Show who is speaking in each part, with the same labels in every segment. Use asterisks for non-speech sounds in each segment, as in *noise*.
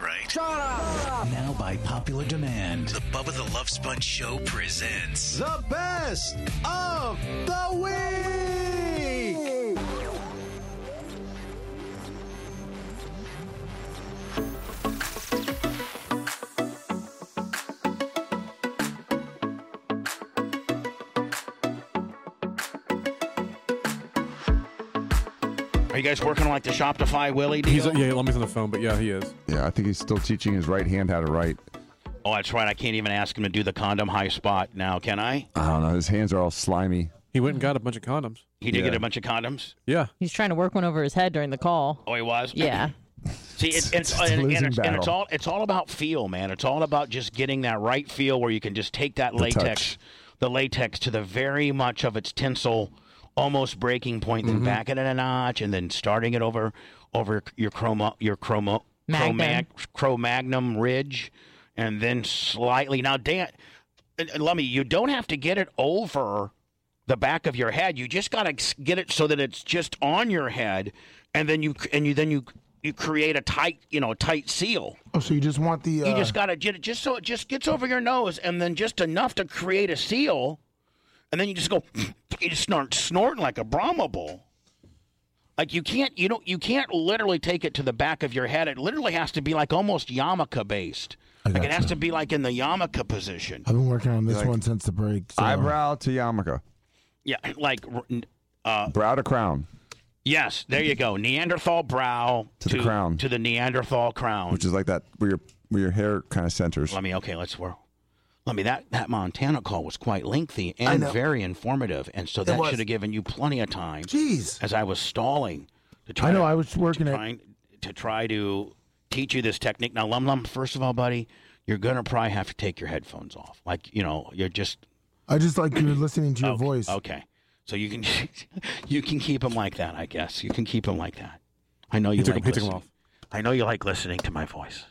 Speaker 1: right? Shut up!
Speaker 2: Now, by popular demand,
Speaker 1: the Bubba the Love Sponge Show presents
Speaker 3: the best of the week.
Speaker 4: Are you guys working on like the Shopify Willie deal?
Speaker 5: He's yeah, Lummy's on the phone, but yeah, he is.
Speaker 6: Yeah, I think he's still teaching his right hand how to write.
Speaker 4: oh, that's right. I can't even ask him to do the condom high spot now, can I?
Speaker 6: I don't know. His hands are all slimy.
Speaker 5: He went and got a bunch of condoms.
Speaker 4: He did
Speaker 6: Yeah.
Speaker 4: get a bunch of condoms.
Speaker 5: Yeah,
Speaker 7: He's trying to work one over his head during the call.
Speaker 4: Oh, he was.
Speaker 7: Yeah.
Speaker 4: *clears throat* See, it's, it's,
Speaker 6: It's a
Speaker 4: and, and
Speaker 6: losing
Speaker 4: it's, and it's
Speaker 6: battle.
Speaker 4: all it's all about feel, man. It's all about just getting that right feel where you can just take that latex,
Speaker 6: touch.
Speaker 4: the latex to the very much of its tensile, almost breaking point, then
Speaker 6: Mm-hmm.
Speaker 4: backing it a notch, and then starting it over over your chroma your chroma
Speaker 7: Magnum.
Speaker 4: cro magnum ridge, and then slightly. Now, Dan, and, and Lummy, you don't have to get it over the back of your head. You just got to get it so that it's just on your head, and then you and you then you you create a tight you know tight seal.
Speaker 8: Oh, so you just want the? Uh,
Speaker 4: You just got to get it just so it just gets over your nose, and then just enough to create a seal, and then you just go *sniffs* you just snort snorting like a Brahma bull. Like you can't you don't you can't literally take it to the back of your head. It literally has to be like almost yarmulke based. Like it has to be like in the yarmulke position.
Speaker 8: I've been working on this
Speaker 6: Like-
Speaker 8: one since the break. So.
Speaker 6: Eyebrow to yarmulke.
Speaker 4: Yeah, like uh,
Speaker 6: Brow to crown,
Speaker 4: yes, there you go. Neanderthal brow
Speaker 6: To the crown.
Speaker 4: to the Neanderthal crown.
Speaker 6: which is like that where your where your hair kind of centers.
Speaker 4: Let me okay, let's work. Let me that that Montana call was quite lengthy and
Speaker 8: know.
Speaker 4: very informative, and so that
Speaker 8: was.
Speaker 4: should have given you plenty of time.
Speaker 8: Jeez.
Speaker 4: As I was stalling to try,
Speaker 8: I know.
Speaker 4: to,
Speaker 8: I was working at.
Speaker 4: trying to try to teach you this technique. Now, Lum Lum, first of all, buddy, you're gonna probably have to take your headphones off. Like you know, you're just
Speaker 8: I just like you were listening to your
Speaker 4: okay,
Speaker 8: voice.
Speaker 4: Okay, so you can *laughs* you can keep them like that. I guess you can keep them like that. I know you
Speaker 5: he took,
Speaker 4: like
Speaker 5: him, he took him
Speaker 4: listening.
Speaker 5: off.
Speaker 4: I know you like listening to my voice.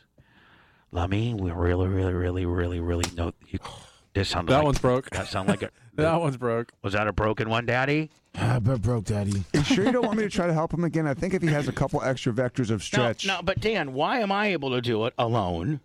Speaker 1: Lummy. We really, really, really, really, really know you. *sighs* This sounded
Speaker 5: That
Speaker 1: like,
Speaker 5: one's broke.
Speaker 1: That sound like a
Speaker 5: *laughs* That one's broke.
Speaker 1: was that a broken one, Daddy?
Speaker 8: I bet Ah, broke, Daddy.
Speaker 6: You sure you don't want me to try to help him again? I think if he has a couple extra vectors of stretch.
Speaker 4: No, no, but Dan, why am I able to do it alone?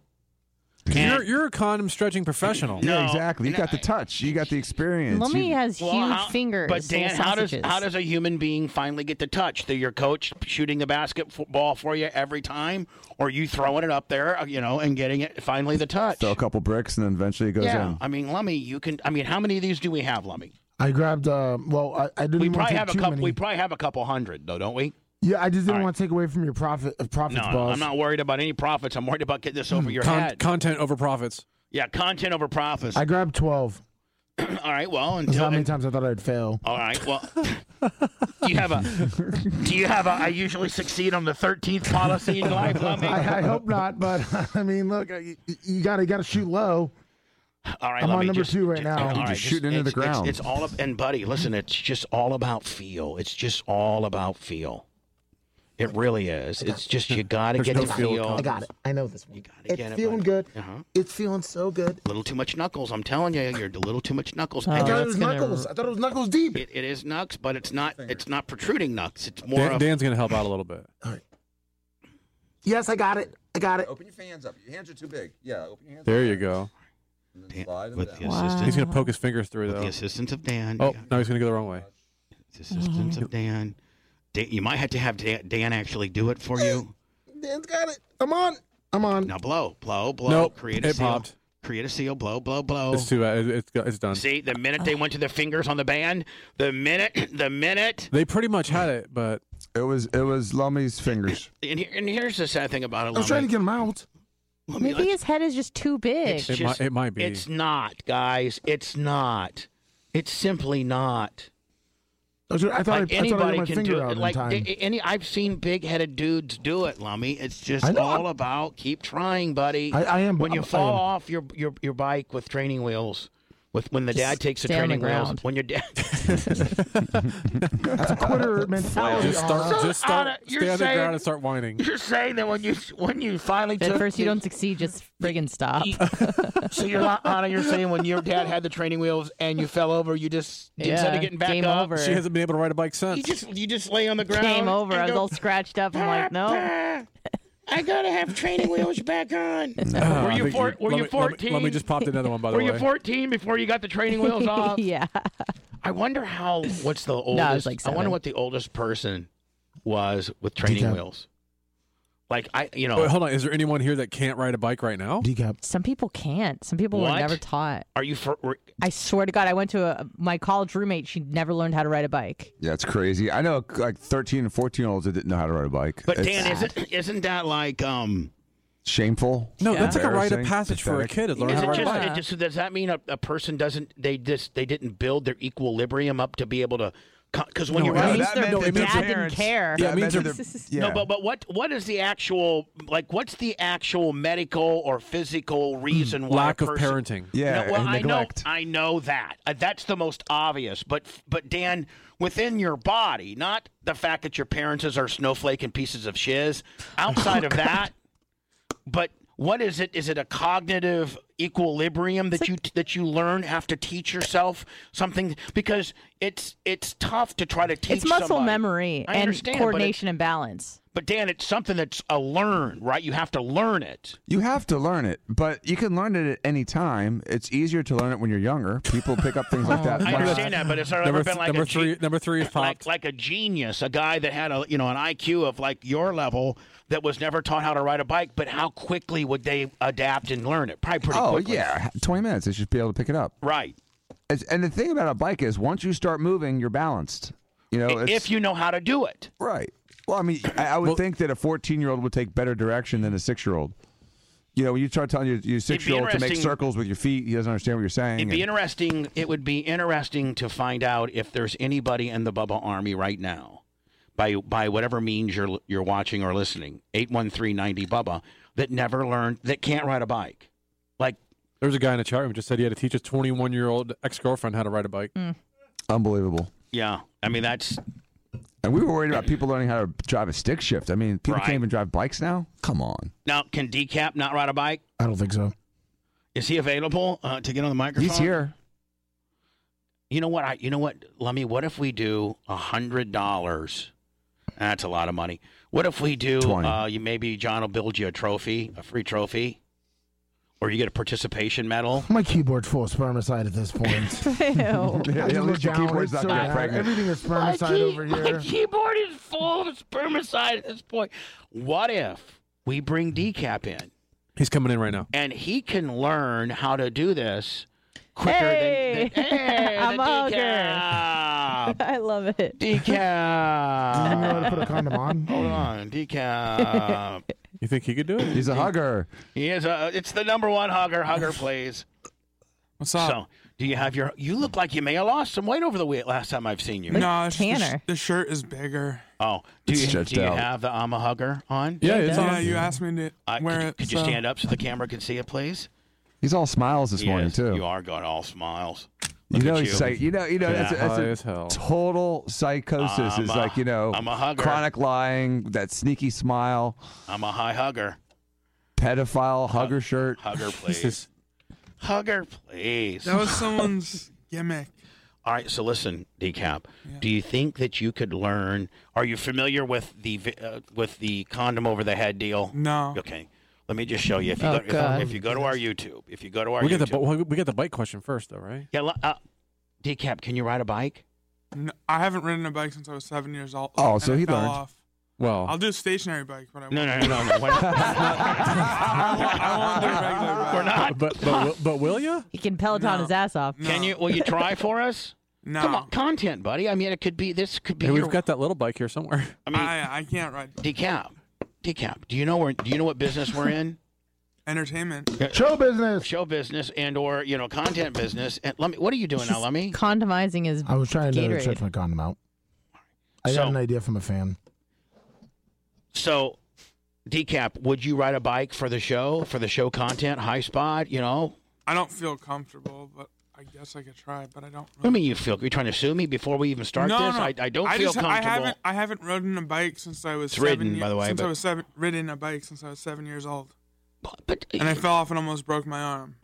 Speaker 5: You're you're a condom stretching professional.
Speaker 4: No.
Speaker 6: yeah, exactly. You
Speaker 4: no,
Speaker 6: got the touch. You got the experience.
Speaker 7: Lummy
Speaker 6: You-
Speaker 7: has
Speaker 4: Well,
Speaker 7: huge
Speaker 4: how-
Speaker 7: fingers.
Speaker 4: But Dan,
Speaker 7: little
Speaker 4: how does
Speaker 7: sausages.
Speaker 4: how does a human being finally get the touch? Through your coach shooting the basketball for you every time, or you throwing it up there, uh, you know, and getting it finally the touch?
Speaker 6: throw a couple bricks and then eventually it goes
Speaker 4: yeah,
Speaker 6: in.
Speaker 4: I mean, Lummy, you can. I mean, how many of these do we have, Lummy?
Speaker 8: I grabbed. Uh, well, I, I didn't.
Speaker 4: We
Speaker 8: want
Speaker 4: probably
Speaker 8: to
Speaker 4: have a
Speaker 8: too
Speaker 4: couple.
Speaker 8: Many.
Speaker 4: We probably have a couple hundred, though, don't we?
Speaker 8: yeah, I just didn't
Speaker 4: All right.
Speaker 8: want to take away from your profit. Uh, profits,
Speaker 4: No,
Speaker 8: boss. Hmm,
Speaker 4: I'm not worried about any profits. I'm worried about getting this over your
Speaker 5: Con-
Speaker 4: head.
Speaker 5: content over profits.
Speaker 4: yeah, content over profits. *clears throat*
Speaker 8: I grabbed twelve.
Speaker 4: All right, well,
Speaker 8: That's
Speaker 4: until
Speaker 8: how many times I thought I'd fail.
Speaker 4: All right.
Speaker 8: *laughs*
Speaker 4: Well, do you have a? Do you have a? I usually succeed on the thirteenth policy in
Speaker 8: *laughs*
Speaker 4: life. Lummy.
Speaker 8: I, I hope not, but *laughs* I mean, look, you, you gotta you gotta shoot low.
Speaker 4: all right.
Speaker 8: I'm
Speaker 4: Lummy,
Speaker 8: on number
Speaker 4: just-
Speaker 8: two right
Speaker 4: ju-
Speaker 8: now.
Speaker 4: all
Speaker 8: You're
Speaker 6: just shooting into
Speaker 4: it's-
Speaker 6: the
Speaker 4: it's-
Speaker 6: ground.
Speaker 4: It's, all up. And buddy, listen, it's just all about feel. It's just all about feel. It really is. It's just you got to
Speaker 5: There's
Speaker 4: get
Speaker 5: no
Speaker 4: to
Speaker 5: feel
Speaker 4: feel.
Speaker 5: I
Speaker 4: A
Speaker 5: got
Speaker 8: it. I know this one.
Speaker 4: gotta It's get it, feeling buddy. good. Uh-huh.
Speaker 8: It's feeling so good.
Speaker 4: little too much knuckles. I'm telling you, you're a little too much knuckles.
Speaker 7: Oh,
Speaker 8: I
Speaker 4: And
Speaker 8: thought it
Speaker 7: that's
Speaker 8: was
Speaker 7: gonna-
Speaker 8: knuckles. I thought it was knuckles deep.
Speaker 4: it, it is knucks, but it's not. It's not protruding knucks. It's more
Speaker 5: Dan,
Speaker 4: of
Speaker 5: Dan's gonna help out a little bit.
Speaker 8: yes, I got it. I got it.
Speaker 9: Open your hands up. Your hands are too big. Yeah, open your hands
Speaker 5: There you go.
Speaker 9: and then
Speaker 4: Dan-
Speaker 9: slide them
Speaker 4: with
Speaker 9: down.
Speaker 4: the
Speaker 7: Wow.
Speaker 4: assistance,
Speaker 5: He's gonna poke his fingers through
Speaker 4: with the
Speaker 5: though.
Speaker 4: assistance of Dan.
Speaker 5: Oh, now he's gonna go the wrong way.
Speaker 4: The assistance of Dan. Dan. You might have to have Dan, Dan actually do it for you.
Speaker 8: Dan's got it. I'm on. I'm on.
Speaker 4: Now blow, blow, blow.
Speaker 5: Nope,
Speaker 4: Create a
Speaker 5: it
Speaker 4: seal.
Speaker 5: popped.
Speaker 4: create a seal, blow, blow, blow.
Speaker 5: It's too bad. It, it's go- it's done.
Speaker 4: See, the minute they went to the fingers on the band, the minute, the minute,
Speaker 5: They pretty much had it, but
Speaker 10: It was it was Lummy's fingers.
Speaker 4: and, here, and here's the sad thing about it.
Speaker 8: I was trying to get him out.
Speaker 4: Let me-
Speaker 7: Maybe his head is just too big.
Speaker 4: It's
Speaker 5: it
Speaker 4: just-
Speaker 5: might it might be.
Speaker 4: It's not, guys. It's not. It's simply not.
Speaker 8: I, was, I thought
Speaker 4: Like,
Speaker 8: I, I thought I
Speaker 4: anybody
Speaker 8: had my
Speaker 4: can
Speaker 8: finger
Speaker 4: do
Speaker 8: out
Speaker 4: it.
Speaker 8: in
Speaker 4: Like
Speaker 8: time.
Speaker 4: a- any, I've seen big-headed dudes do it, Lummy. It's just
Speaker 8: I know,
Speaker 4: all
Speaker 8: I'm-
Speaker 4: about keep trying, buddy.
Speaker 8: I, I am.
Speaker 4: when you
Speaker 8: I'm- I
Speaker 4: fall
Speaker 8: am.
Speaker 4: off your, your your bike with training wheels, with when the
Speaker 7: Just
Speaker 4: dad takes the
Speaker 7: stay on the
Speaker 4: training wheels,
Speaker 7: ground.
Speaker 4: when your
Speaker 7: *laughs*
Speaker 4: dad
Speaker 8: that's a quitter mentality.
Speaker 5: just start.
Speaker 8: Arnold.
Speaker 5: just start.
Speaker 4: Anna, you're
Speaker 5: stay on the
Speaker 4: saying-
Speaker 5: ground
Speaker 4: *laughs*
Speaker 5: and start whining.
Speaker 4: you're saying that when you when you finally
Speaker 7: At
Speaker 4: took
Speaker 7: first, you
Speaker 4: the-
Speaker 7: don't succeed. Just friggin' stop.
Speaker 4: *laughs* so you're not Anna. You're saying when your dad had the training wheels and you fell over, you just instead
Speaker 7: Yeah,
Speaker 4: of getting back
Speaker 7: game
Speaker 4: up,
Speaker 7: over.
Speaker 5: She hasn't been able to ride a bike since.
Speaker 4: you just you just lay on the ground.
Speaker 7: Game over.
Speaker 4: and
Speaker 7: I was
Speaker 4: go,
Speaker 7: all scratched up. I'm like, no.
Speaker 4: "Papa, I gotta have training wheels back
Speaker 5: *laughs*
Speaker 4: on.
Speaker 5: Ah,
Speaker 4: were
Speaker 5: I
Speaker 4: you
Speaker 5: think
Speaker 4: four, were
Speaker 5: let
Speaker 4: you
Speaker 5: me- let me-
Speaker 4: 14?
Speaker 5: Let me, just pop another one by the
Speaker 4: were
Speaker 5: way.
Speaker 4: you 14 before you got the training wheels
Speaker 5: *laughs*
Speaker 4: off?
Speaker 7: yeah.
Speaker 4: I wonder how. What's the oldest?
Speaker 7: was like
Speaker 4: I wonder
Speaker 7: seven.
Speaker 4: what the oldest person was with training
Speaker 8: Decaf.
Speaker 4: wheels. Like I, you know,
Speaker 5: Wait, hold on. Is there anyone here that can't ride a bike right now?
Speaker 8: Decap.
Speaker 7: Some people can't. Some people
Speaker 4: What?
Speaker 7: were never taught.
Speaker 4: are you for? were-
Speaker 7: I swear to God, I went to a, my college roommate. She never learned how to ride a bike.
Speaker 10: Yeah, it's crazy. I know like 13 and 14 year olds that didn't know how to ride a bike.
Speaker 4: But
Speaker 10: it's
Speaker 4: Dan, isn't isn't that like um?
Speaker 10: shameful.
Speaker 5: No, that's like a rite of
Speaker 10: Embarrassing,
Speaker 5: passage for a
Speaker 10: pathetic.
Speaker 5: kid to learn
Speaker 4: Is it
Speaker 5: how to ride a
Speaker 4: just,
Speaker 5: bike.
Speaker 4: it just does that mean a, a person doesn't they just they didn't build their equilibrium up to be able to? Because when
Speaker 5: No,
Speaker 4: you're
Speaker 5: it
Speaker 10: No,
Speaker 5: means
Speaker 4: riding,
Speaker 10: that
Speaker 7: their
Speaker 10: meant
Speaker 7: dad
Speaker 10: that their
Speaker 7: didn't
Speaker 10: parents-
Speaker 7: care.
Speaker 5: Yeah, it
Speaker 10: that
Speaker 5: means
Speaker 10: meant
Speaker 5: their-
Speaker 10: that
Speaker 7: *laughs*
Speaker 10: their-
Speaker 7: No,
Speaker 10: yeah.
Speaker 4: no, but but what what is the actual like? What's the actual medical or physical reason why a
Speaker 5: Mm. Lack of
Speaker 4: person-
Speaker 5: parenting.
Speaker 10: Yeah,
Speaker 4: No, well,
Speaker 10: and
Speaker 4: I know,
Speaker 10: neglect.
Speaker 4: I know that. Uh, that's the most obvious. But but Dan, within your body, not the fact that your parents are snowflake and pieces of shiz. Outside
Speaker 10: Oh,
Speaker 4: of that, but what is it? Is it a cognitive equilibrium that you that you learn have to teach yourself something? Because it's it's tough to try to teach.
Speaker 7: It's muscle
Speaker 4: somebody.
Speaker 7: memory
Speaker 4: I
Speaker 7: and
Speaker 4: understand, but it-
Speaker 7: coordination and balance.
Speaker 4: But Dan, it's something that's a learn, right? You have to learn it.
Speaker 10: You have to learn it, but you can learn it at any time. It's easier to learn it when you're younger. People pick up things
Speaker 4: *laughs*
Speaker 10: like that.
Speaker 4: I
Speaker 10: much-
Speaker 4: understand that, but it's never
Speaker 5: Number,
Speaker 4: been
Speaker 5: th-
Speaker 4: like
Speaker 5: number
Speaker 4: a
Speaker 5: three.
Speaker 4: ge-
Speaker 5: number three is
Speaker 4: like
Speaker 5: popped.
Speaker 4: like a genius, a guy that had a you know an IQ of like your level that was never taught how to ride a bike, but how quickly would they adapt and learn it? Probably pretty
Speaker 10: Oh
Speaker 4: quickly.
Speaker 10: yeah, 20 minutes. They should be able to pick it up.
Speaker 4: Right.
Speaker 10: It's, and the thing about a bike is, once you start moving, you're balanced. You know, it's,
Speaker 4: if you know how to do it.
Speaker 10: *laughs* right. Well, I mean, I, I would think that a 14 year old would take better direction than a six year old. You know, when you start telling your, your six year old to make
Speaker 4: interesting-
Speaker 10: circles with your feet, he doesn't understand what you're saying.
Speaker 4: It'd
Speaker 10: and-
Speaker 4: be interesting. It would be interesting to find out if there's anybody in the Bubba Army right now, by by whatever means you're you're watching or listening. Eight one three ninety Bubba that never learned that can't ride a bike. Like
Speaker 5: there was a guy in the chat room who just said he had to teach his 21 year old ex girlfriend how to ride a bike.
Speaker 7: Mm-hmm.
Speaker 10: Unbelievable.
Speaker 4: yeah, I mean that's
Speaker 10: And we were worried about people learning how to drive a stick shift. I mean, people
Speaker 4: Right.
Speaker 10: can't even drive bikes now. Come on.
Speaker 4: now can decap not ride a bike.
Speaker 8: I don't think so.
Speaker 4: Is he available uh, to get on the microphone?
Speaker 10: He's here.
Speaker 4: You know what? I you know what, Lemmy. What if we do a hundred dollars? That's a lot of money. What if we do?
Speaker 10: 20.
Speaker 4: Uh, you maybe John will build you a trophy, a free trophy, or you get a participation medal.
Speaker 8: My keyboard's full of spermicide at this point. *laughs*
Speaker 7: Ew.
Speaker 10: Yeah,
Speaker 8: I
Speaker 10: at
Speaker 8: just
Speaker 10: least
Speaker 8: look
Speaker 10: your
Speaker 8: down,
Speaker 10: keyboard's not
Speaker 8: it's so
Speaker 10: getting
Speaker 8: bad.
Speaker 10: pregnant.
Speaker 8: Everything is spermicide over here.
Speaker 4: keyboard is full of spermicide at this point. What if we bring decap in
Speaker 5: He's coming in right now.
Speaker 4: and he can learn how to do this quicker
Speaker 7: Hey! *laughs*
Speaker 4: than, than hey,
Speaker 7: I'm
Speaker 4: the
Speaker 7: a hooker.
Speaker 4: decap.
Speaker 7: *laughs* I love it.
Speaker 8: Do you
Speaker 4: Decap.
Speaker 8: know how to put a condom on?
Speaker 4: Hold on, decap.
Speaker 5: You think he could do it?
Speaker 10: He's a hugger.
Speaker 4: *laughs* He is a. It's the number one hugger. Hugger, please.
Speaker 5: What's up?
Speaker 4: so, do you have your? You look like you may have lost some weight over the week last time I've seen you.
Speaker 11: No, it's just-
Speaker 7: Tanner.
Speaker 11: The, shirt is bigger.
Speaker 4: Oh, do you
Speaker 10: Stretched
Speaker 4: do you
Speaker 10: out.
Speaker 4: have the I'm a hugger on?
Speaker 5: yeah, it's
Speaker 11: Yeah,
Speaker 5: on.
Speaker 11: you asked me to
Speaker 4: Uh,
Speaker 11: wear
Speaker 4: could you,
Speaker 11: it.
Speaker 4: could you
Speaker 11: so-
Speaker 4: stand up so the camera can see it, please?
Speaker 10: He's all smiles this morning
Speaker 4: Yes,
Speaker 10: too.
Speaker 4: You are got all smiles.
Speaker 10: You
Speaker 4: Look
Speaker 10: know,
Speaker 4: at
Speaker 10: he's psych- you know, you know, that's a,
Speaker 5: Yeah,
Speaker 10: that's
Speaker 5: high
Speaker 10: a
Speaker 5: as hell.
Speaker 10: total psychosis.
Speaker 4: I'm
Speaker 10: is
Speaker 4: a-
Speaker 10: like you know,
Speaker 4: I'm a hugger.
Speaker 10: chronic lying, that sneaky smile,
Speaker 4: I'm a high hugger.
Speaker 10: pedophile hugger shirt.
Speaker 4: Hugger,
Speaker 5: This
Speaker 4: please.
Speaker 5: is-
Speaker 4: hugger, please.
Speaker 11: That was someone's *laughs* gimmick.
Speaker 4: *laughs* All right, so listen, decap. Do you think that you could learn? Are you familiar with the vi- uh, with the condom over the head deal?
Speaker 11: No.
Speaker 4: Okay, let me just show you. If you,
Speaker 7: Oh,
Speaker 4: go, if-
Speaker 7: God.
Speaker 4: if, you go to our YouTube, if you go to our
Speaker 5: we
Speaker 4: YouTube,
Speaker 5: get the bu- we get the bike question first though, right?
Speaker 4: yeah, le- uh, decap. Can you ride a bike?
Speaker 11: No, I haven't ridden a bike since I was seven years old.
Speaker 10: Oh,
Speaker 11: and
Speaker 10: so
Speaker 11: it
Speaker 10: he
Speaker 11: fell
Speaker 10: learned.
Speaker 11: Off.
Speaker 5: Well,
Speaker 11: I'll do a stationary bike, but I
Speaker 4: No,
Speaker 11: won't.
Speaker 4: no, no, no. no.
Speaker 11: *laughs* I won't, I won't do a regular bike.
Speaker 4: We're not.
Speaker 5: but but will- but will you?
Speaker 7: He can Peloton
Speaker 11: No.
Speaker 7: his ass off.
Speaker 11: No.
Speaker 4: Can you? Will you try
Speaker 5: *laughs*
Speaker 4: for us?
Speaker 11: No,
Speaker 4: Come on, content, buddy. I mean, it could be. This could be.
Speaker 5: Hey, we've
Speaker 4: your-
Speaker 5: got that little bike here somewhere.
Speaker 4: I mean,
Speaker 11: I, I can't ride
Speaker 4: decap, decap. Do you know where? Do you know what business we're in?
Speaker 11: *laughs* entertainment.
Speaker 8: Show business.
Speaker 4: Show business and or you know content business. And let me. What are you
Speaker 8: *laughs*
Speaker 4: doing now, Lemmy?
Speaker 7: Condomizing his.
Speaker 8: I was trying to
Speaker 7: Gatorade.
Speaker 8: check my condom out. I
Speaker 4: So-
Speaker 8: got an idea from a fan.
Speaker 4: So, decap. Would you ride a bike for the show? For the show content, high spot. You know.
Speaker 11: I don't feel comfortable, but I guess I could try. But I don't.
Speaker 4: What do you mean you feel? You're trying to sue me before we even start
Speaker 11: no,
Speaker 4: this?
Speaker 11: no.
Speaker 4: I, I don't feel
Speaker 11: just, I
Speaker 4: comfortable.
Speaker 11: haven't. I haven't ridden a bike since I was
Speaker 4: It's
Speaker 11: seven.
Speaker 4: ridden,
Speaker 11: ye-
Speaker 4: by the way,
Speaker 11: since
Speaker 4: but-
Speaker 11: I was seven, ridden a bike since I was seven years old,
Speaker 4: but, uh,
Speaker 11: and I fell off and almost broke my arm.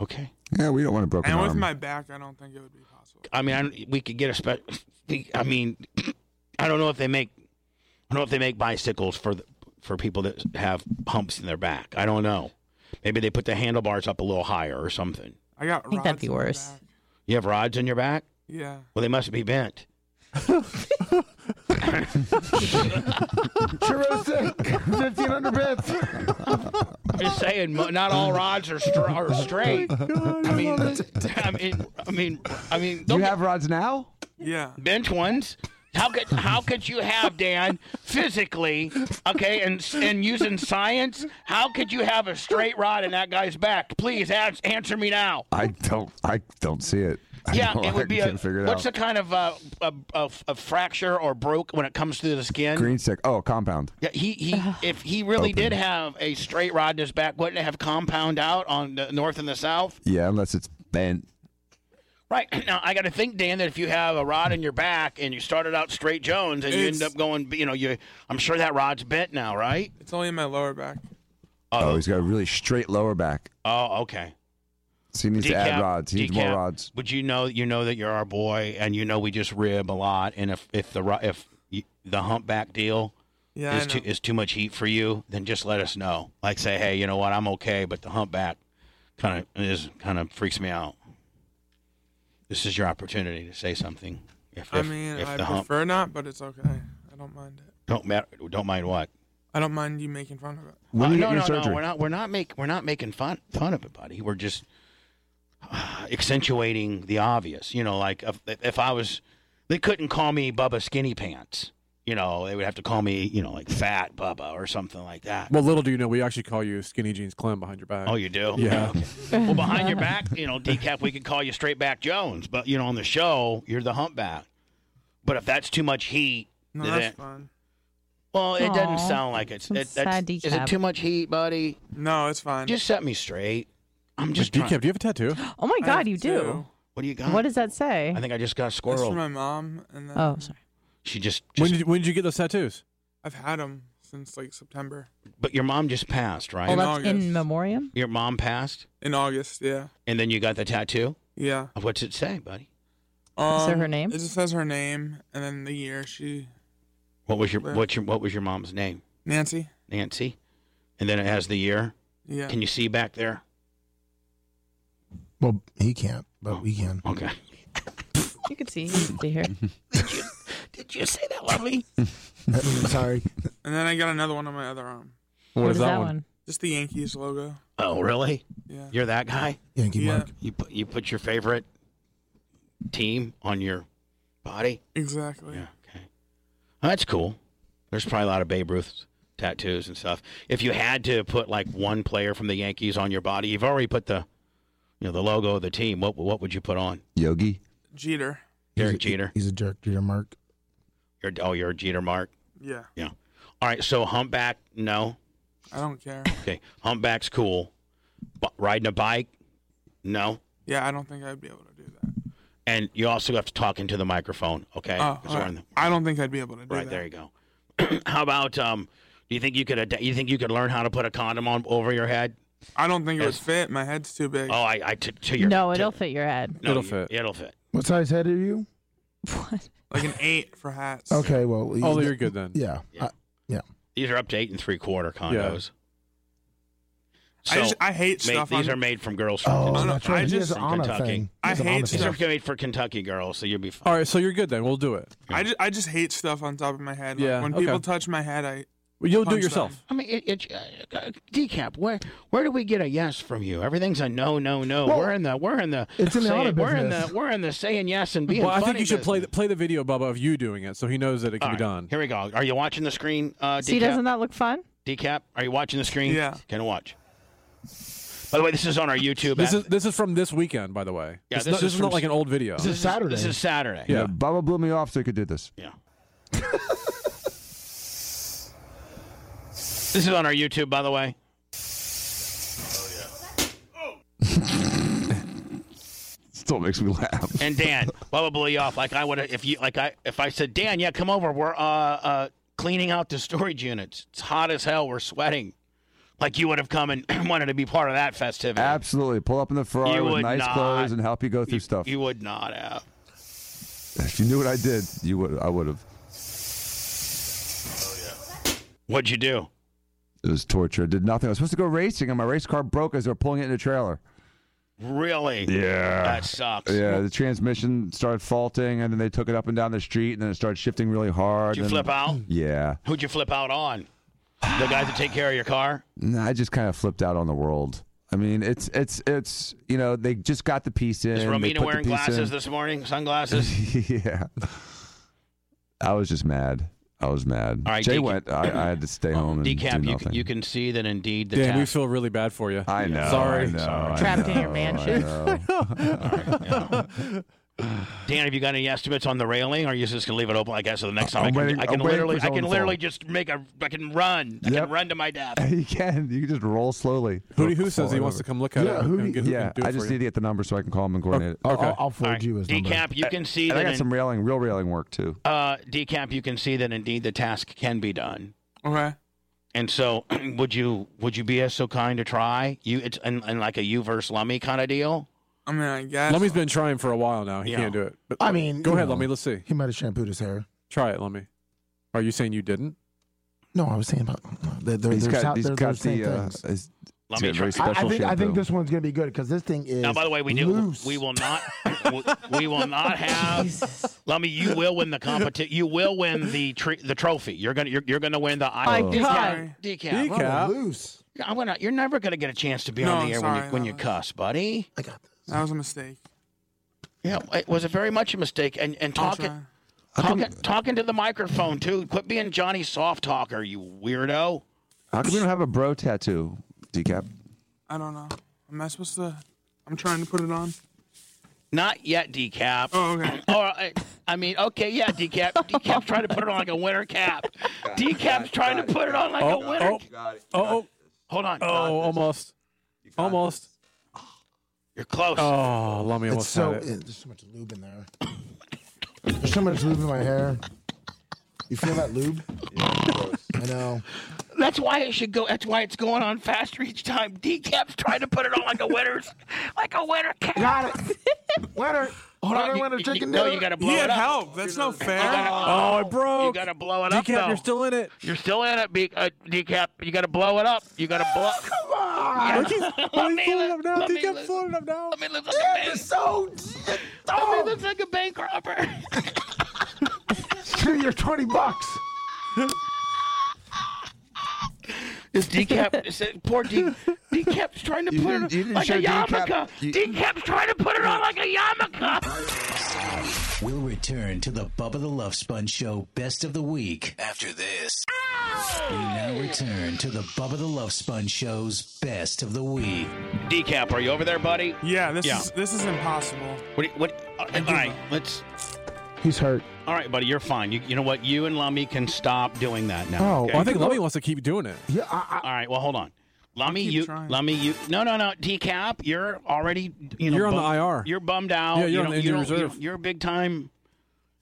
Speaker 4: okay.
Speaker 6: Yeah, we don't want a broken
Speaker 11: And with
Speaker 6: arm.
Speaker 11: my back, I don't think it would be possible.
Speaker 4: I mean, I, we could get a special. I mean, I don't know if they make. I don't know if they make bicycles for the, for people that have humps in their back. I don't know. Maybe they put the handlebars up a little higher or something.
Speaker 11: I got. I
Speaker 7: think that'd be worse.
Speaker 4: You have rods in your back?
Speaker 11: Yeah.
Speaker 4: Well, they must be bent.
Speaker 8: Churros, fifteen hundred bits.
Speaker 4: I'm just saying, mo- not all rods are, str- are *laughs* straight. I mean, I mean, I mean, I mean,
Speaker 6: Do
Speaker 4: don't
Speaker 6: you have rods now?
Speaker 11: *laughs* Yeah.
Speaker 4: bent ones. How could how could you have Dan physically okay and and using science? How could you have a straight rod in that guy's back? Please ask, answer me now.
Speaker 6: I don't. I don't see it. I
Speaker 4: Yeah,
Speaker 6: don't-
Speaker 4: it
Speaker 6: I
Speaker 4: would be a
Speaker 6: can't figure it
Speaker 4: what's the
Speaker 6: out.
Speaker 4: kind of uh, a, a, a fracture or broke when it comes through the skin?
Speaker 6: green stick? Oh, compound.
Speaker 4: Yeah, he, he if he really
Speaker 6: Open.
Speaker 4: did have a straight rod in his back, wouldn't it have compound out on the north and the south?
Speaker 6: Yeah, unless it's bent.
Speaker 4: Right *clears throat* now, I got to think, Dan, that if you have a rod in your back and you started out straight Jones and you end
Speaker 11: It's-
Speaker 4: up going, you know, you I'm sure that rod's bent now, right?
Speaker 11: It's only in my lower back.
Speaker 6: Oh, he's got a really straight lower back.
Speaker 4: Oh, okay.
Speaker 6: So he needs to add
Speaker 4: Decap,
Speaker 6: rods. He needs
Speaker 4: decap.
Speaker 6: more rods.
Speaker 4: But you know, you know that you're our boy, and you know we just rib a lot. And if if the ru- if you, the humpback deal
Speaker 11: Yeah.
Speaker 4: is
Speaker 11: I
Speaker 4: too
Speaker 11: know.
Speaker 4: is too much heat for you, then just let us know. Like say, hey, you know what? I'm okay, but the humpback kind of is kind of freaks me out. This is your opportunity to say something. If,
Speaker 11: I
Speaker 4: if-
Speaker 11: mean,
Speaker 4: if
Speaker 11: I
Speaker 4: the hump
Speaker 11: prefer not, but it's okay. I don't mind it.
Speaker 4: don't matter, don't mind what.
Speaker 11: I don't mind you making fun of it.
Speaker 6: When
Speaker 4: Uh,
Speaker 6: do you
Speaker 4: no,
Speaker 6: get your
Speaker 4: no,
Speaker 6: surgery?
Speaker 4: no. We're not. We're not make. We're not making fun fun of it, buddy. We're just uh, accentuating the obvious. You know, like if, if I was, they couldn't call me Bubba Skinny Pants. You know, they would have to call me, you know, like Fat Bubba or something like that.
Speaker 5: Well, little do you know, we actually call you Skinny Jeans Clem behind your back.
Speaker 4: Oh, you do?
Speaker 5: *laughs* Yeah.
Speaker 4: Okay. *laughs* well, behind your back, you know, decap, we could call you Straight Back Jones, but you know, on the show, you're the humpback. But if that's too much heat,
Speaker 11: No,
Speaker 4: then
Speaker 11: that's
Speaker 4: it-
Speaker 11: fun.
Speaker 4: well, it doesn't
Speaker 7: Aw.
Speaker 4: sound like it's. It,
Speaker 7: That's
Speaker 4: that's,
Speaker 7: sad,
Speaker 4: is
Speaker 7: Decap.
Speaker 4: it too much heat, buddy?
Speaker 11: No, it's fine.
Speaker 4: Just set me straight. I'm
Speaker 5: Just
Speaker 4: just trying-
Speaker 5: decap. Do you have a tattoo?
Speaker 7: Oh my
Speaker 11: I
Speaker 7: god,
Speaker 11: have
Speaker 7: you do.
Speaker 11: two.
Speaker 4: What do you got?
Speaker 7: What does that say?
Speaker 4: I think I just got a
Speaker 11: It's uh, for
Speaker 4: squirrel.
Speaker 11: my mom, and then
Speaker 7: Oh, sorry.
Speaker 4: she just,
Speaker 5: when
Speaker 4: just
Speaker 5: did you, when did you get those tattoos?
Speaker 11: I've had them since like September.
Speaker 4: but your mom just passed, right?
Speaker 7: Oh,
Speaker 11: in
Speaker 7: that's
Speaker 11: August.
Speaker 7: in memoriam.
Speaker 4: your mom passed,
Speaker 11: In August, yeah,
Speaker 4: and then you got the tattoo.
Speaker 11: yeah.
Speaker 4: What's it say, buddy?
Speaker 11: Um,
Speaker 7: there her name?
Speaker 11: It just says her name and then the year she
Speaker 4: What was your
Speaker 11: Where?
Speaker 4: what's your what was your mom's name?
Speaker 11: Nancy.
Speaker 4: Nancy, and then it has the year.
Speaker 11: Yeah.
Speaker 4: Can you see back there?
Speaker 8: Well, he can't, but we can.
Speaker 4: Oh, Okay.
Speaker 7: You could see. You could see
Speaker 8: *laughs*
Speaker 7: here.
Speaker 4: *laughs* Did you say that, lovely?
Speaker 6: *laughs*
Speaker 8: I'm sorry.
Speaker 11: and then I got another one on my other arm.
Speaker 7: what is that one?
Speaker 11: Just the Yankees logo.
Speaker 4: Oh, really?
Speaker 11: Yeah.
Speaker 4: You're that guy?
Speaker 8: Yankee
Speaker 11: Yeah.
Speaker 8: Mike.
Speaker 4: You put you put your favorite team on your body?
Speaker 11: Exactly.
Speaker 4: Yeah. Okay. Well, that's cool. There's probably a lot of Babe Ruth tattoos and stuff. If you had to put like one player from the Yankees on your body, you've already put the, you know, the logo of the team. What what would you put on?
Speaker 6: Yogi.
Speaker 11: Jeter.
Speaker 4: Derek Jeter.
Speaker 8: He's a jerk, Jeter Mark.
Speaker 4: Your oh, your Jeter mark.
Speaker 11: Yeah.
Speaker 4: Yeah. All right. So humpback, no.
Speaker 11: I don't care.
Speaker 4: Okay. Humpback's cool. B- riding a bike, no.
Speaker 11: Yeah, I don't think I'd be able to do that.
Speaker 4: And you also have to talk into the microphone. Okay.
Speaker 11: Oh,
Speaker 4: 'Cause we're
Speaker 11: alright.
Speaker 4: in the-
Speaker 11: I don't think I'd be able to do
Speaker 4: Right
Speaker 11: that.
Speaker 4: there you go. *clears throat* how about um? Do you think you could ad- you think you could learn how to put a condom on over your head?
Speaker 11: I don't think it would
Speaker 4: Yes.
Speaker 11: fit. My head's too big.
Speaker 4: Oh, I, I to, to your
Speaker 7: No,
Speaker 4: to-
Speaker 7: it'll fit your head.
Speaker 4: no,
Speaker 5: It'll
Speaker 4: you-
Speaker 5: fit.
Speaker 4: It'll fit.
Speaker 8: What size head are you?
Speaker 7: What?
Speaker 11: Like an eight for hats.
Speaker 8: Okay, well,
Speaker 5: Oh,
Speaker 8: you-
Speaker 5: you're good then.
Speaker 8: yeah.
Speaker 4: These are up to eight and three quarter condos.
Speaker 11: I just- I hate
Speaker 4: ma-
Speaker 11: stuff
Speaker 4: These
Speaker 11: on-
Speaker 4: are made from girls from
Speaker 8: Oh,
Speaker 4: Kentucky.
Speaker 8: that's right.
Speaker 11: I
Speaker 8: He
Speaker 11: just-
Speaker 8: has an
Speaker 4: from
Speaker 8: honor
Speaker 4: Kentucky.
Speaker 8: thing.
Speaker 11: I
Speaker 8: He has an
Speaker 11: hate
Speaker 8: honor
Speaker 11: to-
Speaker 4: These
Speaker 8: thing.
Speaker 4: are made for Kentucky girls, so you'll be fine.
Speaker 5: All right, so you're good then. We'll do it.
Speaker 11: I just I just hate stuff on top of my head. Like,
Speaker 5: Yeah,
Speaker 11: When
Speaker 5: okay.
Speaker 11: people touch my head, I
Speaker 5: Well, You'll do it
Speaker 11: Punch
Speaker 5: yourself.
Speaker 4: I mean, it, it, uh, uh, decap. Where where do we get a yes from you? Everything's a no, no, no.
Speaker 8: Well,
Speaker 4: we're in the we're in the
Speaker 8: it's in the
Speaker 4: saying-
Speaker 8: auto
Speaker 4: we're in
Speaker 8: business.
Speaker 4: the we're in the saying yes and being
Speaker 5: Well, I
Speaker 4: funny
Speaker 5: think you should play the,
Speaker 4: business.
Speaker 5: play the video, Bubba, of you doing it, so he knows that it can
Speaker 4: All
Speaker 5: be
Speaker 4: right,
Speaker 5: done.
Speaker 4: Here we go. Are you watching the screen? Uh,
Speaker 12: See,
Speaker 4: decap?
Speaker 12: doesn't that look fun?
Speaker 4: decap. Are you watching the screen?
Speaker 11: Yeah.
Speaker 4: Can I watch. By the way, this is on our YouTube.
Speaker 5: This
Speaker 4: app.
Speaker 5: is this is from this weekend, by the way.
Speaker 4: Yeah,
Speaker 5: It's
Speaker 4: this
Speaker 5: not-
Speaker 4: is
Speaker 5: this is
Speaker 4: from
Speaker 5: not like an old video.
Speaker 8: This is Saturday.
Speaker 4: This is Saturday.
Speaker 5: Yeah.
Speaker 10: Bubba blew me off so he could do this.
Speaker 4: Yeah. this is on our YouTube, by the way.
Speaker 10: Still makes me laugh.
Speaker 4: And Dan, Bubba blew you off. Like I would have if you like I if I said, Dan, yeah, come over. We're uh uh cleaning out the storage units. It's hot as hell. We're sweating. Like you would have come and *clears throat* wanted to be part of that festivity.
Speaker 10: Absolutely. Pull up in the Ferrari
Speaker 4: You
Speaker 10: with
Speaker 4: would
Speaker 10: nice
Speaker 4: not.
Speaker 10: clothes and help you go through stuff.
Speaker 4: You would not have.
Speaker 10: *laughs* if you knew what I did, you would. I would have.
Speaker 4: What'd you do?
Speaker 10: It was torture. I did nothing. I was supposed to go racing, and my race car broke as they were pulling it in a trailer.
Speaker 4: Really?
Speaker 10: Yeah.
Speaker 4: That sucks.
Speaker 10: Yeah, the transmission started faulting, and then they took it up and down the street, and then it started shifting really hard.
Speaker 4: Did you
Speaker 10: and-
Speaker 4: flip out?
Speaker 10: Yeah.
Speaker 4: Who'd you flip out on? The guys that take care of your car?
Speaker 10: No, I just kind of flipped out on the world. I mean, it's it's it's you know they just got the piece in.
Speaker 4: Is
Speaker 10: they put
Speaker 4: Romina
Speaker 10: the
Speaker 4: wearing
Speaker 10: piece
Speaker 4: glasses
Speaker 10: in.
Speaker 4: this morning? Sunglasses?
Speaker 10: yeah. I was just mad. I was mad.
Speaker 4: All right,
Speaker 10: Jay
Speaker 4: Deacon-
Speaker 10: went. I, I had to
Speaker 4: *coughs*
Speaker 10: stay home
Speaker 4: Decap,
Speaker 10: and *laughs* do
Speaker 4: you,
Speaker 10: *laughs*
Speaker 4: can-
Speaker 10: nothing.
Speaker 4: you can see that indeed the
Speaker 5: Dan, we
Speaker 4: tap-
Speaker 5: feel really bad for you.
Speaker 10: I know.
Speaker 5: Sorry.
Speaker 10: I know,
Speaker 8: Oh,
Speaker 10: I
Speaker 12: Trapped in your
Speaker 10: know,
Speaker 12: mansion.
Speaker 10: I
Speaker 4: *laughs*
Speaker 10: know.
Speaker 4: Dan, have you got any estimates on the railing? Or are you just gonna leave it open? I guess so the next time
Speaker 10: I'm
Speaker 4: I can,
Speaker 10: waiting-
Speaker 4: I can
Speaker 10: I'm waiting
Speaker 4: literally,
Speaker 10: for
Speaker 4: I can
Speaker 10: someone to
Speaker 4: literally
Speaker 10: call.
Speaker 4: just make a, I can run, I
Speaker 10: Yep.
Speaker 4: can run to my death.
Speaker 10: you can. You can just roll slowly.
Speaker 5: Hootie Who says he wants to
Speaker 10: Over.
Speaker 5: come look at
Speaker 8: Yeah,
Speaker 5: it?
Speaker 8: Hootie-
Speaker 5: and get-
Speaker 10: Yeah,
Speaker 5: and do it
Speaker 10: I
Speaker 5: for
Speaker 10: just
Speaker 5: you.
Speaker 10: need to get the number so I can call him and coordinate
Speaker 8: I'll,
Speaker 10: it.
Speaker 8: I'll, I'll forward
Speaker 4: All right.
Speaker 8: you his number.
Speaker 4: Decap, you can see
Speaker 10: And I
Speaker 4: that.
Speaker 10: got
Speaker 4: In,
Speaker 10: some railing, real railing work too.
Speaker 4: uh, decap, you can see that indeed the task can be done.
Speaker 11: okay.
Speaker 4: And so, *clears throat* would you would you be so kind to try you? It's and, and like a you versus Lummy kind of deal.
Speaker 11: I mean, I guess.
Speaker 5: Lummy's been trying for a while now. He
Speaker 4: Yeah.
Speaker 5: can't do it. But
Speaker 8: I mean,
Speaker 5: go
Speaker 8: you
Speaker 5: ahead,
Speaker 8: know,
Speaker 5: Lummy. Let's see.
Speaker 8: He might have shampooed his hair.
Speaker 5: Try it, Lummy. Are you saying you didn't?
Speaker 8: No, I was saying about they're, they're,
Speaker 10: He's got,
Speaker 8: they're, sou-
Speaker 10: he's
Speaker 8: they're,
Speaker 10: got
Speaker 8: they're
Speaker 10: the.
Speaker 8: same
Speaker 10: Uh,
Speaker 8: things.
Speaker 10: his-
Speaker 4: Let me
Speaker 10: it's
Speaker 4: try.
Speaker 10: a
Speaker 4: *laughs*
Speaker 10: very
Speaker 8: I, I
Speaker 10: special
Speaker 8: think I think
Speaker 10: shampoo.
Speaker 8: this one's gonna be good because this thing is.
Speaker 4: Now, by the way, we do.
Speaker 8: loose.
Speaker 4: We will
Speaker 10: *laughs*
Speaker 4: not. we- we will not have. Lummy, you will win the competition. You will win the tr- the trophy. You're gonna you're, you're gonna win the.
Speaker 10: Oh.
Speaker 4: I-
Speaker 12: My
Speaker 4: decap,
Speaker 12: God.
Speaker 4: decap.
Speaker 8: Run it loose.
Speaker 4: I'm gonna, you're never going to get a chance to be
Speaker 11: No,
Speaker 4: on
Speaker 11: I'm
Speaker 4: the air when
Speaker 11: sorry,
Speaker 4: you, when
Speaker 11: no.
Speaker 4: you cuss, buddy.
Speaker 8: I got this.
Speaker 11: That was a mistake.
Speaker 4: Yeah, it was a very much a mistake. And and
Speaker 11: I'll
Speaker 4: talking
Speaker 11: try.
Speaker 4: talking talking to the microphone too. Quit being Johnny soft talker, you weirdo.
Speaker 10: How come you don't have a bro tattoo, Decap?
Speaker 11: I don't know. Am I supposed to? I'm trying to put it on.
Speaker 4: Not yet, decap.
Speaker 11: Oh, okay.
Speaker 4: *laughs* Or I, I mean, okay, yeah, decap. Decap's trying to put it on like a winter cap. Decap's trying to put it on like a
Speaker 5: Oh,
Speaker 4: winter.
Speaker 5: oh,
Speaker 13: Got it.
Speaker 5: oh,
Speaker 4: Hold on,
Speaker 5: oh, almost, almost.
Speaker 4: you're close.
Speaker 5: Oh, Lummy
Speaker 8: It's
Speaker 5: almost
Speaker 8: so
Speaker 5: had it.
Speaker 8: it- there's so much lube in there. There's so much lube in my hair. You feel that lube? I *laughs* know.
Speaker 4: That's why it should go. That's why it's going on faster each time. Decap's trying to put it on like a winter's, *laughs* like a winter cap. *laughs*
Speaker 8: Got it. Winner.
Speaker 4: Hold on,
Speaker 8: Winner,
Speaker 4: you-
Speaker 8: winner,
Speaker 4: you-
Speaker 8: chicken
Speaker 4: No,
Speaker 8: dinner.
Speaker 4: you gotta blow
Speaker 11: He
Speaker 4: it
Speaker 11: had
Speaker 4: up.
Speaker 11: help. That's no
Speaker 4: You
Speaker 11: fair.
Speaker 4: gotta,
Speaker 5: Oh, it
Speaker 4: you
Speaker 5: broke.
Speaker 4: gotta blow it up.
Speaker 5: Decap,
Speaker 4: though.
Speaker 5: you're still in it.
Speaker 4: You're still in it, be, uh, decap. You gotta blow it up. You gotta
Speaker 8: *laughs*
Speaker 4: blow. Come
Speaker 10: Ah,
Speaker 4: on. *laughs* let me
Speaker 5: floating
Speaker 4: look.
Speaker 5: up now.
Speaker 4: Let me
Speaker 5: Decap
Speaker 4: look.
Speaker 5: floating up now.
Speaker 4: Let me look like a bank. *laughs*
Speaker 8: So,
Speaker 4: Let me look like a bank *laughs* robber.
Speaker 8: give me your 20 bucks.
Speaker 4: *laughs* This decap, this- poor D, decap's trying to
Speaker 10: You
Speaker 4: put
Speaker 10: didn't- you
Speaker 4: it on
Speaker 10: didn't
Speaker 4: like
Speaker 10: show
Speaker 4: a
Speaker 10: decap-
Speaker 4: yarmulke.
Speaker 10: you-
Speaker 4: Decap's trying to put it on like a yarmulke.
Speaker 10: *laughs*
Speaker 2: We'll return to the Bubba the Love Sponge Show Best of the Week.
Speaker 14: After this,
Speaker 2: We now return to the Bubba the Love Sponge Show's Best of the Week.
Speaker 4: Decap, are you over there, buddy?
Speaker 11: Yeah, this
Speaker 4: Yeah.
Speaker 11: is this is impossible.
Speaker 4: What? do you- What? uh, All right, let's.
Speaker 8: He's hurt.
Speaker 4: All right, buddy, you're fine. You, you know what? You and Lummy can stop doing that now.
Speaker 8: Oh,
Speaker 4: okay?
Speaker 5: Well, I think Lummy wants to keep doing it.
Speaker 8: Yeah, I,
Speaker 4: All right. Well, hold on. Lummy,
Speaker 11: keep
Speaker 4: you,
Speaker 11: trying.
Speaker 4: Lummy, you. No, no, no. Decap, you're already. You know,
Speaker 5: You're on the
Speaker 4: bum-
Speaker 5: IR.
Speaker 4: You're bummed out.
Speaker 5: Yeah, you're
Speaker 4: you
Speaker 5: on
Speaker 4: don't- you
Speaker 5: the injured
Speaker 4: don't- you
Speaker 5: reserve.
Speaker 4: don't- You're a big time.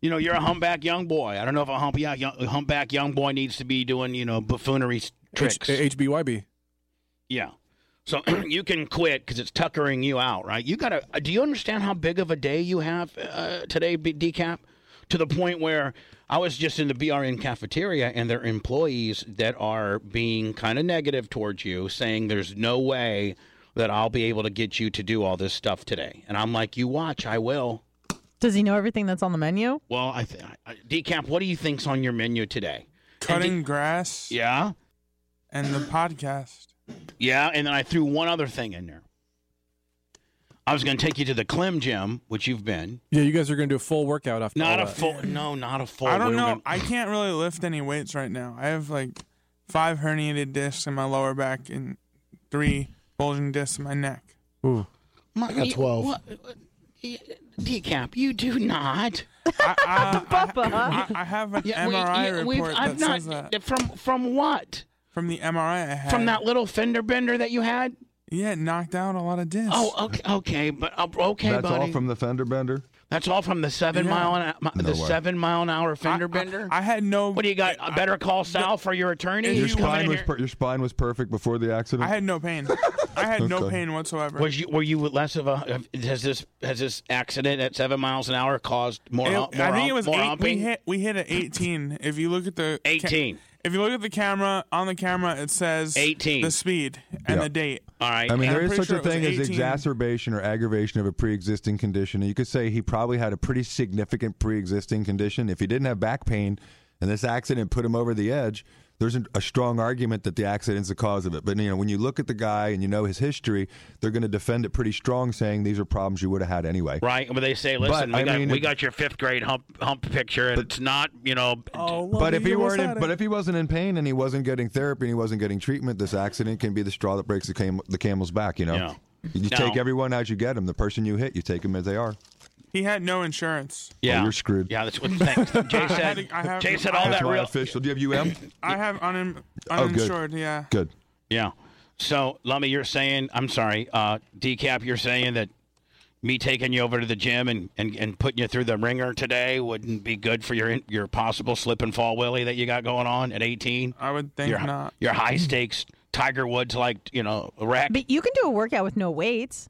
Speaker 4: You know, you're a humpback young boy. I don't know if a hump, yeah, young, a humpback young boy needs to be doing you know buffoonery s-
Speaker 5: H-
Speaker 4: tricks.
Speaker 5: HBYB.
Speaker 4: yeah. So *clears throat* you can quit because it's tuckering you out, right? You gotta. Do you understand how big of a day you have uh, today, uh, B- Decap? to the point where I was just in the BRN cafeteria and their employees that are being kind of negative towards you, saying there's no way that I'll be able to get you to do all this stuff today. And I'm like, you watch, I will.
Speaker 7: Does he know everything that's on the menu?
Speaker 4: Well, I, th- I decamp. What do you think's on your menu today?
Speaker 11: Cutting grass.
Speaker 4: Yeah.
Speaker 11: And the podcast.
Speaker 4: Yeah, and then I threw one other thing in there. I was going to take you to the Clem Gym, which you've been.
Speaker 5: Yeah, you guys are going to do a full workout after
Speaker 4: Not
Speaker 5: all
Speaker 4: a
Speaker 5: that.
Speaker 4: full, no, not a full.
Speaker 11: I don't
Speaker 4: we were
Speaker 11: know.
Speaker 4: gonna-
Speaker 11: I can't really lift any weights right now. I have like five herniated discs in my lower back and three bulging discs in my neck.
Speaker 5: Ooh.
Speaker 4: I
Speaker 11: got 12.
Speaker 4: Decamp, you do not. *laughs*
Speaker 11: I, I, I, I have an
Speaker 4: Yeah, we-
Speaker 11: MRI
Speaker 4: yeah, we've-
Speaker 11: report
Speaker 4: I've
Speaker 11: that
Speaker 4: not-
Speaker 11: says that.
Speaker 4: From from what?
Speaker 11: From the MRI I had.
Speaker 4: From that little fender bender that you had?
Speaker 11: Yeah, it knocked out a lot of discs.
Speaker 4: Oh, okay, okay, but uh, okay,
Speaker 11: That's all
Speaker 4: buddy.
Speaker 11: from
Speaker 6: the fender bender.
Speaker 4: That's all from the seven
Speaker 11: Yeah.
Speaker 4: mile an, mi-
Speaker 11: No
Speaker 4: the
Speaker 11: way.
Speaker 4: seven mile an hour fender bender.
Speaker 11: I had no.
Speaker 4: What do you got? A better call Sal for your attorney?
Speaker 6: Your
Speaker 4: He's coming
Speaker 6: spine
Speaker 4: in
Speaker 6: was
Speaker 4: here.
Speaker 6: per- your spine was perfect before the accident.
Speaker 11: I had no pain. I had no
Speaker 6: Okay.
Speaker 11: pain whatsoever.
Speaker 4: Was you were you less of a has this has this accident at seven miles an hour caused more?
Speaker 11: It-
Speaker 4: hum- more
Speaker 11: I think
Speaker 4: hum-
Speaker 11: it was
Speaker 4: more
Speaker 11: eight, we
Speaker 4: humping?
Speaker 11: hit we hit an 18. If you look at the ca-
Speaker 4: 18.
Speaker 11: if you look at the camera on the camera, it says
Speaker 4: 18.
Speaker 11: the speed and
Speaker 6: Yeah.
Speaker 11: the date.
Speaker 4: All right.
Speaker 6: I mean,
Speaker 11: And
Speaker 6: there is
Speaker 11: I'm pretty
Speaker 6: such
Speaker 11: sure
Speaker 6: a
Speaker 11: it was
Speaker 6: thing as
Speaker 11: 18.
Speaker 6: exacerbation or aggravation of a pre-existing condition. And you could say he probably had a pretty significant pre-existing condition. If he didn't have back pain and this accident put him over the edge, there's an, a strong argument that the accident's the cause of it. But you know, when you look at the guy and you know his history, they're going to defend it pretty strong, saying these are problems you would have had anyway.
Speaker 4: Right, but they say, listen,
Speaker 6: But,
Speaker 4: we
Speaker 6: I
Speaker 4: got
Speaker 6: mean,
Speaker 4: we
Speaker 6: it-
Speaker 4: got your fifth grade hump hump picture, and it's not, you know.
Speaker 11: Oh,
Speaker 6: But if he weren't, in, but if he wasn't in pain and he wasn't getting therapy and he wasn't getting treatment, this accident can be the straw that breaks the, cam- the camel's back. You know,
Speaker 4: Yeah.
Speaker 6: you
Speaker 4: No.
Speaker 6: take everyone as you get them. The person you hit, you take them as they are.
Speaker 11: He had no insurance.
Speaker 6: Yeah, Oh, you're screwed.
Speaker 4: Yeah, that's what
Speaker 6: *laughs*
Speaker 11: *laughs*
Speaker 4: thanks. Jay
Speaker 11: I had
Speaker 4: said.
Speaker 11: to- I have-
Speaker 4: Jay said
Speaker 11: I
Speaker 4: all
Speaker 11: have-
Speaker 4: that
Speaker 6: That's my
Speaker 4: real.
Speaker 6: official. Do you have UM?
Speaker 11: I have unim-
Speaker 6: Oh, good.
Speaker 11: uninsured. yeah.
Speaker 6: Good.
Speaker 4: Yeah. So, Lummy, you're saying, I'm sorry, uh, Decap, you're saying that me taking you over to the gym and, and, and putting you through the ringer today wouldn't be good for your your possible slip and fall willy that you got going on at 18?
Speaker 11: I would think
Speaker 4: your,
Speaker 11: not.
Speaker 4: Your high stakes Tiger Woods like, you know, rack.
Speaker 7: But you can do a workout with no weights.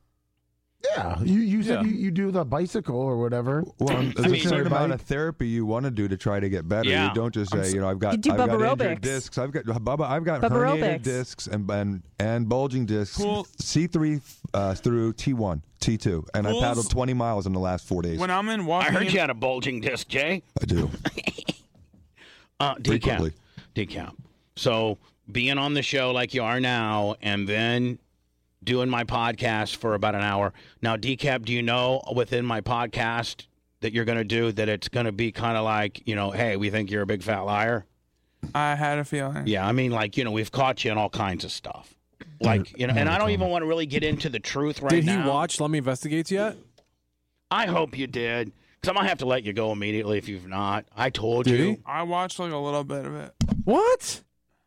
Speaker 8: Yeah, you you said
Speaker 4: Yeah.
Speaker 8: you, you do the bicycle or whatever.
Speaker 6: Well, I'm, there's
Speaker 8: I
Speaker 6: a
Speaker 8: mean-
Speaker 6: certain amount
Speaker 8: Everybody-
Speaker 6: of therapy you want to do to try to get better.
Speaker 4: Yeah.
Speaker 6: You don't just
Speaker 4: I'm
Speaker 6: say,
Speaker 4: s-
Speaker 6: you know, I've
Speaker 4: You
Speaker 6: got,
Speaker 4: do
Speaker 6: I've got
Speaker 4: Bubbarobics.
Speaker 6: injured discs. I've got Bubba, I've got
Speaker 7: Bubbarobics.
Speaker 6: herniated discs and and, and bulging discs.
Speaker 11: Cool.
Speaker 6: C3 uh, through T1, T2, and I
Speaker 11: Cool's-
Speaker 6: paddled 20 miles in the last four days.
Speaker 11: When I'm in walking,
Speaker 4: I heard you had a bulging disc, Jay.
Speaker 6: I do.
Speaker 4: Uh, decap.
Speaker 6: Frequently.
Speaker 4: Decap. So being on the show like you are now, and then doing my podcast for about an hour. Now, decap, do you know within my podcast that you're going to do that it's going to be kind of like you know, hey, we think you're a big fat liar.
Speaker 11: I had a feeling.
Speaker 4: Yeah, I mean, like you know, we've caught you in all kinds of stuff. Like you know, and I don't even want to really get into the truth right
Speaker 5: Did he
Speaker 4: now.
Speaker 5: watch Let Me Investigates yet?
Speaker 4: I hope you did, because I'm gonna have to let you go immediately if you've not. I told
Speaker 5: Did
Speaker 4: you.
Speaker 5: he?
Speaker 11: I watched like a little bit of it.
Speaker 5: What?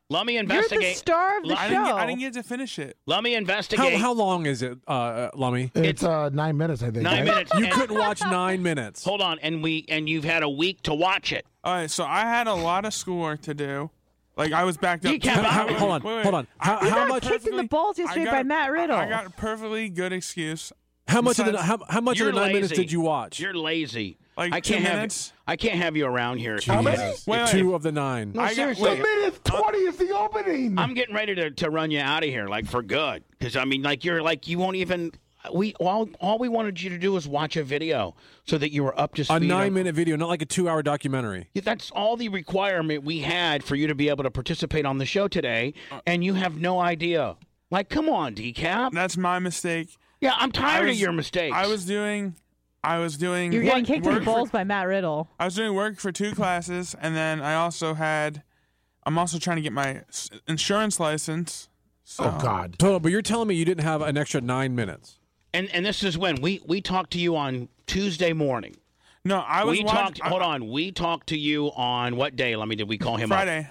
Speaker 4: Let me
Speaker 7: You're
Speaker 4: investigate.
Speaker 7: the star of the
Speaker 11: I didn't, get, I didn't
Speaker 7: show.
Speaker 11: get to finish it.
Speaker 4: Let me
Speaker 5: How,
Speaker 4: investigate.
Speaker 5: how long is it, uh, uh, Lummy?
Speaker 8: It's, uh nine minutes, I think.
Speaker 4: Nine
Speaker 8: right?
Speaker 4: minutes.
Speaker 5: You
Speaker 4: and-
Speaker 5: couldn't watch nine minutes.
Speaker 4: Hold on, and we and you've had a week to watch it.
Speaker 11: All right, so I had a lot of schoolwork to do. Like I was backed up.
Speaker 4: You can't-
Speaker 11: *laughs* I-
Speaker 4: how-
Speaker 11: wait,
Speaker 5: hold on,
Speaker 11: wait, wait.
Speaker 5: hold on. How-
Speaker 11: I
Speaker 5: how
Speaker 11: got
Speaker 5: much-
Speaker 7: Kicked in the
Speaker 11: perfectly-
Speaker 7: balls
Speaker 11: I
Speaker 7: yesterday
Speaker 11: got-
Speaker 7: by Matt Riddle.
Speaker 11: I got a perfectly good excuse.
Speaker 5: How much of the
Speaker 11: Besides-
Speaker 5: how, how much
Speaker 4: You're
Speaker 5: of the nine
Speaker 4: lazy.
Speaker 5: minutes did you watch?
Speaker 4: You're lazy.
Speaker 11: Like
Speaker 4: I
Speaker 11: two
Speaker 4: can't have
Speaker 11: minutes?
Speaker 4: I can't have you aroround here.
Speaker 11: Wait,
Speaker 5: Jesus.
Speaker 11: wait.
Speaker 5: Two of the nine.
Speaker 4: No,
Speaker 11: I got-
Speaker 4: seriously.
Speaker 11: wait.
Speaker 8: minutes twenty is the opening.
Speaker 4: Uh, I'm getting ready to, to run you out of here, like for good. Because I mean, like you're like you won't even. We all all we wanted you to do was watch a video so that you were up to speed.
Speaker 5: a
Speaker 4: on-
Speaker 5: nine minute video, not like a two hour documentary.
Speaker 4: Yeah, That's all the requirement we had for you to be able to participate on the show today,
Speaker 11: Uh,
Speaker 4: and you have no idea. Like, come on, decap.
Speaker 11: That's my mistake.
Speaker 4: Yeah, I'm
Speaker 11: I
Speaker 4: tired
Speaker 11: was-
Speaker 4: of your mistakes.
Speaker 11: I was doing, I was doing.
Speaker 7: You're getting kicked in the
Speaker 11: work for-
Speaker 7: balls by Matt Riddle.
Speaker 11: I was doing work for two classes, and then I also had. I'm also trying to get my s- insurance license. So.
Speaker 8: oh God.
Speaker 5: Total, but you're telling me you didn't have an extra nine minutes.
Speaker 4: and and this is when we we talked to you on Tuesday morning.
Speaker 11: No, I was.
Speaker 4: we
Speaker 11: watch-
Speaker 4: talked.
Speaker 11: I-
Speaker 4: hold on. We talked to you on what day? Let me. Did we call him up?
Speaker 11: Friday.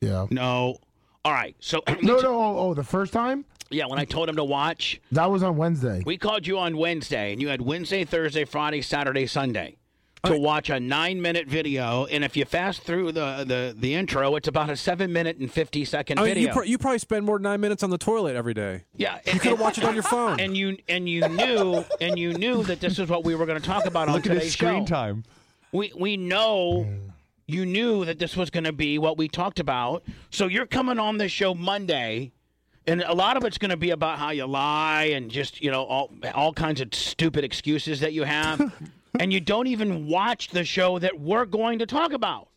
Speaker 8: Yeah.
Speaker 4: No. All right. So *clears throat*
Speaker 8: No, no. Oh, oh, the first time
Speaker 4: yeah, when I told him to watch,
Speaker 8: that was on Wednesday.
Speaker 4: we called you on Wednesday, and you had Wednesday, Thursday, Friday, Saturday, Sunday to watch a nine-minute video. And if you fast through the the the intro, it's about a seven-minute and fifty-second
Speaker 5: I mean, Oh, you,
Speaker 4: video.
Speaker 5: pr- you probably spend more than nine minutes on the toilet every day.
Speaker 4: yeah,
Speaker 5: You could have watched it on your phone.
Speaker 4: And you and you knew and you knew that this is what we were going to talk about on
Speaker 6: Look at
Speaker 4: today's
Speaker 6: his screen
Speaker 4: show.
Speaker 6: time.
Speaker 4: we we know you knew that this was going to be what we talked about. So you're coming on this show Monday, and a lot of it's going to be about how you lie and just you know all all kinds of stupid excuses that you *laughs* have, and you don't even watch the show that we're going to talk about.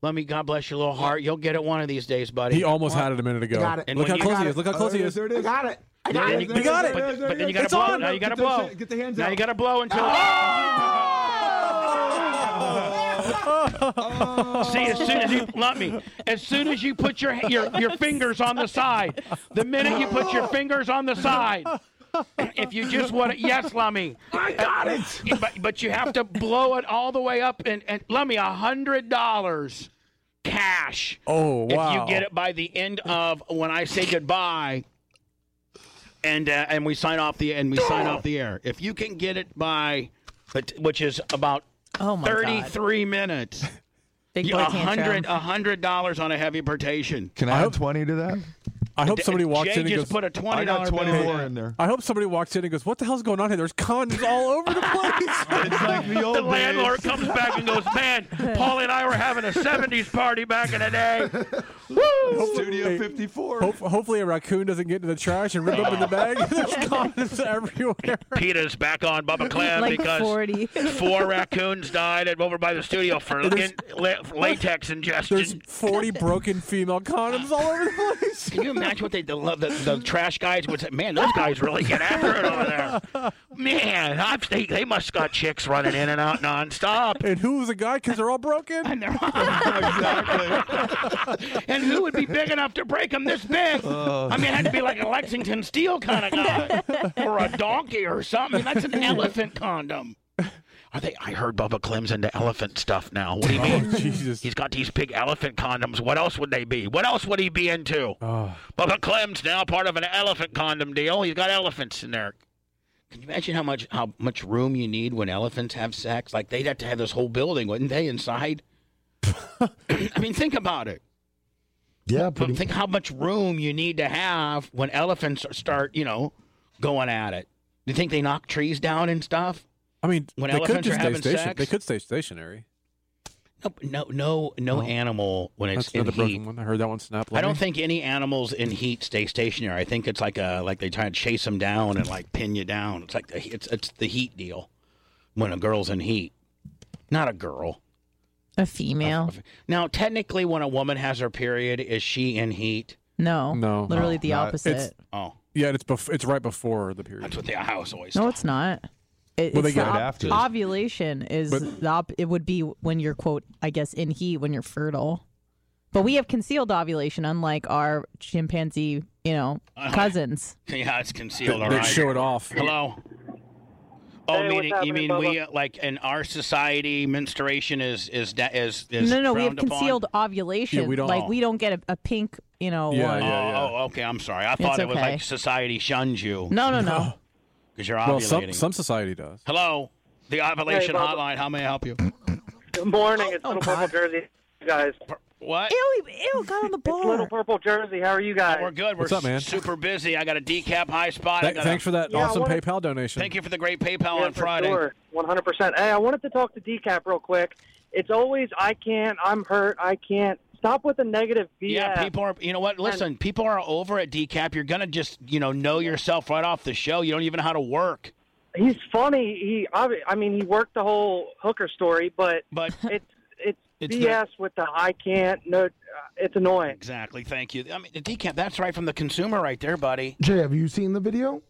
Speaker 4: Let me, God bless your little heart. You'll get it one of these days, buddy.
Speaker 5: He almost had it a minute ago.
Speaker 4: Got it.
Speaker 5: Look how
Speaker 4: And when
Speaker 5: close
Speaker 4: you-
Speaker 5: he is. Look how close he is.
Speaker 4: There it is.
Speaker 8: Got it. I
Speaker 4: got it.
Speaker 5: You got it.
Speaker 4: But- but then you gotta
Speaker 5: It's
Speaker 4: blow.
Speaker 5: on.
Speaker 4: Now you gotta
Speaker 5: Get the
Speaker 4: blow.
Speaker 5: shit-
Speaker 6: Get the hands
Speaker 4: now
Speaker 6: out.
Speaker 4: you got to blow until. *laughs* See, as soon as you let me, as soon as you put your your your fingers on the side, the minute you put your fingers on the side, if you just want to, yes, Lummy, I got it. But, but you have to blow it all the way up, and, and Lummy, a hundred dollars cash.
Speaker 5: Oh wow!
Speaker 4: If you get it by the end of when I say goodbye, and uh, and we sign off the and we sign off the air. If you can get it by, but which is about
Speaker 7: Oh, my God.
Speaker 4: thirty three minutes.
Speaker 7: *laughs* Big
Speaker 4: you-
Speaker 7: boy
Speaker 4: A
Speaker 7: tantrum.
Speaker 4: hundred, a hundred dollars on a heavy Uh, portation.
Speaker 6: Can I add twenty to that?
Speaker 5: I hope
Speaker 4: D-
Speaker 5: somebody walks
Speaker 4: Jay
Speaker 5: in and
Speaker 4: just
Speaker 5: goes.
Speaker 4: put a twenty
Speaker 6: I got
Speaker 4: dollar
Speaker 6: twenty
Speaker 4: bill.
Speaker 6: more in there.
Speaker 5: I hope somebody walks in and goes, "What the hell's going on here? There's condoms all over the place."
Speaker 6: It's like the old
Speaker 4: *laughs* The landlord comes back and goes, "Man,
Speaker 5: *laughs*
Speaker 7: *laughs*
Speaker 4: Paul and I were having a '70s party back in the day." Woo!
Speaker 6: Studio Fifty Four.
Speaker 5: Hope, hopefully, a raccoon doesn't get into the trash and rip open the bag. *laughs* There's condoms everywhere.
Speaker 4: Peter's back on Bubba Clam
Speaker 7: like
Speaker 4: because
Speaker 7: 40.
Speaker 4: four raccoons died at, over by the studio for in, la- latex
Speaker 5: There's
Speaker 4: ingestion.
Speaker 5: 40 broken female condoms all over the place.
Speaker 4: Can you imagine what they the, lo- the, the trash guys would say? Man, those guys really get after it over there. Man, I've, they, they must got chicks running in and out nonstop.
Speaker 5: And who was the guy? Because they're all broken.
Speaker 4: And, *laughs* they're- and who would be big enough to break them this big?
Speaker 10: uh,
Speaker 4: I mean, it had to be like a Lexington Steel kind
Speaker 10: *laughs*
Speaker 4: of guy, or a donkey or something. That's an
Speaker 15: *sighs*
Speaker 4: elephant condom. Are they? I heard Bubba Clem's into elephant stuff now. What do you mean?
Speaker 5: Oh, Jesus.
Speaker 4: He's got these big elephant condoms. What else would they be? What else would he be into? Bubba Clem's now part of an elephant condom deal. He's got elephants in there. Can you imagine how much how much room you need when elephants have sex? Like they'd have to have this whole building, wouldn't they?
Speaker 5: *laughs*
Speaker 4: Inside. I mean, think about it.
Speaker 8: Yeah, pretty
Speaker 4: But think how much room you need to have when elephants start, you know, going at it. You think they knock trees down and stuff?
Speaker 5: I mean,
Speaker 4: When
Speaker 5: they could
Speaker 4: elephants are
Speaker 5: just stay
Speaker 4: having
Speaker 5: station-
Speaker 4: sex?
Speaker 5: They could stay stationary. Oh.
Speaker 4: No, no, no, no animal when it's
Speaker 5: That's
Speaker 4: in
Speaker 5: another broken
Speaker 4: heat.
Speaker 5: one. I heard that one snap.
Speaker 4: I don't
Speaker 5: Lenny.
Speaker 4: think any animals in heat stay stationary. I think it's like a like they try to chase them down and like pin you down. It's like the, it's it's the heat deal when a girl's in heat. Not a girl.
Speaker 7: A female?
Speaker 4: Now, technically, when a woman has her period, is she in heat?
Speaker 7: No.
Speaker 5: No.
Speaker 7: Literally the
Speaker 6: No,
Speaker 7: opposite.
Speaker 5: it's-
Speaker 4: Oh, *laughs*
Speaker 5: Yeah, it's bef- it's right before the period.
Speaker 4: that's what the house always.
Speaker 7: no,
Speaker 4: No,
Speaker 7: it's not. It,
Speaker 5: Well, they
Speaker 7: it's
Speaker 5: get
Speaker 7: the
Speaker 5: it
Speaker 6: after.
Speaker 7: Ovulation is
Speaker 5: But-
Speaker 7: the op- it would be when you're quote I guess in heat when you're fertile, but we have concealed ovulation unlike our chimpanzee you know
Speaker 4: Uh-huh.
Speaker 7: cousins.
Speaker 4: yeah, it's concealed.
Speaker 5: They,
Speaker 4: All
Speaker 5: they
Speaker 4: right.
Speaker 5: show it off.
Speaker 4: Hello. Oh,
Speaker 15: Hey, what's
Speaker 4: meaning you
Speaker 15: happening,
Speaker 4: mean we
Speaker 15: Bubba?
Speaker 4: uh, like in our society menstruation is is da- is is
Speaker 7: no, no, we have
Speaker 4: frowned upon?
Speaker 7: concealed ovulation.
Speaker 5: Yeah, we don't-
Speaker 7: like we don't get a, a pink you know
Speaker 5: Yeah,
Speaker 7: one.
Speaker 5: yeah.
Speaker 4: Oh, oh, okay. I'm sorry. I thought it was
Speaker 7: okay.
Speaker 4: like society shuns you
Speaker 7: No,
Speaker 4: *laughs*
Speaker 7: no, no.
Speaker 4: because you're
Speaker 5: Well,
Speaker 4: ovulating.
Speaker 5: some some society does.
Speaker 4: Hello, the ovulation
Speaker 15: Hey, Bubba.
Speaker 4: hotline. How may I help you?
Speaker 15: Good morning. It's Little
Speaker 7: Oh, God.
Speaker 15: Purple Jersey, you guys.
Speaker 4: What?
Speaker 7: Ew, ew, got on the
Speaker 15: It's Little
Speaker 7: bar.
Speaker 15: Purple Jersey. How are you guys?
Speaker 4: We're good. We're
Speaker 5: What's up, man?
Speaker 4: super busy. I got a decap high spot. I
Speaker 5: Th-
Speaker 4: got a,
Speaker 5: thanks for that
Speaker 15: Yeah, I
Speaker 5: awesome
Speaker 15: wanna-
Speaker 5: PayPal donation.
Speaker 4: Thank you for the great PayPal
Speaker 15: Yeah,
Speaker 4: on
Speaker 15: for
Speaker 4: Friday.
Speaker 15: Sure. 100%. Hey, I wanted to talk to DCAP real quick. It's always, I can't, I'm hurt, I can't. Stop with the negative BS.
Speaker 4: Yeah, people are. You know what? Listen, people are over at decap. You're gonna just you know know yourself right off the show. You don't even know how to work.
Speaker 15: He's funny. He, obvi- I mean, he worked the whole hooker story, but
Speaker 4: But
Speaker 15: *laughs* it's it's,
Speaker 4: It's
Speaker 15: BS with the I can't. No, uh, it's annoying.
Speaker 4: exactly. Thank you. I mean, the decap. That's right from the consumer, right there, buddy.
Speaker 8: Jay, have you seen the video?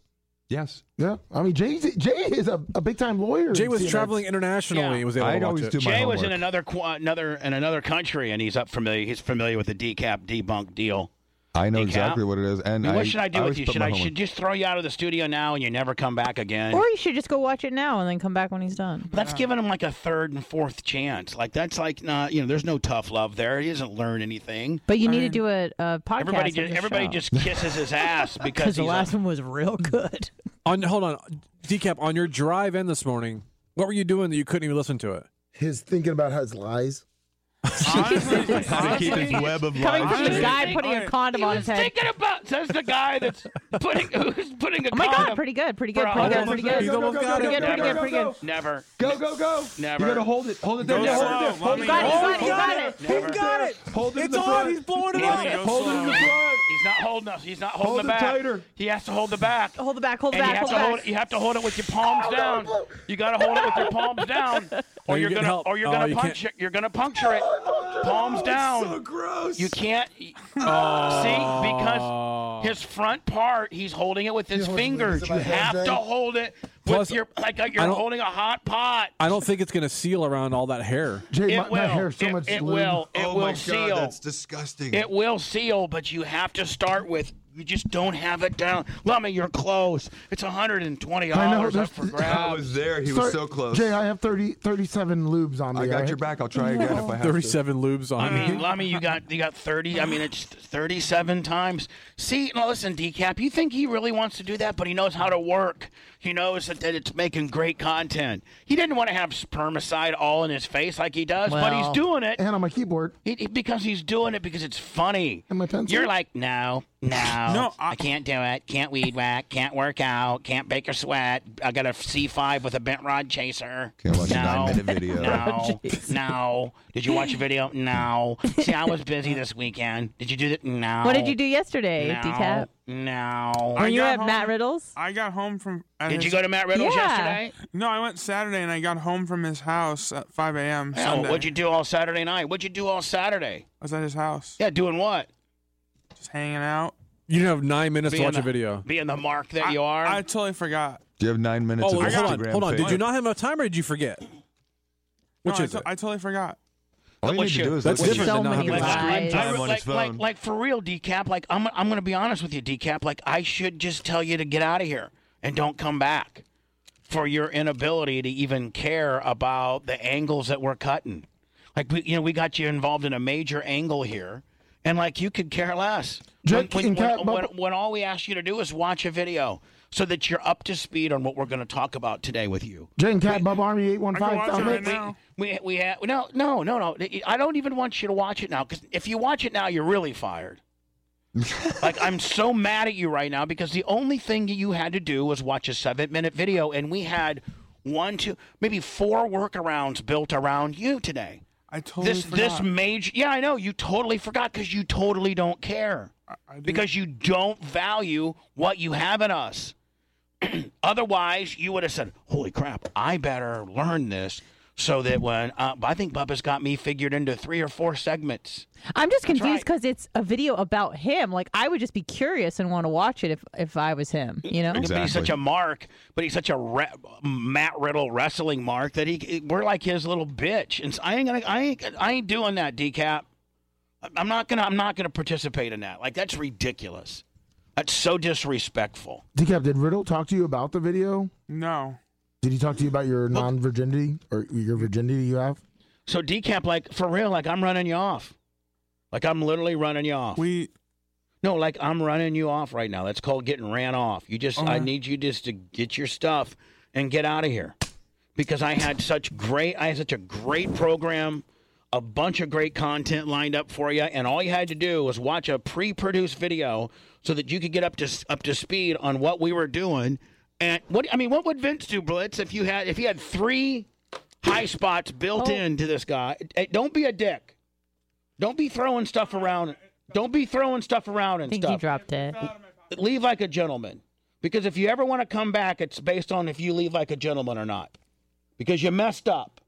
Speaker 6: Yes.
Speaker 8: Yeah, I mean Jay's, Jay is a, a big time lawyer.
Speaker 5: Jay
Speaker 8: in
Speaker 5: was
Speaker 8: CNX.
Speaker 5: traveling internationally.
Speaker 4: Yeah.
Speaker 5: He was able
Speaker 6: I'd
Speaker 5: to watch
Speaker 6: always
Speaker 5: it.
Speaker 6: do my
Speaker 4: Jay was
Speaker 6: homework.
Speaker 4: in another qu- uh, another in another country, and he's up familiar. He's familiar with the decap debunk deal.
Speaker 6: I know
Speaker 4: Decap.
Speaker 6: exactly what it is. And
Speaker 4: I mean, what should I do with
Speaker 6: always
Speaker 4: you?
Speaker 6: put
Speaker 4: Should
Speaker 6: my
Speaker 4: I
Speaker 6: homework.
Speaker 4: should just throw you out of the studio now, and you never come back again?
Speaker 7: Or you should just go watch it now and then come back when he's done.
Speaker 4: That's giving him like a third and fourth chance. Like that's like not you know. There's no tough love there. He doesn't learn anything.
Speaker 7: But you need to do a, a podcast.
Speaker 4: Everybody
Speaker 7: of
Speaker 4: just
Speaker 7: the
Speaker 4: everybody
Speaker 7: show.
Speaker 4: just *laughs* kisses his
Speaker 7: *laughs*
Speaker 4: ass because
Speaker 7: because the
Speaker 4: he's
Speaker 7: last
Speaker 4: a,
Speaker 7: one was real good. *laughs*
Speaker 5: On hold on, decap on your drive in this morning. What were you doing that you couldn't even listen to it?
Speaker 8: His thinking about his lies.
Speaker 4: *laughs* How
Speaker 16: to keep his web of
Speaker 7: Coming from the guy putting a condom
Speaker 4: he
Speaker 7: on
Speaker 4: was
Speaker 7: his head.
Speaker 4: Thinking about says the guy that's putting who's putting a
Speaker 7: Oh my
Speaker 4: condom.
Speaker 7: god, pretty good, pretty good,
Speaker 4: for
Speaker 7: pretty
Speaker 4: all
Speaker 7: good,
Speaker 4: of
Speaker 7: pretty
Speaker 4: us.
Speaker 7: good, pretty good, pretty good, pretty good, pretty good.
Speaker 4: Never.
Speaker 16: Go, go, go.
Speaker 4: Never.
Speaker 16: You gotta hold it. Hold it there.
Speaker 4: Go
Speaker 16: yeah,
Speaker 4: slow,
Speaker 16: hold it there.
Speaker 4: mommy, go
Speaker 16: Hold
Speaker 4: slow.
Speaker 16: it. He got it. Hold
Speaker 4: Never.
Speaker 16: it. He got it. Hold it in
Speaker 4: It's
Speaker 16: the
Speaker 4: on,
Speaker 16: front.
Speaker 4: he's blowing it up.
Speaker 16: Hold it in the front.
Speaker 4: He's not holding us. He's not holding
Speaker 16: Hold
Speaker 4: the
Speaker 16: it
Speaker 4: back.
Speaker 16: tighter.
Speaker 4: He has to hold the back.
Speaker 7: Hold the back. Hold the
Speaker 4: and You have,
Speaker 7: back.
Speaker 4: to
Speaker 7: Hold the back.
Speaker 4: Hold it, you have to hold it with your palms down. You got to hold it with your
Speaker 5: *laughs*
Speaker 4: palms down,
Speaker 5: Oh,
Speaker 4: or
Speaker 5: you're
Speaker 4: you're
Speaker 5: getting
Speaker 4: gonna,
Speaker 5: help.
Speaker 4: or you're
Speaker 5: Oh,
Speaker 4: gonna
Speaker 5: you can't-
Speaker 4: puncture, you're gonna puncture it. Palms down. so gross. You can't. See,
Speaker 5: Oh.
Speaker 4: because his front part, he's holding it with his fingers. You have to hold it with
Speaker 5: Plus,
Speaker 4: your like, like
Speaker 5: I
Speaker 4: you're
Speaker 5: don't-
Speaker 4: holding a hot pot.
Speaker 5: I don't think it's going to seal around all that hair.
Speaker 4: Jay, It my- my will. hair's so It- much it lube. will. It
Speaker 6: oh
Speaker 4: will
Speaker 6: my
Speaker 4: seal.
Speaker 6: God, that's disgusting.
Speaker 4: It will seal, but you have to start with. You just don't have it down. Lummy, you're close. It's 120
Speaker 8: I know,
Speaker 4: dollars up
Speaker 8: there's-
Speaker 4: for grabs.
Speaker 6: I was *laughs* there. He was
Speaker 8: Sir,
Speaker 6: so close.
Speaker 8: Jay, I have 30, 37 lubes on me.
Speaker 6: I got
Speaker 8: right?
Speaker 6: your back. I'll try again if I have to.
Speaker 5: 37 lubes on
Speaker 4: I
Speaker 5: it.
Speaker 4: mean, Lummy, you got you got 30. I mean, it's 37 times. See, now listen, Decap, you think he really wants to do that, but he knows how to work. He knows that, that it's making great content. He didn't want to have spermicide all in his face like he does, but he's doing it
Speaker 8: And on my keyboard.
Speaker 4: he, he- because he's doing it because it's funny. And my pencil. You're like, no, *laughs* no,
Speaker 8: No,
Speaker 4: I, can't do it. Can't weed whack. Can't work out. Can't bake or sweat. I got a C5 with a bent rod chaser.
Speaker 6: Can't watch a
Speaker 4: no,
Speaker 6: nine-minute video.
Speaker 4: *laughs*
Speaker 7: *laughs*
Speaker 4: No, no. Did you watch a video? No. See, I was busy this weekend. Did you do that? No.
Speaker 7: What did you do yesterday,
Speaker 4: No.
Speaker 7: Decap?
Speaker 4: No.
Speaker 7: Were you at Matt Riddle's?
Speaker 11: I got home from. at
Speaker 4: Did you
Speaker 11: his-
Speaker 4: go to Matt Riddle's Yeah. yesterday?
Speaker 11: No, I went Saturday and I got home from his house at 5 a.m.
Speaker 4: Hell,
Speaker 11: Sunday.
Speaker 4: what'd you do all Saturday night? What'd you do all Saturday?
Speaker 11: I was at his house.
Speaker 4: Yeah, doing what?
Speaker 11: Just hanging out.
Speaker 5: You didn't have nine minutes to
Speaker 4: Being
Speaker 5: watch
Speaker 4: the-
Speaker 5: a video.
Speaker 4: Being the mark that you are.
Speaker 11: I totally forgot.
Speaker 6: Do you have nine minutes
Speaker 5: Oh,
Speaker 6: of
Speaker 5: well, hold on,
Speaker 6: Instagram
Speaker 5: hold on. Did
Speaker 6: fame?
Speaker 5: you not have enough time, or did you forget? Which
Speaker 11: no,
Speaker 5: is
Speaker 11: I,
Speaker 5: it?
Speaker 11: to- I totally forgot.
Speaker 6: All you
Speaker 4: What's
Speaker 6: need to
Speaker 4: your-
Speaker 6: do is
Speaker 5: That's
Speaker 6: listen to
Speaker 5: different than not having
Speaker 4: Like,
Speaker 5: enough
Speaker 4: I-
Speaker 5: screen
Speaker 4: I-
Speaker 5: time
Speaker 4: like,
Speaker 5: on his
Speaker 4: like-
Speaker 5: phone.
Speaker 4: like, for real, decap. Like I'm, I'm gonna be honest with you, decap. Like I should just tell you to get out of here and don't come back for your inability to even care about the angles that we're cutting. Like we, you know, we got you involved in a major angle here, and like you could care less.
Speaker 8: Jake,
Speaker 4: when,
Speaker 8: and
Speaker 4: when,
Speaker 8: Cat-
Speaker 4: when, when- when all we ask you to do is watch a video so that you're up to speed on what we're going to talk about today with you.
Speaker 8: Jay and Cat, Bub Army 815.
Speaker 4: We- We we have no no no no. I don't even want you to watch it now because if you watch it now, you're really fired. like I'm so mad at you right now because the only thing that you had to do was watch a seven minute video, and we had one, two, maybe four workarounds built around you today.
Speaker 11: I totally
Speaker 4: this
Speaker 11: forgot.
Speaker 4: this major. Yeah, I know you totally forgot because you totally don't care because you don't value what you have in us. *clears throat* Otherwise, you would have said, "Holy crap! I better learn this." So that when uh, I think Bubba's got me figured into three or four segments.
Speaker 7: I'm just confused because it's a video about him. Like I would just be curious and want to watch it if if I was him. You know,
Speaker 4: But he's such a mark, but he's such a re- Matt Riddle wrestling mark that he we're like his little bitch. And so I ain't gonna, I ain't, I ain't doing that, decap. I'm not gonna, I'm not gonna participate in that. Like that's ridiculous. That's so disrespectful.
Speaker 8: Decap, did Riddle talk to you about the video?
Speaker 11: No.
Speaker 8: Did he talk to you about your non virginity or your virginity you have?
Speaker 4: So decap, like for real, like I'm running you off. Like I'm literally running you off.
Speaker 11: We
Speaker 4: no, like I'm running you off right now. That's called getting ran off. You just, I need you just to get your stuff and get out of here because I had such great, I had such a great program, a bunch of great content lined up for you, and all you had to do was watch a pre-produced video so that you could get up to s- up to speed on what we were doing. And what I mean, what would Vince do, Blitz, if you had if he had three high spots built into this guy? Eh, Don't be a dick. Don't be throwing stuff around. Don't be throwing stuff around and
Speaker 7: think
Speaker 4: stuff.
Speaker 7: he dropped it.
Speaker 4: Leave like a gentleman. Because if you ever want to come back, it's based on if you leave like a gentleman or not. Because you messed up.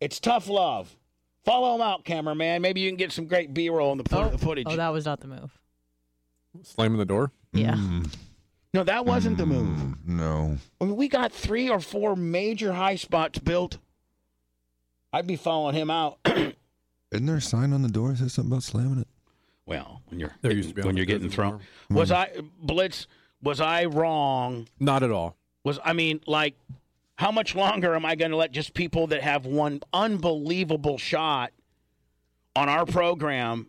Speaker 4: It's tough love. Follow him out, cameraman. Maybe you can get some great B roll in the, fo- the footage.
Speaker 7: Oh, that was not the move.
Speaker 5: Slamming the door.
Speaker 7: Yeah.
Speaker 4: no, that wasn't the move.
Speaker 6: No.
Speaker 4: I mean, we got three or four major high spots built. I'd be following him out.
Speaker 6: Isn't there a sign on the door that says something about slamming it?
Speaker 4: well, when you're
Speaker 5: There used to be
Speaker 4: when you're getting thrown, was I blitz? Was I wrong?
Speaker 5: Mm-hmm. Not at all.
Speaker 4: was I mean, like, how much longer am I going to let just people that have one unbelievable shot on our program?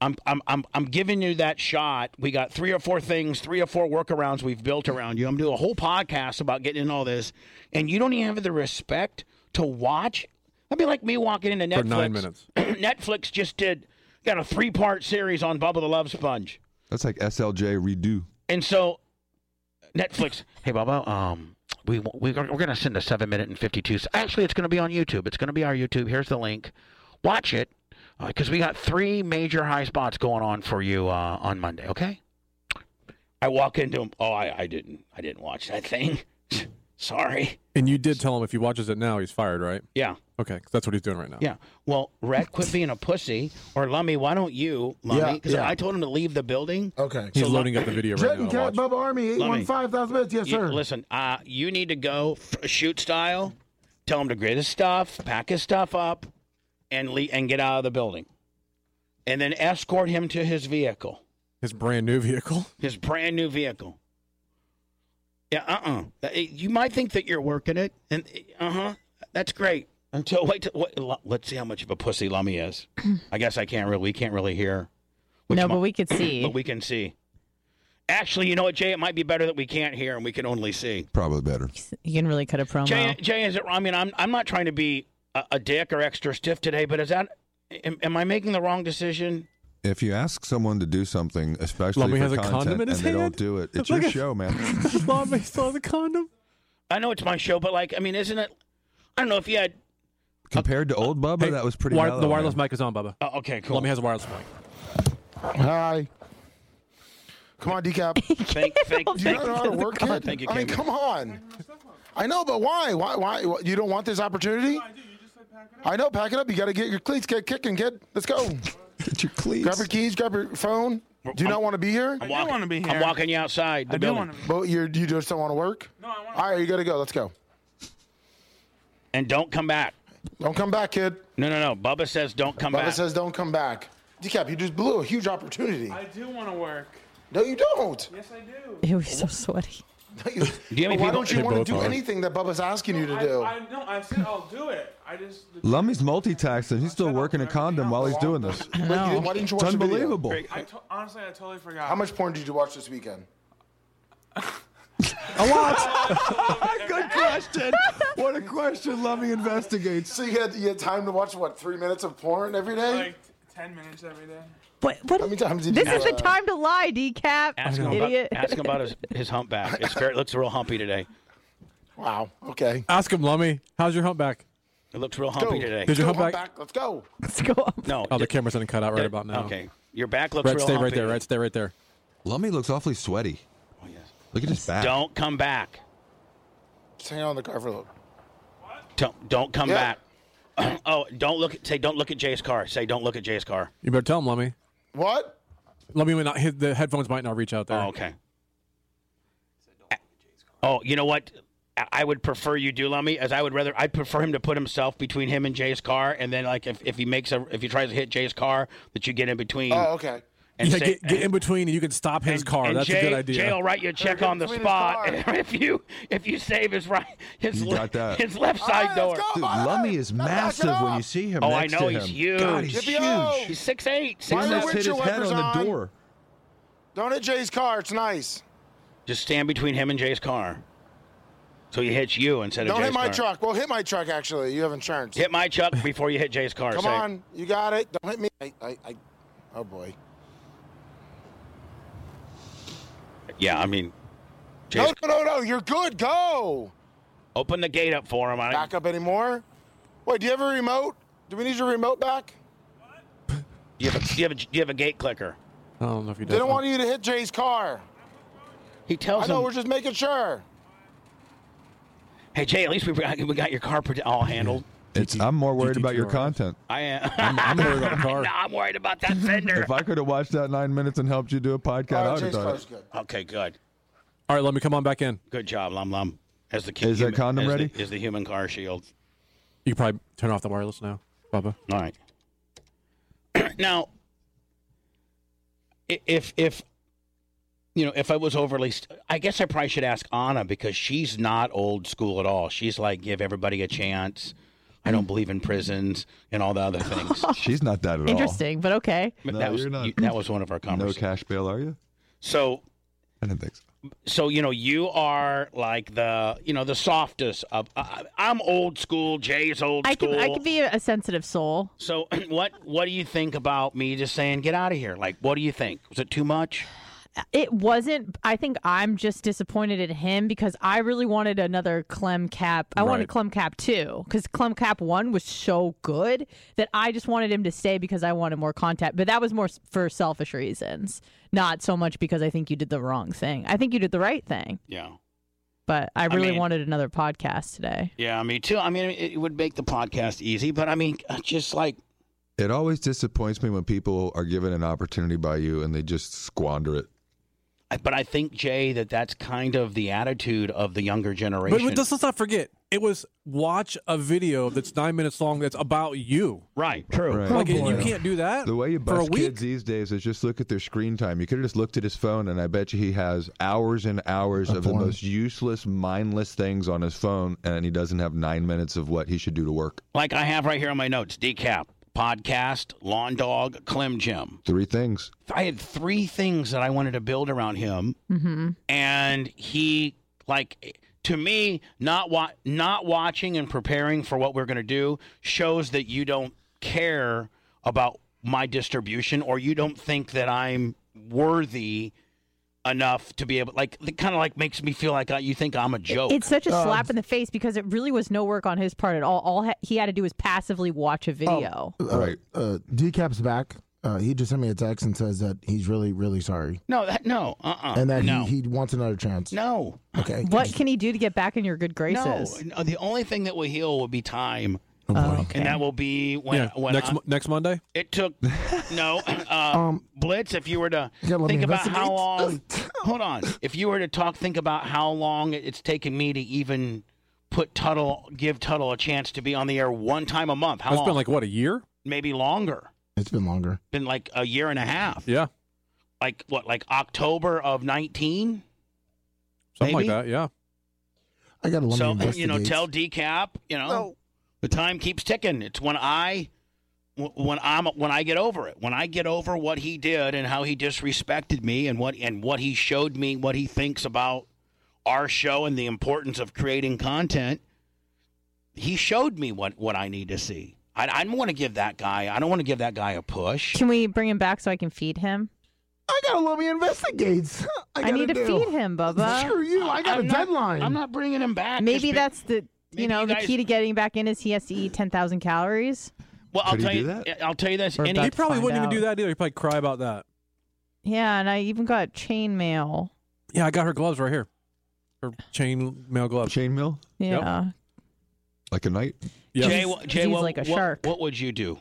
Speaker 4: I'm, I'm, I'm, I'm giving you that shot. We got three or four things, three or four workarounds we've built around you. I'm doing a whole podcast about getting in all this, and you don't even have the respect to watch That'd be like me walking into Netflix.
Speaker 5: For nine minutes.
Speaker 4: *clears throat* Netflix just did got a three part series on Bubba the Love Sponge,
Speaker 6: That's like SLJ redo.
Speaker 4: and so Netflix. hey Bubba, um, we we we're gonna send a seven minute and fifty two. Actually, it's gonna be on YouTube. It's gonna be our YouTube. Here's the link. Watch it, because we got three major high spots going on for you uh, on Monday. Okay. I walk into him. Oh, I, I didn't. I didn't watch that thing. *laughs* Sorry.
Speaker 5: And you did tell him if he watches it now, he's fired, right?
Speaker 4: Yeah.
Speaker 5: Okay, 'cause that's what he's doing right now.
Speaker 4: Yeah. Well, Rhett, quit being a pussy. Or Lummy, why don't you, Lummy?
Speaker 5: Yeah,
Speaker 4: Because
Speaker 5: yeah.
Speaker 4: I told him to leave the building.
Speaker 8: Okay.
Speaker 5: He's loading up the video right now.
Speaker 8: Jetton
Speaker 5: to
Speaker 8: Cat
Speaker 5: watch.
Speaker 8: Bubba Army eight
Speaker 4: Lummi.
Speaker 8: one five thousand minutes. Yes,
Speaker 4: You-
Speaker 8: sir.
Speaker 4: Listen, uh, you need to go f- shoot style. Tell him to grid his stuff, pack his stuff up, and le- and get out of the building, and then escort him to his vehicle,
Speaker 5: His brand new vehicle. *laughs*
Speaker 4: his brand new vehicle. Yeah. Uh. uh You might think that you're working it, and uh huh. That's great. Until wait, till, wait, Lu- let's see how much of a pussy Lummy *clears throat* is. I guess I can't really. We can't really hear.
Speaker 7: no,
Speaker 4: mo-
Speaker 7: but we could
Speaker 4: *clears throat*
Speaker 7: see.
Speaker 4: But we can see. Actually, you know what, Jay? It might be better that we can't hear and we can only see.
Speaker 6: Probably better.
Speaker 7: you can really cut a promo.
Speaker 4: Jay, Jay, is it? I mean, I'm I'm not trying to be a, a dick or extra stiff today, but is that? Am, am I making the wrong decision?
Speaker 6: If you ask someone to do something, especially
Speaker 5: Lummi
Speaker 6: for
Speaker 5: has a
Speaker 6: content,
Speaker 5: condom in his
Speaker 6: and they
Speaker 5: hand?
Speaker 6: don't do it, it's
Speaker 5: Look
Speaker 6: your
Speaker 5: at-
Speaker 6: show,
Speaker 5: *laughs*
Speaker 6: man. *laughs*
Speaker 5: Bobby saw the condom.
Speaker 4: I know it's my show, but like, I mean, isn't it? I don't know if you had.
Speaker 6: Compared to old Bubba, that was pretty.
Speaker 5: Wire-
Speaker 6: mellow,
Speaker 5: the
Speaker 6: man.
Speaker 5: wireless mic is on, Bubba.
Speaker 4: Oh, okay, cool.
Speaker 5: Let me has a wireless mic.
Speaker 8: Hi. Come on, decap.
Speaker 4: thank, thank,
Speaker 8: Do you
Speaker 4: thank
Speaker 8: not know how to work,
Speaker 4: God,
Speaker 8: kid?
Speaker 4: thank you,
Speaker 8: I mean,
Speaker 4: Cameron.
Speaker 8: come on. I know, but why? Why? Why? why- You don't want this opportunity? I know. Pack it up. You got to get your cleats. Get kicking, kid. Let's go.
Speaker 6: Get your cleats.
Speaker 8: Grab your keys. Grab your phone. Do you not want to be here?
Speaker 4: I'm walking, I'm walking you outside. The
Speaker 8: I do
Speaker 4: building.
Speaker 8: want to. But you you just don't want to work. No, I want. All right, you got to go. Let's go.
Speaker 4: And don't come back.
Speaker 8: Don't come back, kid.
Speaker 4: No, no, no. Bubba says don't come
Speaker 8: Bubba
Speaker 4: back.
Speaker 8: says don't come back. Decap, you just blew a huge opportunity.
Speaker 11: I do want to work.
Speaker 8: No, you don't.
Speaker 11: Yes, I do.
Speaker 7: It was so sweaty.
Speaker 4: Do you
Speaker 8: But
Speaker 4: have any
Speaker 8: why
Speaker 4: people-
Speaker 8: don't you
Speaker 4: They
Speaker 8: want to
Speaker 4: both
Speaker 8: do
Speaker 4: are.
Speaker 8: anything that Bubba's asking you to do?
Speaker 11: I, I, no, I said I'll do it. I just.
Speaker 6: Lummy's multitasking. He's still working a condom while he's doing this.
Speaker 8: Wait, you didn't- why didn't you watch
Speaker 6: it's
Speaker 8: the video?
Speaker 6: unbelievable.
Speaker 11: I to- honestly, I totally forgot.
Speaker 8: How much porn did you watch this weekend?
Speaker 6: *laughs* A lot. *laughs* Good question. What a question. Lummy investigates.
Speaker 8: So you had you had time to watch what three minutes of porn every day? Like
Speaker 11: ten minutes every day.
Speaker 7: What? What? How
Speaker 8: many times did
Speaker 7: This
Speaker 8: you?
Speaker 7: is the time to lie, decap.
Speaker 4: Ask him, about,
Speaker 7: Idiot.
Speaker 4: ask him about his, his humpback. It's very, it looks real humpy today.
Speaker 8: Wow. Okay.
Speaker 5: Ask him, Lummy. How's your humpback?
Speaker 4: It looks real humpy today.
Speaker 5: Did your humpback?
Speaker 8: Let's go.
Speaker 7: Let's go.
Speaker 4: No.
Speaker 5: Oh, the camera's gonna cut out right about now.
Speaker 4: Okay. Your back looks
Speaker 5: Red,
Speaker 4: real
Speaker 5: stay right
Speaker 4: humpy.
Speaker 5: there. Red, stay right there.
Speaker 6: Lummy looks awfully sweaty.
Speaker 8: Oh,
Speaker 6: Look at his back.
Speaker 4: Don't come back.
Speaker 8: Just hang on the car for a little.
Speaker 4: Don't don't come back. *clears throat* oh, don't look at say don't look at Jay's car. Say don't look at Jay's car.
Speaker 5: You better tell him, Lummy.
Speaker 8: What?
Speaker 5: Lummy, might not, his, the headphones might not reach out there. Oh,
Speaker 4: okay. Oh, you know what? I- I would prefer you do Lummy, as I would rather. I prefer him to put himself between him and Jay's car, and then like if, if he makes a if he tries to hit Jay's car, that you get in between.
Speaker 8: Oh, okay.
Speaker 4: And
Speaker 5: yeah,
Speaker 4: say-
Speaker 5: get, get in between and you can stop his
Speaker 6: Oh,
Speaker 5: car.
Speaker 4: and
Speaker 5: That's
Speaker 4: Jay,
Speaker 5: a good idea.
Speaker 4: Jay will write you a check on the
Speaker 8: between his
Speaker 4: spot *laughs*
Speaker 8: car.
Speaker 4: if you if you save his right his
Speaker 6: You
Speaker 4: le-
Speaker 6: got that.
Speaker 4: his left side door.
Speaker 6: Dude, Lummy is massive when you see him.
Speaker 4: Oh, I
Speaker 6: next
Speaker 4: know
Speaker 6: to
Speaker 4: he's
Speaker 6: him.
Speaker 4: huge.
Speaker 6: God, he's
Speaker 8: Yippee-oh!
Speaker 4: He's six eight,
Speaker 6: He
Speaker 4: six
Speaker 8: Why
Speaker 6: almost
Speaker 8: would
Speaker 6: hit
Speaker 8: you
Speaker 6: his head
Speaker 8: wipers
Speaker 6: on the
Speaker 8: on?
Speaker 6: door.
Speaker 8: Don't hit Jay's car. It's nice.
Speaker 4: Just stand between him and Jay's car. So he hits you instead of
Speaker 8: Don't
Speaker 4: Jay's
Speaker 8: hit my
Speaker 4: car.
Speaker 8: truck. Well, hit my truck. Actually, you have insurance.
Speaker 4: Hit my truck before you hit Jay's car.
Speaker 8: Come
Speaker 4: Say,
Speaker 8: on, you got it. Don't hit me. I, I, I oh boy.
Speaker 4: Yeah, I mean, Jay's,
Speaker 8: No, no, no, no. You're good. Go.
Speaker 4: open the gate up for him. I,
Speaker 8: Back up anymore. Wait, do you have a remote? Do we need your remote back?
Speaker 4: do, you have a, do, you have a, do you have a gate clicker?
Speaker 5: *laughs* I don't know if you
Speaker 8: They don't want you to hit Jay's car.
Speaker 4: He tells
Speaker 8: I know.
Speaker 4: him-
Speaker 8: We're just making sure.
Speaker 4: Hey, Jay, at least we got, we got your car prote- all handled.
Speaker 6: It's, I'm more worried about your content.
Speaker 4: I *laughs* am.
Speaker 6: I'm, I'm worried about the
Speaker 4: *laughs*
Speaker 6: car.
Speaker 4: no, I'm worried about that fender.
Speaker 6: If I could have watched that nine minutes and helped you do a podcast, I would have done it.
Speaker 4: Okay, good.
Speaker 5: All right, Lummy, come on back in.
Speaker 4: Good job, Lum Lum. As the
Speaker 5: Is that condom
Speaker 4: as the-
Speaker 5: ready?
Speaker 4: is the human car shield.
Speaker 5: You can probably turn off the wireless now, Bubba.
Speaker 4: All right. now, i- if if you know if I was overly, st- I guess I probably should ask Anna because she's not old school at all. She's like give everybody a chance. I don't believe in prisons and all the other things.
Speaker 6: *laughs* She's not that
Speaker 7: *laughs*
Speaker 6: at
Speaker 7: Interesting, but okay.
Speaker 4: But that was you- that was one of our conversations.
Speaker 6: No cash bail, are you?
Speaker 4: So
Speaker 6: I didn't think so.
Speaker 4: so you know you are like the you know the softest of uh, I'm old school. Jay's old
Speaker 7: I
Speaker 4: school.
Speaker 7: could I could be a sensitive soul.
Speaker 4: so *clears throat* what what do you think about me just saying get out of here? Like what do you think? Was it too much?
Speaker 7: It wasn't. I think I'm just disappointed at him because I really wanted another Clem Cap. I wanted
Speaker 4: Right.
Speaker 7: Clem Cap two because Clem Cap one was so good that I just wanted him to stay because I wanted more contact. But that was more s- for selfish reasons, not so much because I think you did the wrong thing. I think you did the right thing,
Speaker 4: Yeah.
Speaker 7: but I
Speaker 4: I
Speaker 7: really
Speaker 4: mean-
Speaker 7: wanted another podcast today.
Speaker 4: Yeah, me too. I mean, it would make the podcast easy, but I mean, uh, just like
Speaker 6: It always disappoints me when people are given an opportunity by you and they just squander it.
Speaker 4: I- But I think Jay that that's kind of the attitude of the younger generation.
Speaker 5: But, but let's, let's not forget, it was watch a video that's nine minutes long that's about you.
Speaker 4: Right. True.
Speaker 5: Like you can't do that.
Speaker 6: Oh, The way you
Speaker 5: Uh, for a
Speaker 6: bust
Speaker 5: week.
Speaker 6: kids these days is just look at their screen time. You could have just looked at his phone, and I bet you he has hours and hours of, the most useless, mindless things on his phone, and he doesn't have nine minutes of what he should do to work.
Speaker 4: Like I have right here on my notes: decap, podcast, lawn dog, Clem Jim.
Speaker 6: Three things.
Speaker 4: I had three things that I wanted to build around him,
Speaker 7: Mm-hmm.
Speaker 4: and he like to me not wa- not watching and preparing for what we're going to do shows that you don't care about my distribution or you don't think that I'm worthy enough to be able like it kind of like makes me feel like I, you think I'm a joke.
Speaker 7: It's such a
Speaker 5: Um,
Speaker 7: slap in the face because it really was no work on his part at all. All ha- he had to do was passively
Speaker 4: Oh,
Speaker 7: watch a video.
Speaker 8: Uh, right. Uh, Decap's back. Uh, he just sent me a text and says that he's really, really sorry.
Speaker 4: No, that, no, uh, uh
Speaker 8: and that
Speaker 4: no.
Speaker 8: he, he wants another chance.
Speaker 4: No.
Speaker 8: Okay.
Speaker 7: What can he do to get back in your good graces?
Speaker 4: No, no, the only thing that will heal will be time. And that will be when,
Speaker 5: Oh, Yeah,
Speaker 4: when
Speaker 5: next
Speaker 4: I-
Speaker 5: mo- next Monday.
Speaker 4: it took.
Speaker 5: *laughs*
Speaker 4: No, uh, Blitz. If you were to
Speaker 5: Yeah, Um, let me
Speaker 4: think about
Speaker 5: investigate.
Speaker 4: how long,
Speaker 5: *laughs*
Speaker 4: hold on. If you were to talk, think about how long it- it's taken me to even put Tuttle, give Tuttle a chance to be on the air one time a month. How
Speaker 5: That's
Speaker 4: long?
Speaker 5: been like what a year.
Speaker 4: Maybe longer.
Speaker 8: It's been longer.
Speaker 4: Been like a year and a half.
Speaker 5: Yeah,
Speaker 4: Like what? Like October of nineteen.
Speaker 5: something
Speaker 4: Maybe.
Speaker 5: like that. Yeah.
Speaker 8: I got a
Speaker 4: so you know, tell decap. You know, the time keeps ticking. It's when I, wh- when I'm, when I get over it. When I get over what he did and how he disrespected me and what and what he showed me, what he thinks about our show and the importance of creating content. He showed me what what I need to see. I, I don't want to give that guy. I don't want to give that guy a push.
Speaker 7: Can we bring him back so I can feed him?
Speaker 8: I gotta let me investigate. *laughs* I, gotta
Speaker 7: need to
Speaker 8: do.
Speaker 7: feed him, Bubba.
Speaker 8: Screw you. I got
Speaker 4: I'm
Speaker 8: a
Speaker 4: not-
Speaker 8: deadline.
Speaker 4: I'm not bringing him back. just
Speaker 7: Maybe
Speaker 4: be-
Speaker 7: that's the
Speaker 4: maybe
Speaker 7: you know
Speaker 4: you
Speaker 7: the
Speaker 4: guys-
Speaker 7: key to getting back in is he has to eat ten thousand calories.
Speaker 4: Well, I'll
Speaker 5: Could he
Speaker 4: tell
Speaker 5: do
Speaker 4: you. I'll tell you this.
Speaker 5: Or
Speaker 4: any-
Speaker 5: he probably wouldn't even do that either. He'd probably cry about that.
Speaker 7: Yeah, and I even got chain mail.
Speaker 5: Yeah, I got her gloves right here. Her chain mail gloves.
Speaker 6: Chain mail?
Speaker 7: Yeah.
Speaker 6: Like a knight?
Speaker 5: Yeah.
Speaker 4: Jay, wha- Jay,
Speaker 7: he's
Speaker 4: what,
Speaker 5: *laughs*
Speaker 7: like a
Speaker 4: what-
Speaker 7: shark.
Speaker 4: What would you do?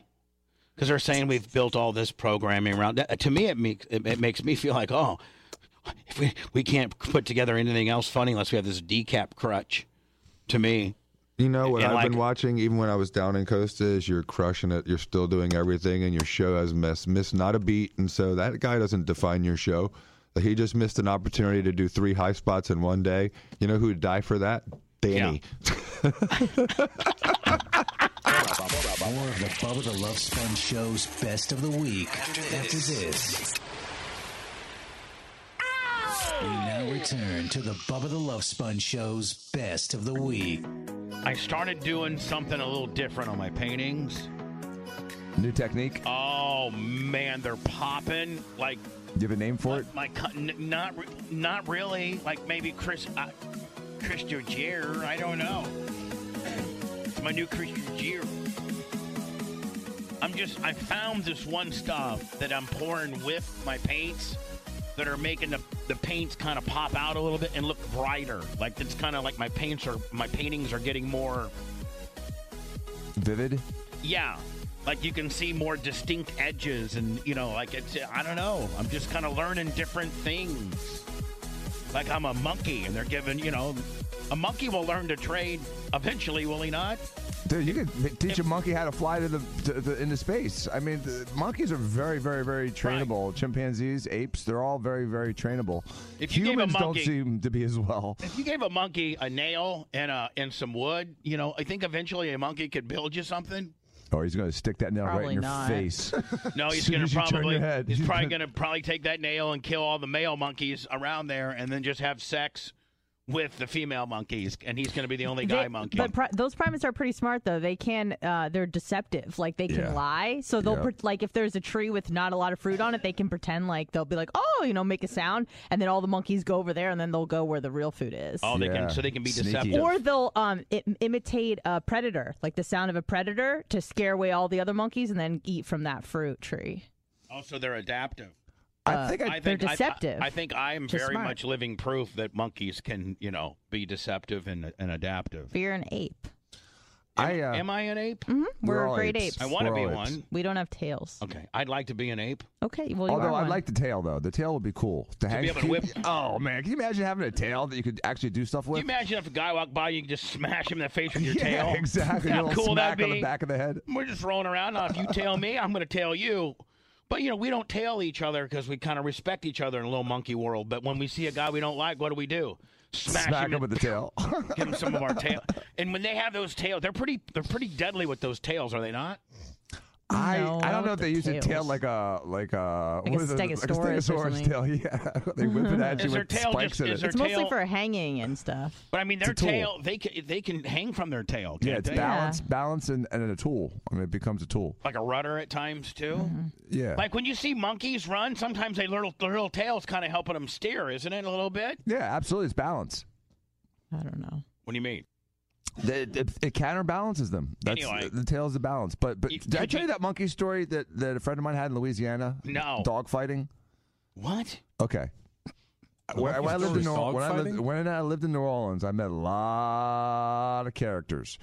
Speaker 4: Because they're saying we've built all this programming around. That, to me, it makes it, it makes me feel like, oh, if we we can't put together anything else funny unless we have this decap crutch. To me,
Speaker 6: You know what
Speaker 4: And
Speaker 6: I've
Speaker 4: like-
Speaker 6: been watching, even when I was down in Costa, is you're crushing it. You're still doing everything, and your show has missed missed not a beat. And so that guy doesn't define your show. He just missed an opportunity to do three high spots in one day. You know who'd die for that? Danny.
Speaker 2: More of the Bubba the Love Sponge Show's best of the week after this. We now return to the Bubba the Love Sponge Show's best of the week.
Speaker 4: I started doing something a little different on my paintings.
Speaker 10: New technique.
Speaker 4: Oh man, they're popping like
Speaker 10: Do you have a name for it?
Speaker 4: my co- n- not re- not really like maybe Chris uh, Chris Gier. I don't know. It's my new Chris Gier. I'm just I found this one stuff that I'm pouring with my paints that are making the, the paints kind of pop out a little bit and look brighter. Like it's kind of like my paints are my paintings are getting more
Speaker 10: Vivid.
Speaker 4: yeah. Like you can see more distinct edges, and you know, like it's, I don't know. I'm just kind of learning different things. Like I'm a monkey, and they're giving, you know, a monkey will learn to trade eventually, will he not?
Speaker 10: Dude, you could teach a monkey how to fly to the, to the into space. I mean, the monkeys are very, very, very trainable. Chimpanzees, apes, they're all very, very trainable.
Speaker 4: If you gave a
Speaker 10: Humans don't
Speaker 4: monkey-
Speaker 10: seem to be as well. *laughs*
Speaker 4: If you gave a uh, monkey a nail and a and some wood, you know, I think eventually a monkey could build you something.
Speaker 10: Or Oh, he's going to stick that nail right
Speaker 4: Probably
Speaker 10: in your
Speaker 4: not.
Speaker 10: face.
Speaker 4: *laughs* No, he's
Speaker 10: Soon
Speaker 4: gonna
Speaker 10: as you turn your
Speaker 4: probably
Speaker 10: head,
Speaker 4: he's
Speaker 10: you-
Speaker 4: probably gonna probably take that nail and kill all the male monkeys around there, and then just have sex with the female monkeys, and he's gonna be the only guy
Speaker 7: They-
Speaker 4: monkey.
Speaker 7: But pri- those primates are pretty smart, though. They can, uh, they're deceptive. Like they can
Speaker 4: Yeah.
Speaker 7: lie, so they'll
Speaker 4: Yeah.
Speaker 7: pre- like if there's a tree with not a lot of fruit on it, they can pretend like they'll be like, oh, you know, make a sound, and then all the monkeys go over there, and then they'll go where the real food is.
Speaker 4: Oh, they can- so they can be Sneaky. deceptive.
Speaker 7: Or they'll um i- imitate a predator, like the sound of a predator, to scare away all the other monkeys, and then eat from that fruit tree.
Speaker 4: also, they're adaptive.
Speaker 7: I think I- Uh, They're deceptive.
Speaker 4: I, think I am
Speaker 7: Just
Speaker 4: very
Speaker 7: smart.
Speaker 4: much living proof that monkeys can, you know, be deceptive and, and adaptive.
Speaker 7: You're an ape.
Speaker 10: I uh,
Speaker 4: Am I an ape?
Speaker 7: hmm
Speaker 4: We're
Speaker 7: We're,
Speaker 4: all
Speaker 7: great
Speaker 4: apes.
Speaker 7: apes.
Speaker 4: I wanna We're be all apes. one.
Speaker 7: We don't have tails.
Speaker 4: Okay, I'd like to be an ape.
Speaker 7: Okay. Well, you are
Speaker 10: Although I
Speaker 7: one.
Speaker 10: like the tail though, the tail would be cool to, hang.
Speaker 4: be able to
Speaker 10: *laughs*
Speaker 4: whip-
Speaker 10: Oh man, can you imagine having a tail that you could actually do stuff
Speaker 4: Can
Speaker 10: with?
Speaker 4: you imagine if a guy walked by, you could just smash him in the face with your
Speaker 10: *laughs* Yeah,
Speaker 4: tail?
Speaker 10: exactly.
Speaker 4: How
Speaker 10: A little
Speaker 4: cool would
Speaker 10: smack
Speaker 4: that be?
Speaker 10: on the back of the head.
Speaker 4: We're just rolling around. Now, if you tell me, I'm going to tell you. But you know, we don't tail each other because we kind of respect each other in a little monkey world. But when we see a guy we don't like, what do we do? Smash,
Speaker 10: Smack
Speaker 4: him,
Speaker 10: him
Speaker 4: in-
Speaker 10: with
Speaker 4: *laughs*
Speaker 10: the tail. *laughs*
Speaker 4: give him some of our tail. And when they have those tails, they're pretty. They're pretty deadly with those tails, are they not?
Speaker 10: I,
Speaker 4: No, not
Speaker 10: I don't know
Speaker 4: with
Speaker 10: if they
Speaker 4: the
Speaker 10: use a tail
Speaker 4: tails.
Speaker 10: like a like a
Speaker 4: Like
Speaker 10: what
Speaker 4: a
Speaker 10: is it?
Speaker 4: stegosaurus or
Speaker 10: like
Speaker 4: something.
Speaker 10: a stegosaurus tail. *laughs* Yeah, they whip it at
Speaker 4: Is
Speaker 10: you
Speaker 4: their
Speaker 10: with
Speaker 4: tail
Speaker 10: spikes
Speaker 4: just-
Speaker 10: in
Speaker 4: is
Speaker 10: it.
Speaker 4: their
Speaker 7: It's mostly
Speaker 4: tail-
Speaker 7: for hanging and stuff.
Speaker 4: But I mean,
Speaker 10: It's
Speaker 4: their
Speaker 10: a tool.
Speaker 4: tail. They can they can hang from their tail. Can't
Speaker 10: yeah, it's
Speaker 4: they?
Speaker 10: balance, balance, and, and a tool. I mean, it becomes a tool.
Speaker 4: Like a rudder at times too.
Speaker 7: Mm-hmm.
Speaker 10: Yeah.
Speaker 4: Like when you see monkeys run, sometimes they little their little tails kind of helping them steer, isn't it? A little bit.
Speaker 10: Yeah, absolutely. It's balance.
Speaker 7: I don't know.
Speaker 4: What do you mean?
Speaker 10: It, it, it counterbalances them. That's
Speaker 4: Anyway.
Speaker 10: the tail's the balance. But but did I tell you that monkey story that, that a friend of mine had in Louisiana?
Speaker 4: No.
Speaker 10: Dog fighting?
Speaker 4: What?
Speaker 10: Okay.
Speaker 4: A
Speaker 10: When,
Speaker 4: monkey
Speaker 10: when I lived
Speaker 4: story
Speaker 10: in
Speaker 4: is
Speaker 10: New,
Speaker 4: dog
Speaker 10: when, I lived,
Speaker 4: fighting?
Speaker 10: when I lived in New Orleans, I met a lot of characters,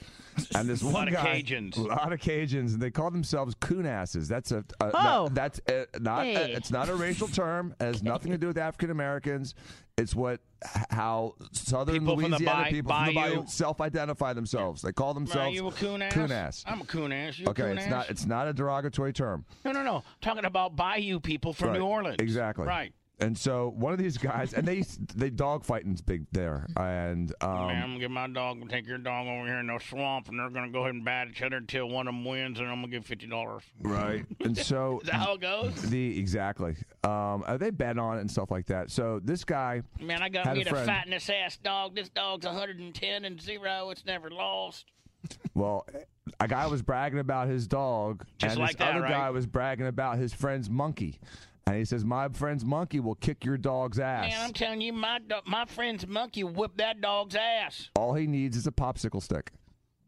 Speaker 10: and
Speaker 4: *laughs*
Speaker 10: this
Speaker 4: A lot
Speaker 10: one
Speaker 4: of
Speaker 10: guy-
Speaker 4: Cajuns.
Speaker 10: a lot of Cajuns, and they call themselves coonasses. That's a, a
Speaker 4: Oh.
Speaker 10: not- that's a, not uh,
Speaker 4: Hey.
Speaker 10: it's not a racial term. It has nothing to do with African Americans. It's what h- how Southern
Speaker 4: People from the
Speaker 10: Louisiana
Speaker 4: bay-
Speaker 10: people from the
Speaker 4: bayou.
Speaker 10: bayou self-identify themselves. They call
Speaker 4: Are
Speaker 10: themselves
Speaker 4: you a coon ass?
Speaker 10: coonass.
Speaker 4: I'm a coon ass. You a
Speaker 10: Okay,
Speaker 4: coon
Speaker 10: it's
Speaker 4: ass?
Speaker 10: not it's not a derogatory term.
Speaker 4: No, no, no. I'm talking about Bayou people from
Speaker 10: Right.
Speaker 4: New Orleans.
Speaker 10: Exactly.
Speaker 4: Right.
Speaker 10: And so one of these guys, and they they dog fighting's big there, and
Speaker 4: Man, I'm
Speaker 10: um,
Speaker 4: gonna get my dog and take your dog over here in the swamp, and they're gonna go ahead and bat each other until one of them wins, and I'm gonna give fifty dollars.
Speaker 10: right, and so
Speaker 4: *laughs* Is that how it goes?
Speaker 10: the exactly, um, uh, they bet on it and stuff like that. So this guy,
Speaker 4: Man, I got
Speaker 10: had
Speaker 4: me
Speaker 10: a
Speaker 4: the
Speaker 10: friend.
Speaker 4: fatness ass dog. This dog's 110 and zero. It's never lost.
Speaker 10: Well, a guy was bragging about his dog,
Speaker 4: Just
Speaker 10: and
Speaker 4: like
Speaker 10: this
Speaker 4: that,
Speaker 10: other
Speaker 4: right?
Speaker 10: guy was bragging about his friend's monkey, and he says, "My friend's monkey will kick your dog's ass."
Speaker 4: Man, I'm telling you, my do- my friend's monkey whipped that dog's ass.
Speaker 10: All he needs is a popsicle stick.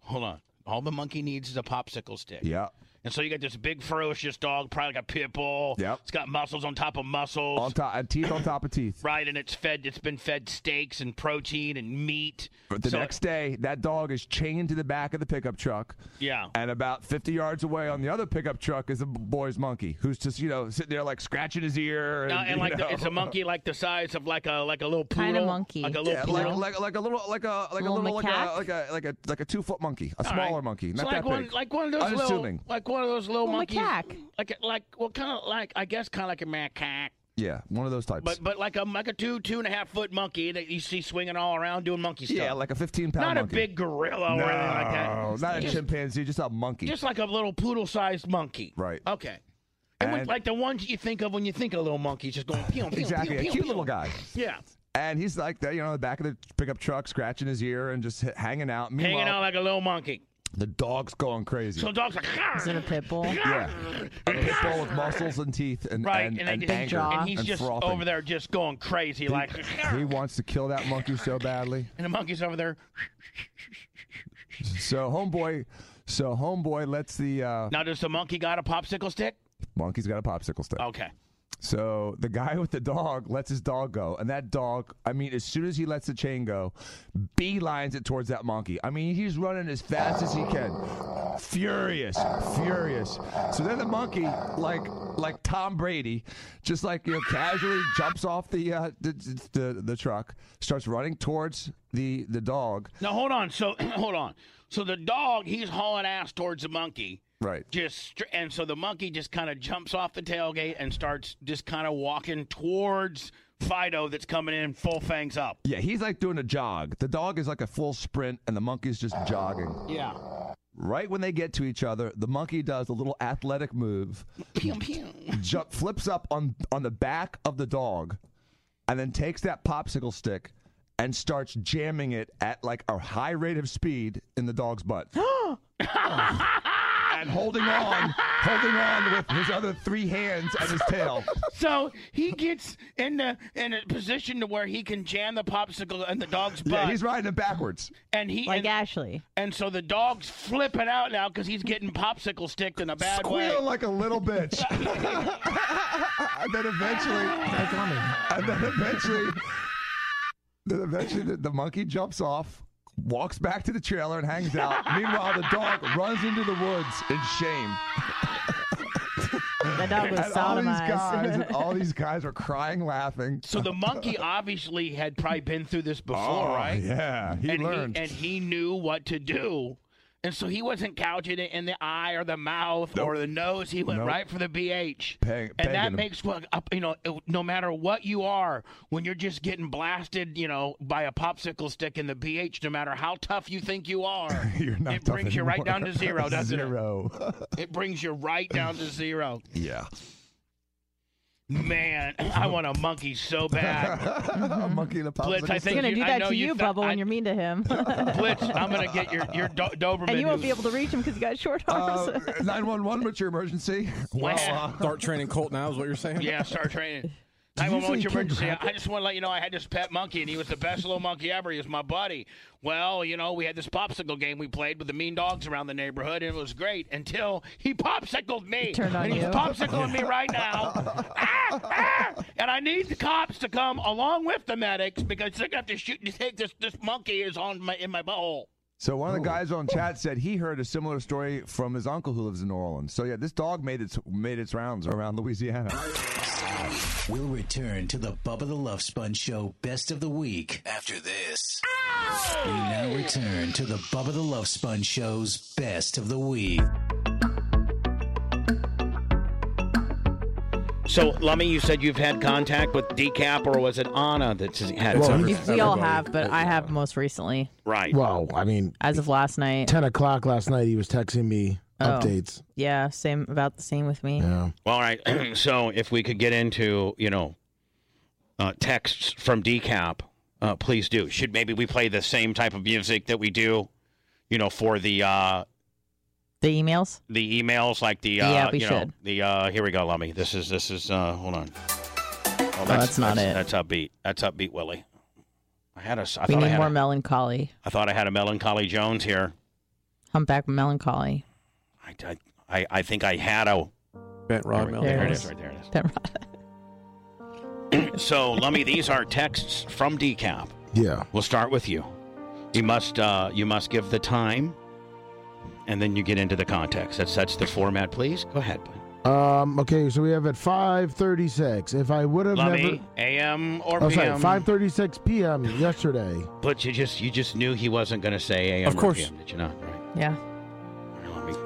Speaker 4: Hold on. All the monkey needs is a popsicle stick.
Speaker 10: Yeah.
Speaker 4: And so you got this big ferocious dog, probably like a pit bull.
Speaker 10: Yep.
Speaker 4: It's got muscles on top of muscles.
Speaker 10: On top, and teeth on top of teeth.
Speaker 4: *laughs* Right, and it's fed. It's been fed steaks and protein and meat.
Speaker 10: But the
Speaker 4: So-
Speaker 10: next day, that dog is chained to the back of the pickup truck. *laughs*
Speaker 4: Yeah.
Speaker 10: And about 50 yards away on the other pickup truck is a b- boy's monkey who's just, you know, sitting there like scratching his ear. And,
Speaker 4: Uh, and
Speaker 10: you
Speaker 4: like the,
Speaker 10: know.
Speaker 4: it's a monkey like the size of like a like a little poodle,
Speaker 10: Kinda monkey.
Speaker 4: like a little
Speaker 10: Yeah, like-
Speaker 4: poodle.
Speaker 10: *laughs* like- a little like a Like a little, like a, like a, like a, like a two foot monkey, a
Speaker 4: All right.
Speaker 10: smaller monkey,
Speaker 4: So
Speaker 10: not
Speaker 4: like
Speaker 10: that
Speaker 4: one,
Speaker 10: big.
Speaker 4: like one of those
Speaker 10: Unassuming.
Speaker 4: little, like one of those little
Speaker 7: Well,
Speaker 4: monkeys,
Speaker 7: macaque.
Speaker 4: like a- like well, kind of like I guess kind of like a macaque,
Speaker 10: Yeah, one of those types.
Speaker 4: but but like a like a two two and a half foot monkey that you see swinging all around doing monkey stuff.
Speaker 10: yeah, like a 15 pound
Speaker 4: not
Speaker 10: monkey.
Speaker 4: a big gorilla
Speaker 10: no,
Speaker 4: or anything like that.
Speaker 10: not a
Speaker 4: just,
Speaker 10: chimpanzee, just a monkey.
Speaker 4: just like a little poodle sized monkey.
Speaker 10: right.
Speaker 4: Okay. And with-
Speaker 10: And-
Speaker 4: like the ones you think of when you think of little monkeys, just going pew, pew,
Speaker 10: Exactly,
Speaker 4: pew,
Speaker 10: a
Speaker 4: pew,
Speaker 10: cute
Speaker 4: pew.
Speaker 10: little guy.
Speaker 4: Yeah.
Speaker 10: And he's like that, you know, in the back of the pickup truck, scratching his ear and just h- hanging out. Meanwhile,
Speaker 4: Hanging out like a little monkey.
Speaker 10: the dog's going crazy.
Speaker 4: So the dog's like, is it a *laughs*
Speaker 7: pit bull?
Speaker 10: Yeah. A pit bull with muscles and teeth and
Speaker 4: Right,
Speaker 10: and,
Speaker 4: and,
Speaker 10: and
Speaker 4: they just,
Speaker 10: anger
Speaker 4: and he's
Speaker 10: and
Speaker 4: just
Speaker 10: frothing.
Speaker 4: over there just going crazy, like,
Speaker 10: He wants to kill that monkey so badly.
Speaker 4: and the monkey's over there.
Speaker 10: So homeboy, so homeboy lets the uh,
Speaker 4: Now, does the monkey got a popsicle stick?
Speaker 10: monkey's got a popsicle stick.
Speaker 4: Okay.
Speaker 10: So the guy with the dog lets his dog go, and that dog, I mean, as soon as he lets the chain go, beelines it towards that monkey. I mean, he's running as fast as he can, furious, furious. So then the monkey, like like Tom Brady, just like you know, casually jumps off the, uh, the, the the truck, starts running towards the the dog.
Speaker 4: Now, hold on. So, *clears throat* hold on. So the dog, he's hauling ass towards the monkey.
Speaker 10: Right.
Speaker 4: Just str- and so the monkey just kind of jumps off the tailgate and starts just kind of walking towards Fido that's coming in full fangs up.
Speaker 10: Yeah, he's like doing a jog. The dog is like a full sprint, and the monkey's just jogging.
Speaker 4: Yeah.
Speaker 10: Right when they get to each other, the monkey does a little athletic move, jump, flips up on on the back of the dog, and then takes that popsicle stick and starts jamming it at like a high rate of speed in the dog's butt. and holding on, holding on with his other three hands and his tail.
Speaker 4: *laughs* So he gets in the in a position to where he can jam the popsicle in the dog's butt.
Speaker 10: Yeah, he's riding it backwards.
Speaker 4: and he
Speaker 7: Like
Speaker 4: and,
Speaker 7: Ashley.
Speaker 4: And so the dog's flipping out now because he's getting popsicle sticked in a bad
Speaker 10: Squeal
Speaker 4: way.
Speaker 10: like a
Speaker 4: *laughs*
Speaker 10: little bitch. and then eventually, and then eventually, then eventually the, the monkey jumps off, walks back to the trailer and hangs
Speaker 4: *laughs*
Speaker 10: out. Meanwhile, the dog runs into the woods in shame.
Speaker 7: That dog was
Speaker 10: and all these
Speaker 7: sodomized.
Speaker 10: guys, and
Speaker 7: *laughs*
Speaker 10: all these guys are crying, laughing.
Speaker 4: So
Speaker 10: *laughs*
Speaker 4: the monkey obviously had probably been through this before,
Speaker 10: Oh,
Speaker 4: right?
Speaker 10: yeah, he
Speaker 4: and
Speaker 10: learned.
Speaker 4: He, and he knew what to do. And so he wasn't couching it in the eye or the mouth or the nose. He went
Speaker 10: Nope.
Speaker 4: right for the BH.
Speaker 10: Peg-
Speaker 4: and
Speaker 10: pegging
Speaker 4: that
Speaker 10: him.
Speaker 4: makes what up- you know. it- No matter what you are, when you're just getting blasted, you know, by a popsicle stick in the BH, no matter how tough you think you are,
Speaker 10: *laughs* You're not
Speaker 4: it brings
Speaker 10: tough
Speaker 4: you right
Speaker 10: anymore.
Speaker 4: down to
Speaker 10: *laughs*
Speaker 4: zero,
Speaker 16: *laughs*
Speaker 4: doesn't
Speaker 10: zero.
Speaker 4: *laughs* it? It brings you right down to zero.
Speaker 10: Yeah.
Speaker 4: Man, I want a monkey so
Speaker 10: *laughs*
Speaker 4: bad.
Speaker 10: a monkey in a popsicle.
Speaker 4: Blitz, I
Speaker 7: He's
Speaker 4: think
Speaker 7: gonna
Speaker 4: you-
Speaker 7: do
Speaker 4: I
Speaker 7: that
Speaker 4: know
Speaker 7: to
Speaker 4: you
Speaker 7: you,
Speaker 4: thought-
Speaker 7: Bubba, when you're mean
Speaker 4: *laughs*
Speaker 7: to him.
Speaker 4: Blitz, I'm gonna get your your do- Doberman.
Speaker 7: and you won't be
Speaker 4: who's-
Speaker 7: able to reach him because you got short arms.
Speaker 10: Uh,
Speaker 5: *laughs*
Speaker 10: 911, what's your emergency? Well, uh,
Speaker 5: Start training Colt now is what you're saying.
Speaker 4: Yeah, start
Speaker 5: *laughs*
Speaker 4: training.
Speaker 5: Do you
Speaker 4: 911, what's your
Speaker 5: usually
Speaker 4: emergency?
Speaker 5: grab
Speaker 4: I just want to let you know I had this pet monkey, and he was the best little monkey ever. He was my buddy. Well, you know, we had this popsicle game we played with the mean dogs around the neighborhood, and it was great until he popsicled me.
Speaker 7: Turned on
Speaker 4: and he's
Speaker 7: you.
Speaker 4: popsicling me
Speaker 7: *laughs*
Speaker 4: right now. Ah, ah! and I need the cops to come along with the medics because they're going to have to shoot and take this. This monkey is on my in my butthole.
Speaker 10: So one of the guys on chat said he heard a similar story from his uncle who lives in New Orleans. So yeah, this dog made its made its rounds around Louisiana.
Speaker 2: We'll return to the Bubba the Love Sponge Show Oh, Best of the Week after this. We now return to the Bubba the Love Sponge Show's Best of the Week.
Speaker 4: So, Lummy, you said you've had contact with Decap, or was it Anna that had
Speaker 7: Well, we we all have, but I have most recently.
Speaker 4: Right.
Speaker 8: Well, I mean,
Speaker 7: as of last night,
Speaker 8: ten o'clock last night, he was texting me
Speaker 7: Oh.
Speaker 8: updates.
Speaker 7: Yeah, same about the same with me.
Speaker 8: Yeah.
Speaker 4: All right. *clears throat* so if we could get into, you know, uh, texts from Decap, uh, please do. Should maybe we play the same type of music that we do, you know, for the uh,
Speaker 7: The emails.
Speaker 4: the emails, like the uh,
Speaker 7: Yeah, we
Speaker 4: you know,
Speaker 7: should.
Speaker 4: the uh, here we go, Lummy. This is this is uh, hold on. Oh,
Speaker 7: that's not
Speaker 4: that's,
Speaker 7: it.
Speaker 4: That's upbeat. That's upbeat, Willie. I had a. s- I
Speaker 7: we
Speaker 4: thought I
Speaker 7: need
Speaker 4: had.
Speaker 7: more
Speaker 4: a,
Speaker 7: melancholy.
Speaker 4: I thought I had a melancholy Jones here.
Speaker 7: Humpback melancholy. *laughs*
Speaker 4: I, I, I, I think I had a.
Speaker 5: Bent rod
Speaker 4: there,
Speaker 5: melon.
Speaker 4: there it is, right there it is.
Speaker 7: That right.
Speaker 4: So, Lummy, these are texts from Decap.
Speaker 8: Yeah.
Speaker 4: We'll start with you. You must uh, you must give the time, and then you get into the context. That's that's the format, please. Go ahead.
Speaker 8: Um. Okay. So we have at five thirty-six. If I would have never.
Speaker 4: Lummy, a.m. or
Speaker 8: Oh, sorry.
Speaker 4: p.m.
Speaker 8: Five thirty-six p.m. yesterday.
Speaker 4: But you just you just knew he wasn't going to say a.m.
Speaker 8: Of course.
Speaker 4: or p.m. Did you not? Right.
Speaker 7: Yeah.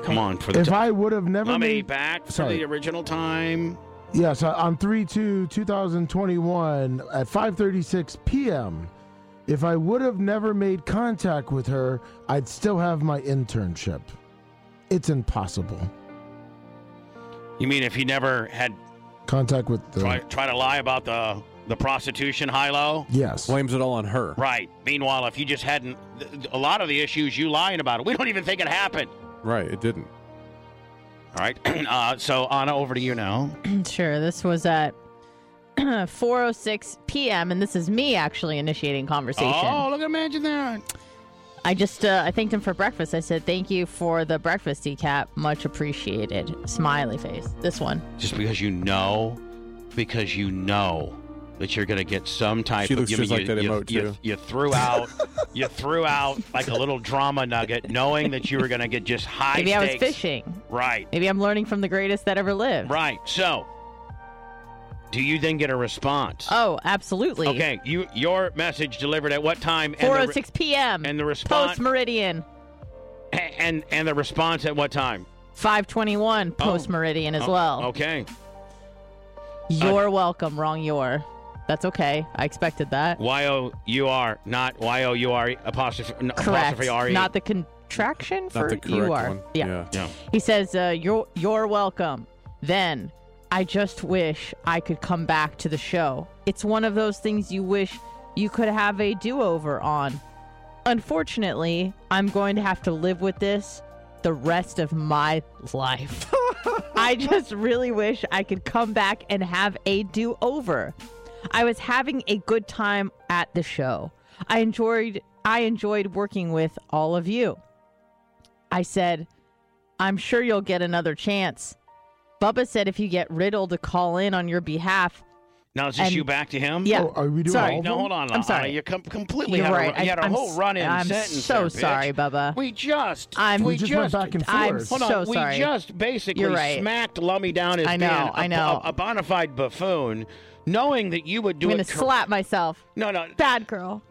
Speaker 4: Come on for the.
Speaker 8: If
Speaker 4: time.
Speaker 8: I would have never
Speaker 4: Lummy
Speaker 8: made.
Speaker 4: back for
Speaker 8: Sorry.
Speaker 4: the original time.
Speaker 8: Yeah, so on 3 2 2021 at 5:36 p.m. If I would have never made contact with her, I'd still have my internship. It's impossible.
Speaker 4: You mean if he never had
Speaker 8: Contact with the
Speaker 4: try, try to lie about the the prostitution high low?
Speaker 8: Yes.
Speaker 5: Blames it all on her.
Speaker 4: Right. Meanwhile, if you just hadn't, th- th- a lot of the issues you lying about it, we don't even think it happened.
Speaker 5: Right. It didn't.
Speaker 4: All right. *clears throat* uh, so Anna, over to you now.
Speaker 7: sure. This was at *clears throat* 4:06 p.m. and this is me actually initiating conversation.
Speaker 4: Oh, look! Imagine that.
Speaker 7: I just uh, I thanked him for breakfast. I said thank you for the breakfast decap, much appreciated. Smiley face. This one.
Speaker 4: Just because you know, because you know that you're going to get some type
Speaker 5: She
Speaker 4: of
Speaker 5: looks
Speaker 4: you,
Speaker 5: just
Speaker 4: you-
Speaker 5: like that
Speaker 4: you-
Speaker 5: emote,
Speaker 4: you-
Speaker 5: too.
Speaker 4: you threw out, you threw out like a little drama nugget, knowing that you were going to get just high.
Speaker 7: Maybe I was
Speaker 4: stakes.
Speaker 7: fishing.
Speaker 4: Right.
Speaker 7: Maybe I'm learning from the greatest that ever lived.
Speaker 4: Right. So, do you then get a response?
Speaker 7: Oh, absolutely.
Speaker 4: Okay. You your message delivered at what time? and the re-
Speaker 7: 4:06 p.m.
Speaker 4: And the response
Speaker 7: post meridian.
Speaker 4: and and the response at what time?
Speaker 7: 5:21 post meridian as
Speaker 4: Oh,
Speaker 7: well.
Speaker 4: Okay.
Speaker 7: You're welcome. Wrong. You're. That's okay. I expected that.
Speaker 4: Y O U R, not Y O U R apostrophe n-
Speaker 7: Correct.
Speaker 4: apostrophe R E.
Speaker 7: Not the con- contraction for
Speaker 5: That's the
Speaker 7: you
Speaker 5: correct
Speaker 7: are.
Speaker 5: one.
Speaker 7: Yeah.
Speaker 5: Yeah. Yeah.
Speaker 7: He says, uh, "You're you're welcome." Then I just wish I could come back to the show. It's one of those things you wish you could have a do-over on. Unfortunately, I'm going to have to live with this the rest of my life. *laughs* I just really wish I could come back and have a do over. I was having a good time at the show. I enjoyed I enjoyed working with all of you. I said, I'm sure you'll get another chance. Bubba said if you get Riddle to call in on your behalf.
Speaker 4: Now is this
Speaker 7: And-
Speaker 4: you back to him?
Speaker 7: Yeah. Oh, are we doing
Speaker 4: sorry.
Speaker 7: all of
Speaker 4: no,
Speaker 7: them?
Speaker 4: hold on.
Speaker 7: I'm
Speaker 4: Lana.
Speaker 7: sorry.
Speaker 4: You com- completely
Speaker 7: You're
Speaker 4: had
Speaker 7: right.
Speaker 4: a, you had a
Speaker 7: I'm
Speaker 4: whole
Speaker 7: s-
Speaker 4: run-in
Speaker 7: I'm
Speaker 4: sentence.
Speaker 7: so
Speaker 4: there, bitch.
Speaker 7: sorry, Bubba.
Speaker 4: We just
Speaker 7: I'm- We just went back and I'm
Speaker 4: hold on,
Speaker 7: so
Speaker 4: we
Speaker 7: sorry.
Speaker 4: just basically
Speaker 7: You're right.
Speaker 4: smacked Lummy down as
Speaker 7: I know,
Speaker 4: being
Speaker 7: I
Speaker 4: a,
Speaker 7: know.
Speaker 4: a, a bona fide buffoon, knowing that you would do
Speaker 7: I'm
Speaker 4: it.
Speaker 7: gonna
Speaker 4: cor-
Speaker 7: slap myself.
Speaker 4: No, no.
Speaker 7: Bad girl.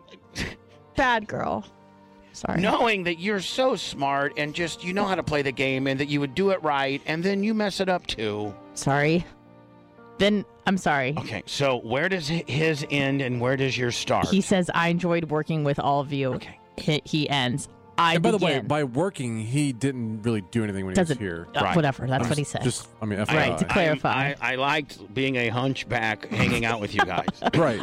Speaker 7: Bad girl. Sorry.
Speaker 4: Knowing that you're so smart and just you know how to play the game and that you would do it right, and then you mess it up too.
Speaker 7: Sorry. Then I'm sorry.
Speaker 4: Okay, so where does hi- his end and where does your start?
Speaker 7: He says, I enjoyed working with all of you. He, he ends. I
Speaker 5: and by the way,
Speaker 7: begin.
Speaker 5: by working, he didn't really do anything when
Speaker 7: Doesn't-
Speaker 5: he was here.
Speaker 7: uh, Right. whatever, that's
Speaker 5: I'm
Speaker 7: what he
Speaker 5: just-
Speaker 7: said.
Speaker 5: Just, I mean,
Speaker 4: I-
Speaker 5: FYI.
Speaker 4: I- I, I liked being a hunchback hanging out with you guys.
Speaker 5: *laughs* right.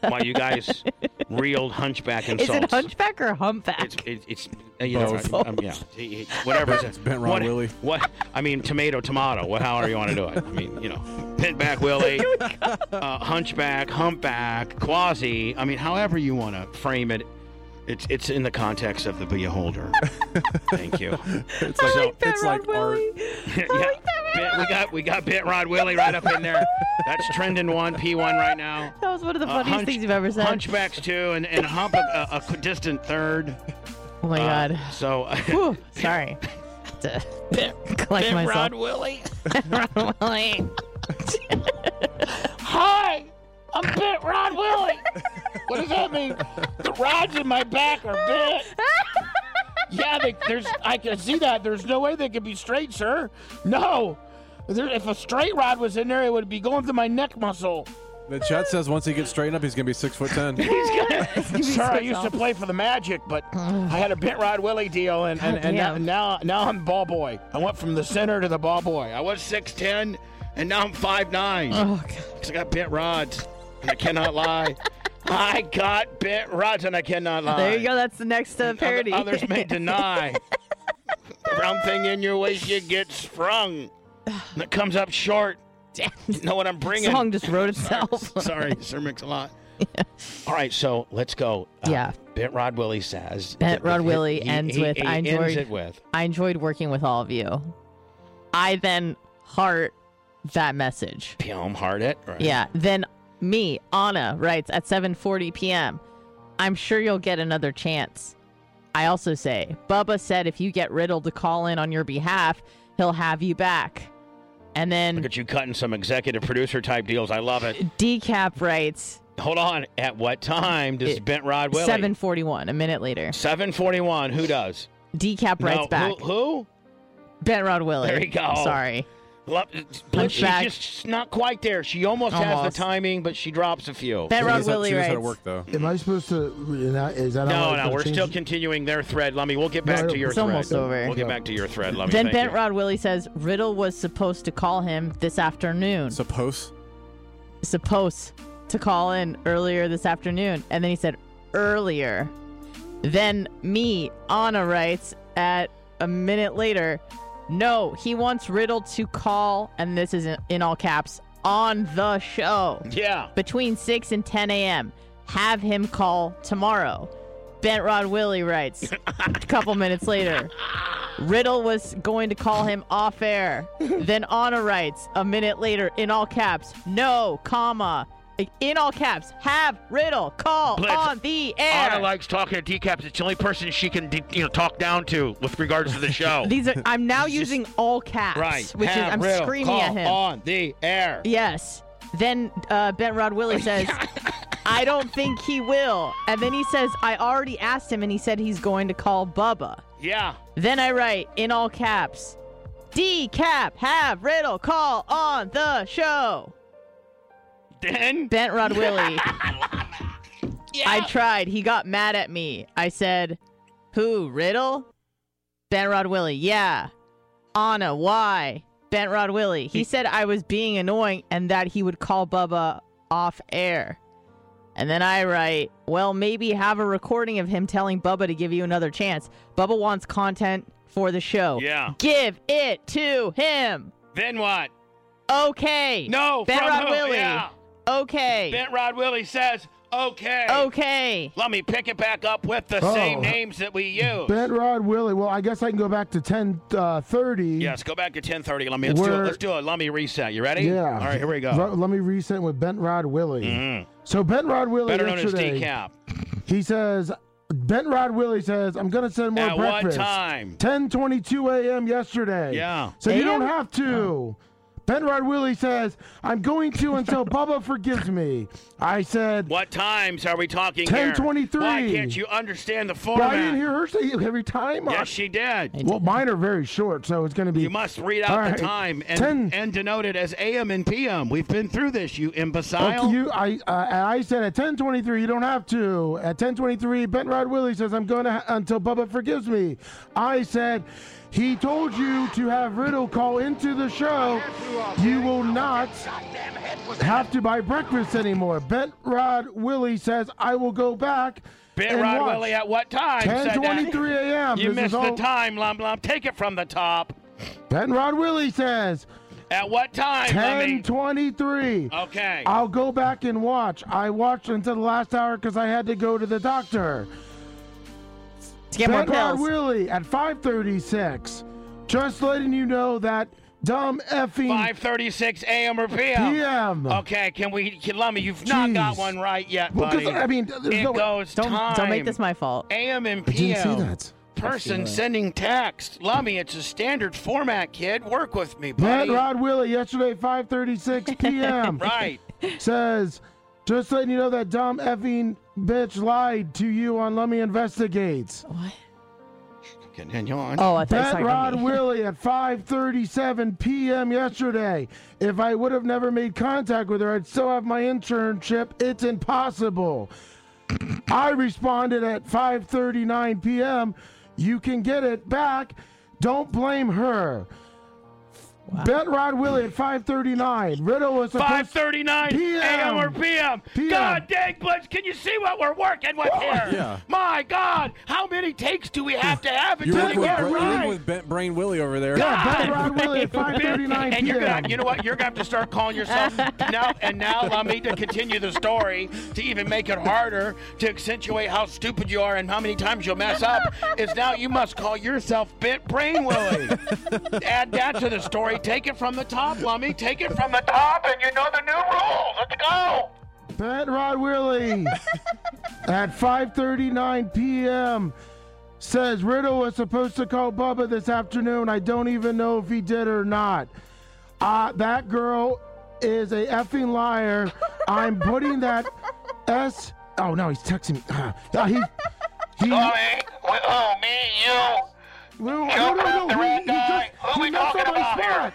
Speaker 4: While you guys reeled hunchback
Speaker 7: Is
Speaker 4: insults.
Speaker 7: it hunchback or humpback?
Speaker 4: It- it's uh, you know,
Speaker 5: Both.
Speaker 4: um, yeah, he- he- whatever. It's
Speaker 5: bent round
Speaker 4: what,
Speaker 5: Willie.
Speaker 4: What I mean, tomato, tomato. What? However you want to do it. I mean, you know, bent back
Speaker 7: *laughs*
Speaker 4: Willie, uh, hunchback, humpback, quasi. I mean, however you want to frame it, it's it's in the context of the
Speaker 7: *laughs*
Speaker 4: beholder. Thank you.
Speaker 5: It's like, it's like art.
Speaker 4: *laughs* yeah, bent- we got we got bent rod Willie right up in there. That's trending one P one right now.
Speaker 7: That was one of the
Speaker 4: Uh,
Speaker 7: funniest
Speaker 4: hunch-
Speaker 7: things you've ever said.
Speaker 4: Hunchbacks too, and and hump a, a, a distant third.
Speaker 7: Oh my
Speaker 4: Uh,
Speaker 7: god.
Speaker 4: So *laughs*
Speaker 7: Whew, sorry. *laughs* To *laughs* collect
Speaker 4: Bit
Speaker 7: myself.
Speaker 4: Rod
Speaker 7: *laughs*
Speaker 4: Willie. *laughs*
Speaker 7: Rod *laughs* Willie.
Speaker 4: Hi, I'm Bit Rod Willie. What does that mean? The rods in my back are bent. Yeah, they, there's. I can see that. There's no way they could be straight, sir. No. There, if a straight rod was in there, it would be going through my neck
Speaker 7: *laughs*
Speaker 4: muscle.
Speaker 5: The chat says once he gets straightened up, he's gonna be six foot
Speaker 4: *laughs*
Speaker 5: ten. *laughs*
Speaker 4: Sir, I used to play for the Magic, but I had a bent rod Willie deal, and, and, and now,
Speaker 7: Goddamn.
Speaker 4: now now I'm ball boy. I went from the center to the ball boy. I was six ten, and now I'm five nine.
Speaker 7: Oh,
Speaker 4: Because I got bent rods, and I cannot
Speaker 7: *laughs*
Speaker 4: lie. I got bent rods, and I cannot lie.
Speaker 7: There you go. That's the next uh, parody.
Speaker 4: Oth- Others
Speaker 7: *laughs*
Speaker 4: may deny. Brown thing in your waist, you get sprung. And it comes up short. Know what
Speaker 7: *laughs*
Speaker 4: I'm bringing?
Speaker 7: Song just wrote itself.
Speaker 4: *laughs* Sorry, Sir
Speaker 7: *laughs*
Speaker 4: Mix-a-Lot. All right, so let's go. Uh,
Speaker 7: Yeah.
Speaker 4: Bent Rod Willie says.
Speaker 7: Bent Rod
Speaker 4: he-
Speaker 7: Willie
Speaker 4: he-
Speaker 7: ends
Speaker 4: he-
Speaker 7: with
Speaker 4: he
Speaker 7: I enjoyed
Speaker 4: ends it with.
Speaker 7: I enjoyed working with all of you. I then heart that message.
Speaker 4: Pim heart it. Right.
Speaker 7: Yeah. Then me, Anna, writes at 7:40 p.m. I'm sure you'll get another chance. I also say, Bubba said if you get Riddle to call in on your behalf, he'll have you back. And then
Speaker 4: Look at you cutting some executive producer type deals. I love it.
Speaker 7: Decap writes
Speaker 4: Hold on. At what time does Bent Rod Willie?
Speaker 7: 7:41, a minute later.
Speaker 4: 741. Who does?
Speaker 7: Decap writes
Speaker 4: No,
Speaker 7: back.
Speaker 4: Who? who?
Speaker 7: Ben Rod Willie.
Speaker 4: There you go.
Speaker 7: I'm sorry.
Speaker 4: Lo-
Speaker 7: I'm
Speaker 4: But she's
Speaker 7: back.
Speaker 4: just not quite there. She almost, has
Speaker 7: Almost.
Speaker 4: the timing, but she drops a few.
Speaker 7: Ben Rod Willie writes.
Speaker 5: though.
Speaker 8: Am I supposed to? Is that
Speaker 4: No,
Speaker 8: how I
Speaker 4: no, we're
Speaker 8: change
Speaker 4: still
Speaker 8: it?
Speaker 4: continuing their thread, Lummy. We'll get
Speaker 8: No,
Speaker 4: back
Speaker 8: no,
Speaker 4: to your
Speaker 8: it's
Speaker 4: thread.
Speaker 8: almost over.
Speaker 4: We'll get
Speaker 8: Yeah.
Speaker 4: back to your thread, Lummy.
Speaker 7: Then
Speaker 4: Thank
Speaker 7: Bent
Speaker 4: you.
Speaker 7: Rod Willie says Riddle was supposed to call him this afternoon.
Speaker 5: Suppose?
Speaker 7: Supposed to call in earlier this afternoon. And then he said earlier. Then me, Anna writes at a minute later, no, he wants Riddle to call, and this is in, in all caps, on the show.
Speaker 4: Yeah.
Speaker 7: Between 6 and 10 a.m. Have him call tomorrow. Bent Rod Willie writes a couple minutes later. Riddle was going to call him off air. Then Anna writes a minute later in all caps, no, comma, in all caps, have Riddle call
Speaker 4: Blitz.
Speaker 7: on the air.
Speaker 4: Anna likes talking to decaps. It's the only person she can, de- you know, talk down to with regards to the show.
Speaker 7: *laughs* These are I'm now using all
Speaker 4: *laughs*
Speaker 7: caps,
Speaker 4: right.
Speaker 7: which is
Speaker 4: Have
Speaker 7: I'm
Speaker 4: Riddle
Speaker 7: screaming
Speaker 4: call
Speaker 7: at him.
Speaker 4: on the air.
Speaker 7: Yes. Then uh, Ben
Speaker 4: *laughs*
Speaker 7: Rod Willie says, "I don't think he will." And then he says, "I already asked him, and he said he's going to call Bubba."
Speaker 4: Yeah.
Speaker 7: Then I write in all caps, "Decap have Riddle call on the show."
Speaker 4: Then
Speaker 7: Bent Rod Willie. I tried. He got mad at me. I said, "Who Riddle?" Bent Rod Willie, yeah. Anna, why? Bent Rod Willie. He said I was being annoying and that he would call Bubba off air. And then I write, well, maybe have a recording of him telling Bubba to give you another chance. Bubba wants content for the show.
Speaker 4: Yeah.
Speaker 7: Give it to him.
Speaker 4: Then what?
Speaker 7: Okay.
Speaker 4: No,
Speaker 7: Bent
Speaker 4: from
Speaker 7: Rod
Speaker 4: who?
Speaker 7: Willie.
Speaker 4: Yeah. *laughs*
Speaker 7: Okay. *laughs*
Speaker 4: Bent Rod Willie says, okay.
Speaker 7: Okay.
Speaker 4: Let me pick it back up with the
Speaker 8: Oh.
Speaker 4: same names that we use.
Speaker 8: Ben Rod Willie. Well, I guess I can go back to ten uh, thirty.
Speaker 4: Yes, go back to 1030. Let me, let's, do it.
Speaker 8: We're-
Speaker 4: let's do it. Let me reset. You ready?
Speaker 8: Yeah.
Speaker 4: All right, here we go. Mm-hmm.
Speaker 8: Ro- let me reset with Bent Rod Willie. So Bent Rod Willie
Speaker 4: Better known as
Speaker 8: yesterday.
Speaker 4: Decap.
Speaker 8: He says, Bent Rod Willie says, I'm going to send more
Speaker 4: At what
Speaker 8: breakfast.
Speaker 4: time?
Speaker 8: 10.22 a.m. yesterday.
Speaker 4: Yeah.
Speaker 8: So you
Speaker 4: AM?
Speaker 8: don't have to. Ben Rod Willie says, I'm going
Speaker 4: *laughs*
Speaker 8: to until Bubba forgives me. I said,
Speaker 4: What times are we talking here?
Speaker 8: 10:23.
Speaker 4: Why can't you understand the
Speaker 8: but
Speaker 4: format?
Speaker 8: I didn't hear her say every time.
Speaker 4: Yes, she did.
Speaker 8: Well, mine are very short, so it's going to be.
Speaker 4: You must read out
Speaker 8: All
Speaker 4: the
Speaker 8: right.
Speaker 4: time and,
Speaker 8: 10.
Speaker 4: and denote it as AM and PM. We've been through this, you imbecile.
Speaker 8: Okay, you, I, uh, I said at 10:23 you don't have to. At 10:23, Bent Rod Willie says I'm going to ha- until Bubba forgives me. I said he told you to have Riddle call into the show. You will not have to buy breakfast anymore. Bent Rod Willie says I will go back.
Speaker 4: Ben
Speaker 8: and
Speaker 4: Rod
Speaker 8: watch."
Speaker 4: Willie at what time? said that?
Speaker 8: 10:23 a.m.
Speaker 4: You
Speaker 8: This is
Speaker 4: missed
Speaker 8: all-
Speaker 4: the time, Lum Lum. Take it from the top.
Speaker 8: Ben Rod Willie says
Speaker 4: At what time, Lummy?
Speaker 8: 10:23.
Speaker 4: Okay.
Speaker 8: I'll go back and watch. I watched until the last hour because I had to go to the doctor.
Speaker 7: To get more
Speaker 8: Bernard
Speaker 7: pills.
Speaker 8: Willie at 5:36. Just letting you know that dumb effing.
Speaker 4: 5:36 a.m. or p.m.
Speaker 8: PM.
Speaker 4: Okay, can we, can, Lummy? You've not got
Speaker 8: Jeez.
Speaker 4: one right yet,
Speaker 8: Well, 'cause,
Speaker 4: buddy.
Speaker 8: I mean, there's
Speaker 4: it
Speaker 8: no way-
Speaker 4: goes
Speaker 8: Don't-
Speaker 4: time.
Speaker 8: don't make this
Speaker 7: my fault.
Speaker 4: a.m. and
Speaker 8: I
Speaker 4: p.m.
Speaker 8: didn't see that.
Speaker 4: Person
Speaker 8: I see that.
Speaker 4: sending text. Lummy, it's a standard format, kid. Work with me, buddy.
Speaker 8: Matt Rod Willie
Speaker 7: *laughs*
Speaker 8: yesterday 5:36 p.m.
Speaker 4: Right.
Speaker 8: says, just letting you know that dumb effing bitch lied to you on Let Me Investigates.
Speaker 7: What?
Speaker 4: Continue on.
Speaker 8: Bet Rod Willie at 5:37 p.m. yesterday. If I would have never made contact with her, I'd still have my internship. It's impossible. I responded at 5:39 p.m. You can get it back. Don't blame her. Bet Rod Willie at 5:39. Riddle was supposed-
Speaker 4: 5:39 a.m. or p.m.
Speaker 8: PM.
Speaker 4: God dang, Blitz, can you see what we're working with here?
Speaker 5: Yeah.
Speaker 4: My God, how many takes do we have to have to
Speaker 5: You're
Speaker 4: get
Speaker 5: working with,
Speaker 4: it
Speaker 5: Bra- you're working
Speaker 4: right?
Speaker 5: with Bent Brain Willie over there.
Speaker 8: Yeah, Ben Rod Willie at 5:39
Speaker 4: And you're
Speaker 8: p.m.
Speaker 4: gonna, you know what? You're gonna have to start calling yourself now. And now allow me to continue the story to even make it harder to accentuate how stupid you are and how many times you'll mess up. Is now you must call yourself Bent Brain Willie. Add that to the story. Take it from the top, Lummy. Take it from the top, and you know the new rules. Let's go.
Speaker 8: Pat Rod Willie at 5:39 p.m. says Riddle was supposed to call Bubba this afternoon. I don't even know if he did or not. Uh, that girl is a effing liar. I'm putting that S. Oh no, he's texting me. Ah, ah, he. He.
Speaker 4: Oh, me, you.
Speaker 8: No, no, no, no. He, he just he messed up my spot.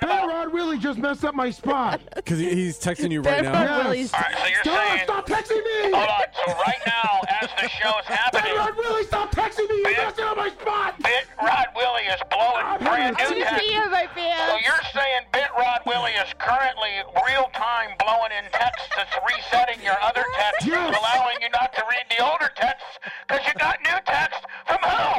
Speaker 8: Pat Rod Willie just messed up
Speaker 5: *laughs*
Speaker 8: my spot.
Speaker 5: Because he's texting you right now.
Speaker 8: Yes. stop, stop texting me. Hold on. So right now, as the show is happening, Rod Willie, stop texting me. You're messing up my spot.
Speaker 4: Rod Willie is blowing brand new
Speaker 7: Excuse
Speaker 4: text.
Speaker 7: me, I'm my
Speaker 4: So
Speaker 7: fans.
Speaker 4: you're saying Bit Rod Willie is currently real time blowing in texts that's resetting your other texts,
Speaker 8: Yes.
Speaker 4: allowing you not to read the older texts because you got new texts from who?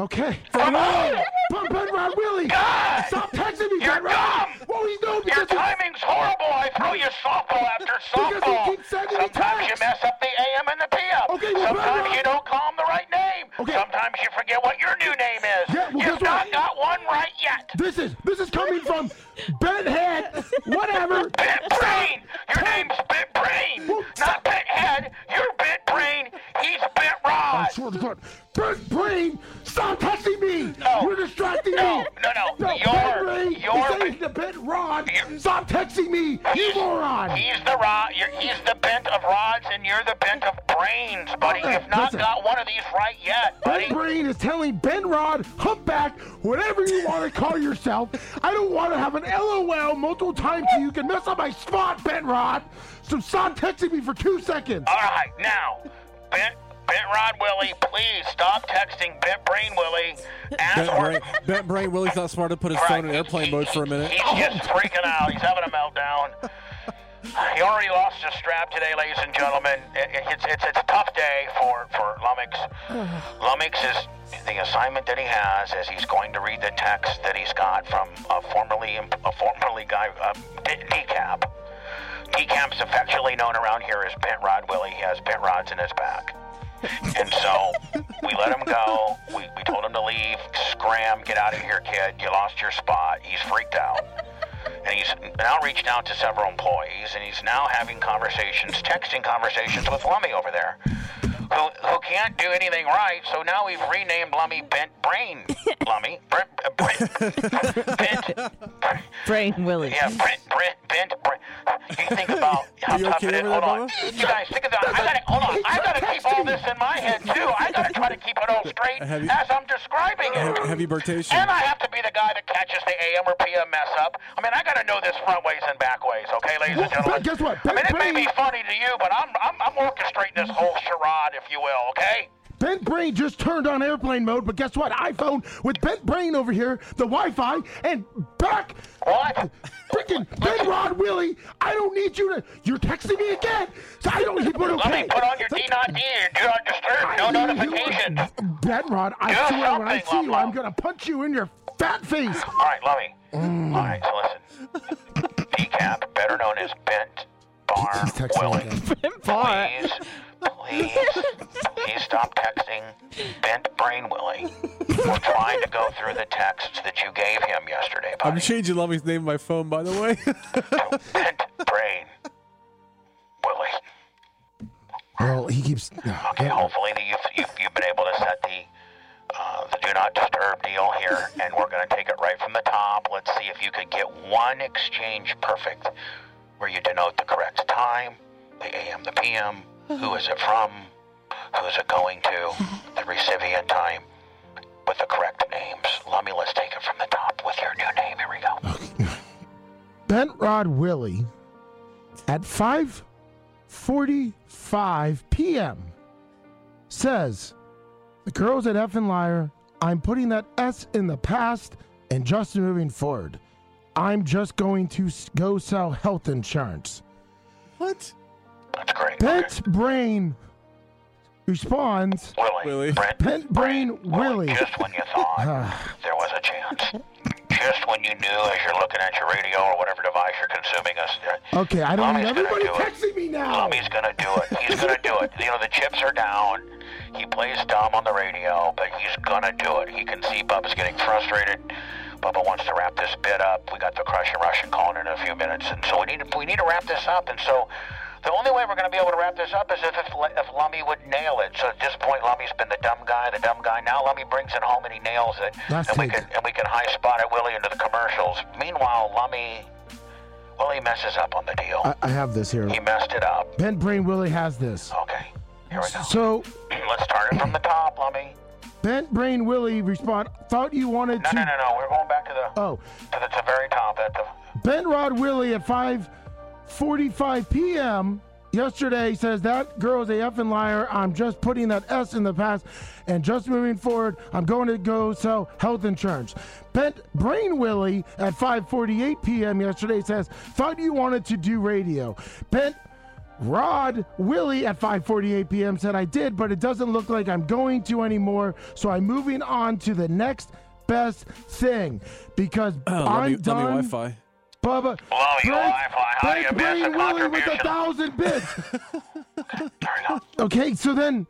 Speaker 8: Okay. From Rod. From Ben Rod Willie. Stop texting me, Ben Rod. Well, he's no
Speaker 4: Your
Speaker 8: because he-
Speaker 4: timing's horrible. I throw you softball after
Speaker 8: *laughs* Because
Speaker 4: softball.
Speaker 8: he keeps sending me
Speaker 4: Sometimes you mess up the AM and the PM.
Speaker 8: Okay, well,
Speaker 4: Sometimes
Speaker 8: Ben
Speaker 4: you don't call them the right name.
Speaker 8: Okay.
Speaker 4: Sometimes you forget what your new name is.
Speaker 8: Yeah, well,
Speaker 4: You've
Speaker 8: guess
Speaker 4: not
Speaker 8: what?
Speaker 4: got one right yet.
Speaker 8: This is this is coming from Ben Head. Whatever.
Speaker 4: *laughs* Bit brain. Your name's Bit Brain, not Bit Head. You're Bit Brain. He's Bit Rod.
Speaker 8: I swear to God. Ben
Speaker 4: *sighs*
Speaker 8: Brain, *sighs* stop texting me.
Speaker 4: No.
Speaker 8: You're distracting
Speaker 4: No,
Speaker 8: me.
Speaker 4: no, no.
Speaker 8: No,
Speaker 4: You're-
Speaker 8: Ben Brain. he's
Speaker 4: you're-
Speaker 8: saying the Ben Rod. Stop texting me. You
Speaker 4: He's-
Speaker 8: moron.
Speaker 4: He's the rod. You're, he's the bent of rods, and you're the bent of brains, buddy.
Speaker 8: Uh,
Speaker 4: You've not
Speaker 8: listen.
Speaker 4: got one of these right yet, buddy.
Speaker 8: Ben Brain is telling Ben Rod, Humpback, whatever you want to call yourself. I don't want to have an LOL multiple times so you can mess up my spot, Ben Rod. So stop texting me for two seconds.
Speaker 4: All right, now, Bent, Bent Rod Willie, please stop texting Bent
Speaker 8: *laughs*
Speaker 5: Bent Brain, Bent Brain Willie's not smart to put his phone in airplane mode for a minute.
Speaker 4: He's just freaking out. He's having a meltdown. He already lost his strap today, ladies and gentlemen. It- it- It's it's, it's a tough day for for Lummox. Lummox is the assignment that he has is he's going to read the text that he's got from a formerly a formerly guy uh, D- decap. Decamp's affectionately known around here as Bent Rod Willie. He has bent rods in his back. And so we let him go. We, we told him to leave. Scram, get out of here, kid. You lost your spot. He's freaked out. And he's now reached out to several employees, and he's now having conversations, texting conversations with Lummy over there, who, who can't do anything right. So now we've renamed Lummy Bent
Speaker 8: *laughs*
Speaker 4: Brain Lummy. Brent, uh, Brent, Bent,
Speaker 7: Brain Willie.
Speaker 4: yeah, Brent, Brent, Bent, Brent. You think
Speaker 7: *laughs*
Speaker 8: *laughs*
Speaker 4: about how
Speaker 7: You
Speaker 4: tough
Speaker 7: okay
Speaker 4: it is.
Speaker 7: over
Speaker 4: Hold
Speaker 7: there,
Speaker 4: on. You guys think about I gotta, hold on. I gotta keep all this in my head, too. I gotta try to keep it all straight
Speaker 5: Have you-
Speaker 4: as I'm describing it.
Speaker 5: He- Heavy birtation.
Speaker 4: And I have to be the guy that catches the AM or PM mess up. I mean, I got to know this front ways and back ways, okay, ladies and gentlemen?
Speaker 8: guess what?
Speaker 4: I mean, it may be funny to you, but I'm, I'm, I'm orchestrating this whole charade, if you will, okay?
Speaker 8: Bent Brain just turned on airplane mode, but guess what? iPhone with Bent Brain over here, the Wi-Fi, and back.
Speaker 4: What? *laughs*
Speaker 8: Freaking Ben Rod Willie, I don't need you to. You're texting me again, so I don't. He put okay.
Speaker 4: Let me put on your D not D, do not disturb, no notifications.
Speaker 8: Ben Rod,
Speaker 4: Do
Speaker 8: I swear when I
Speaker 4: something,
Speaker 8: see you, I'm gonna punch you in your fat face.
Speaker 4: All right, Lummy.
Speaker 7: Mm.
Speaker 4: All right, so listen. Decap, better known as Bent Barn Willie. Bent Barn. Please, please, please stop texting Bent Brain
Speaker 8: *laughs*
Speaker 4: Willie. We're trying to go through the texts that you gave him yesterday.
Speaker 5: I'm changing Lummy's name on my phone, by the way.
Speaker 4: Bent Brain Willie.
Speaker 8: Well, he *laughs* keeps.
Speaker 4: Okay, hopefully that you've, you've, you've been able to set the, uh, the do not disturb deal here, and we're going to take it right from the top. Let's see if you could get one exchange perfect where you denote the correct time, the AM, the PM, who is it from, who's it going to, the recipient time, with the correct names. Let me, let's take it from the top with your new name. Here we go.
Speaker 8: Bent Rod Willie at 5:45 p.m. says, "The girls at F and Liar, I'm putting that S in the past and just moving forward. I'm just going to s- go sell health insurance."
Speaker 5: What?
Speaker 4: That's great.
Speaker 8: Bent Brain responds,
Speaker 4: Willie. Brent,
Speaker 8: Bent Brain Willie.
Speaker 4: Just when you thought there was a chance. Just when you knew as you're looking at your radio or whatever device you're consuming us.
Speaker 8: *sighs* Okay, I don't need
Speaker 4: Lummy's gonna
Speaker 8: everybody
Speaker 4: do it.
Speaker 8: texting me now.
Speaker 4: Lummy's gonna do it. He's gonna do it. You know, the chips are down. He plays dumb on the radio, but he's gonna do it. He can see Bubba's getting frustrated. Bubba wants to wrap this bit up. We got the Crush and Russian calling in a few minutes, and so we need to, we need to wrap this up. And so the only way we're gonna be able to wrap this up is if if, if Lummy would nail it. So at this point, Lummy's been the dumb guy, the dumb guy. Now Lummy brings it home and he nails it,
Speaker 8: That's
Speaker 4: and we
Speaker 8: it.
Speaker 4: can and we can high spot at Willie into the commercials. Meanwhile, Lummy, well, he messes up on the deal.
Speaker 8: I, I have this here.
Speaker 4: He messed it up.
Speaker 8: Bent Brain Willie has this.
Speaker 4: Okay, here we go.
Speaker 8: So
Speaker 4: *clears throat* Let's start it from the top, Lummy.
Speaker 8: Bent Brain Willie respond. Thought you wanted
Speaker 4: No,
Speaker 8: to.
Speaker 4: no, no, no. We're going back to the
Speaker 8: Oh,
Speaker 4: to the, to the very top. At the
Speaker 8: Ben Rod Willie at 5:45 p.m. yesterday says that girl's a effing liar. I'm just putting that S in the past and just moving forward. I'm going to go sell health insurance. Bent Brain Willie at 5:48 p.m. yesterday says thought you wanted to do radio. Bent Rod Willie at 5:48 p.m. said I did, but it doesn't look like I'm going to anymore. So I'm moving on to the next best thing because
Speaker 5: Oh, Lummy,
Speaker 8: I'm
Speaker 5: Lummy
Speaker 8: done.
Speaker 5: Wi-Fi.
Speaker 8: Bubba.
Speaker 4: Blow your
Speaker 8: Brent-
Speaker 4: Wi-Fi. How do you
Speaker 8: Brent
Speaker 4: miss a
Speaker 8: Brain Willie with a
Speaker 4: contribution?
Speaker 8: thousand bits.
Speaker 4: *laughs*
Speaker 8: okay, so then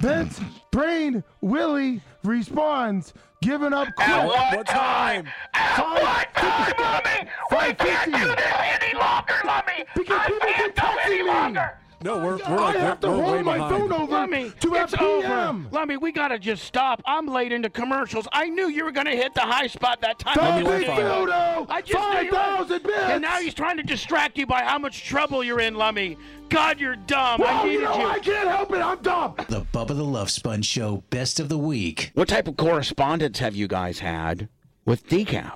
Speaker 8: Bent Brain Willie responds, giving up quick.
Speaker 4: At what, time? At what time, Lummy? We can't do this any longer, Lummy. I can't do any longer.
Speaker 5: No, we're,
Speaker 4: we're like-
Speaker 8: I have to
Speaker 4: we're- we're way
Speaker 8: hold my
Speaker 4: behind.
Speaker 8: phone over
Speaker 12: Lummy,
Speaker 8: to
Speaker 12: it's
Speaker 8: a
Speaker 12: over.
Speaker 8: PM.
Speaker 12: Lummy, we gotta just stop. I'm late into commercials. I knew you were gonna hit the high spot that time.
Speaker 8: Don't
Speaker 12: I just
Speaker 8: be
Speaker 12: knew it.
Speaker 8: pseudo.
Speaker 12: I just knew you were-
Speaker 8: 5,000 bits.
Speaker 12: And now he's trying to distract you by how much trouble you're in, Lummy. God, you're dumb.
Speaker 8: Well,
Speaker 12: I
Speaker 8: you
Speaker 12: needed
Speaker 8: know,
Speaker 12: you.
Speaker 8: I can't help it. I'm dumb.
Speaker 2: The Bubba the Love Sponge Show Best of the Week.
Speaker 17: What type of correspondence have you guys had with Decap?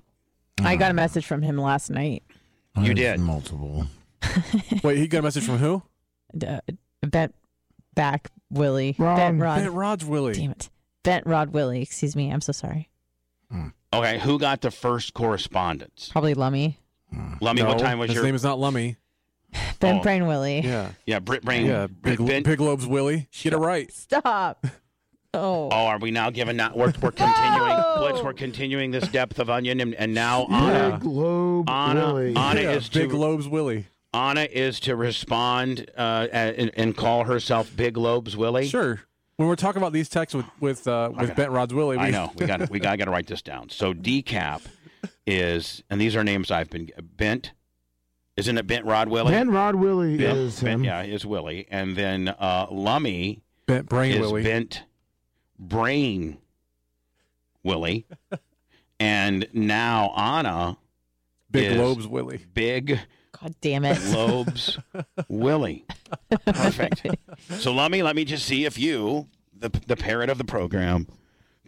Speaker 7: I got a message from him last night.
Speaker 17: You did.
Speaker 8: Multiple.
Speaker 5: *laughs* Wait, he got a message from who?
Speaker 7: Uh, bent back Willie. Bent Rod.
Speaker 5: Rod's Willie.
Speaker 7: Damn it. Bent Rod Willie. Excuse me. I'm so sorry.
Speaker 4: Okay, who got the first correspondence?
Speaker 7: Probably Lummy.
Speaker 4: Lummy, what
Speaker 5: Hmm. No,
Speaker 4: time was
Speaker 5: his
Speaker 4: your
Speaker 5: name is not Lummy.
Speaker 7: Ben
Speaker 4: Oh.
Speaker 7: Brain Willie.
Speaker 4: Yeah, Brit Brain.
Speaker 5: Yeah, Big,
Speaker 4: Ben-
Speaker 5: Big Lobes Willie. Get it right.
Speaker 7: Stop. *laughs* Oh.
Speaker 4: Oh, are we now given not we're, we're continuing Blitz, we're continuing this depth of onion and, and now Anna
Speaker 8: Globe
Speaker 4: Anna,
Speaker 8: Willie.
Speaker 4: Anna is to
Speaker 5: Big Lobes Willie.
Speaker 4: Anna is to respond uh, and, and call herself Big Lobes Willie.
Speaker 5: Sure. When we're talking about these texts with with uh, with Bent Rods Willie, we,
Speaker 4: I know. We got we
Speaker 5: *laughs*
Speaker 4: got to write this down. So decap is and these are names I've been bent. Isn't it Bent Rod Willie?
Speaker 8: Ben Rod Willie
Speaker 4: Bent,
Speaker 8: is
Speaker 4: Bent-
Speaker 8: him.
Speaker 4: yeah, is Willie. And then uh, Lummy
Speaker 5: Bent Brain
Speaker 4: is
Speaker 5: Willie.
Speaker 4: Bent Brain
Speaker 5: *laughs*
Speaker 4: Willie. and now Anna
Speaker 5: Big
Speaker 4: is
Speaker 5: Lobes Willie.
Speaker 4: Big
Speaker 7: God damn it.
Speaker 4: Lobes Willie.
Speaker 5: *laughs*
Speaker 4: Perfect. So Lummy, let me just see if you, the the parrot of the program,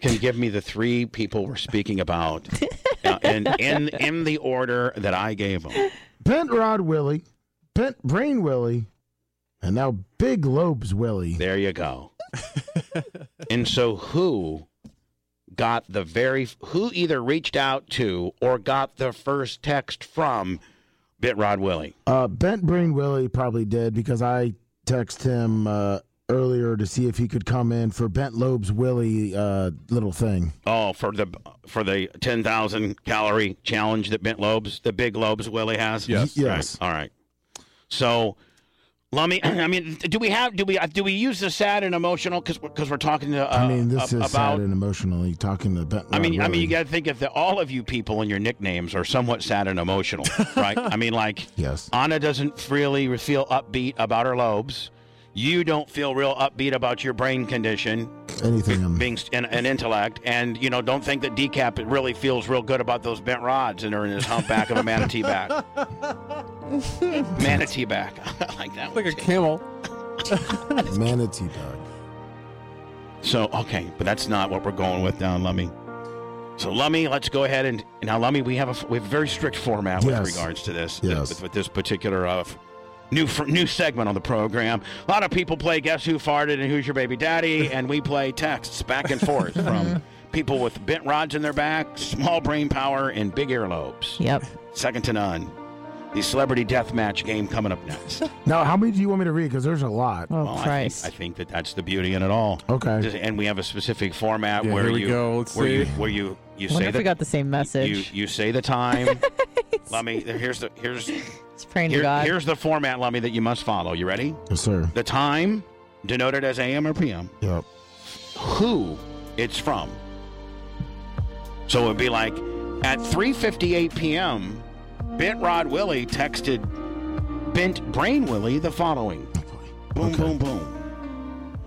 Speaker 4: can give me the three people we're speaking about, uh, and in in the order that I gave them.
Speaker 8: Bent Rod Willie, Bent Brain Willie, and now Big Lobes Willie.
Speaker 4: There you go. And so who got the very who either reached out to or got the first text from Bit Rod Willie?
Speaker 8: Uh, Bent Brain Willie probably did because I text him uh, earlier to see if he could come in for Bent Lobes Willie uh, little thing.
Speaker 4: Oh, for the for the ten thousand calorie challenge that Bent Lobes, the big Lobes Willie has.
Speaker 8: Yes. Y- yes.
Speaker 4: All right. All right. So, let me. *clears throat* I mean, do we have do we do we use the sad and emotional because because we're talking to, uh,
Speaker 8: I mean, this
Speaker 4: ab-
Speaker 8: is sad
Speaker 4: about.
Speaker 8: and emotionally talking to Bent.
Speaker 4: I mean,
Speaker 8: Rod
Speaker 4: I mean,
Speaker 8: Willie.
Speaker 4: you got to think if the, all of you people and your nicknames are somewhat sad and emotional, right? I mean, like
Speaker 8: yes,
Speaker 4: Anna doesn't really feel upbeat about her lobes. You don't feel real upbeat about your brain condition
Speaker 8: anything. um,
Speaker 4: being st- an, an intellect, and you know, don't think that decap really feels real good about those bent rods and are in his humpback of a
Speaker 15: *laughs*
Speaker 4: manatee back. manatee back, I like that.
Speaker 5: like
Speaker 4: one
Speaker 5: a
Speaker 4: too.
Speaker 5: camel.
Speaker 4: *laughs*
Speaker 8: manatee dog.
Speaker 4: So okay, but that's not what we're going with now, Lummy. So Lummy, let's go ahead and now Lummy, we have a we have a very strict format
Speaker 8: Yes.
Speaker 4: with regards to this
Speaker 8: Yes.
Speaker 4: with, with this particular uh, f- new fr- new segment on the program. A lot of people play Guess Who Farted and Who's Your Baby
Speaker 8: *laughs*
Speaker 4: Daddy, and we play texts back and forth from people with bent rods in their back, small brain power, and big earlobes.
Speaker 7: Yep.
Speaker 4: Second to none. The celebrity death match game coming up next. *laughs*
Speaker 8: Now, how many do you want me to read? Because there's a lot.
Speaker 7: Oh,
Speaker 4: Well, I think, I think that that's the beauty in it all.
Speaker 8: Okay.
Speaker 4: Just- And we have a specific format
Speaker 5: Yeah,
Speaker 4: where
Speaker 5: here we
Speaker 4: you
Speaker 5: go. Let's
Speaker 4: where you
Speaker 5: see.
Speaker 4: where you you
Speaker 7: Wonder
Speaker 4: say
Speaker 7: if we
Speaker 4: the
Speaker 7: got the same message.
Speaker 4: you you say the
Speaker 7: *laughs*
Speaker 4: time.
Speaker 12: *laughs*
Speaker 4: Lummy, there- here's the here's
Speaker 7: it's praying to
Speaker 4: here-
Speaker 7: God.
Speaker 4: here's the format, Lummy, that you must follow. You ready?
Speaker 8: Yes, sir.
Speaker 4: The time denoted as AM or PM.
Speaker 8: Yep.
Speaker 4: Who it's from. So it'd be like at 3:58 p.m. Bent Rod Willie texted Bent Brain Willie the following. Boom, boom, boom.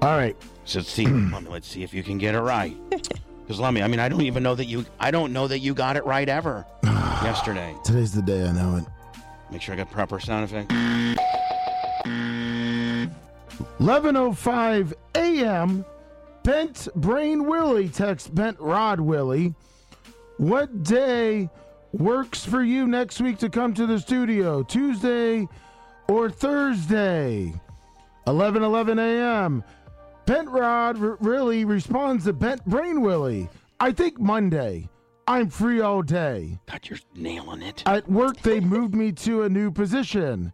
Speaker 8: Oh, All right.
Speaker 4: So
Speaker 8: *clears throat*
Speaker 4: let's see, Lummy, let's see if you can get it
Speaker 8: *laughs*
Speaker 4: right. Because Lummy, I mean, I don't even know that you, I don't know that you got it right
Speaker 8: *sighs*
Speaker 4: ever. yesterday,
Speaker 8: Today's the day I know it.
Speaker 4: make sure I got proper sound effect.
Speaker 8: 11:05 a.m. Bent Brain Willie texts Bent Rod Willie, "What day works for you next week to come to the studio? Tuesday or Thursday?" 11:11 a.m. Bent Rod R- Willie responds to Bent Brain Willie, "I think Monday. I'm free all day."
Speaker 4: God, you're nailing it.
Speaker 8: At work, they moved me to a new position.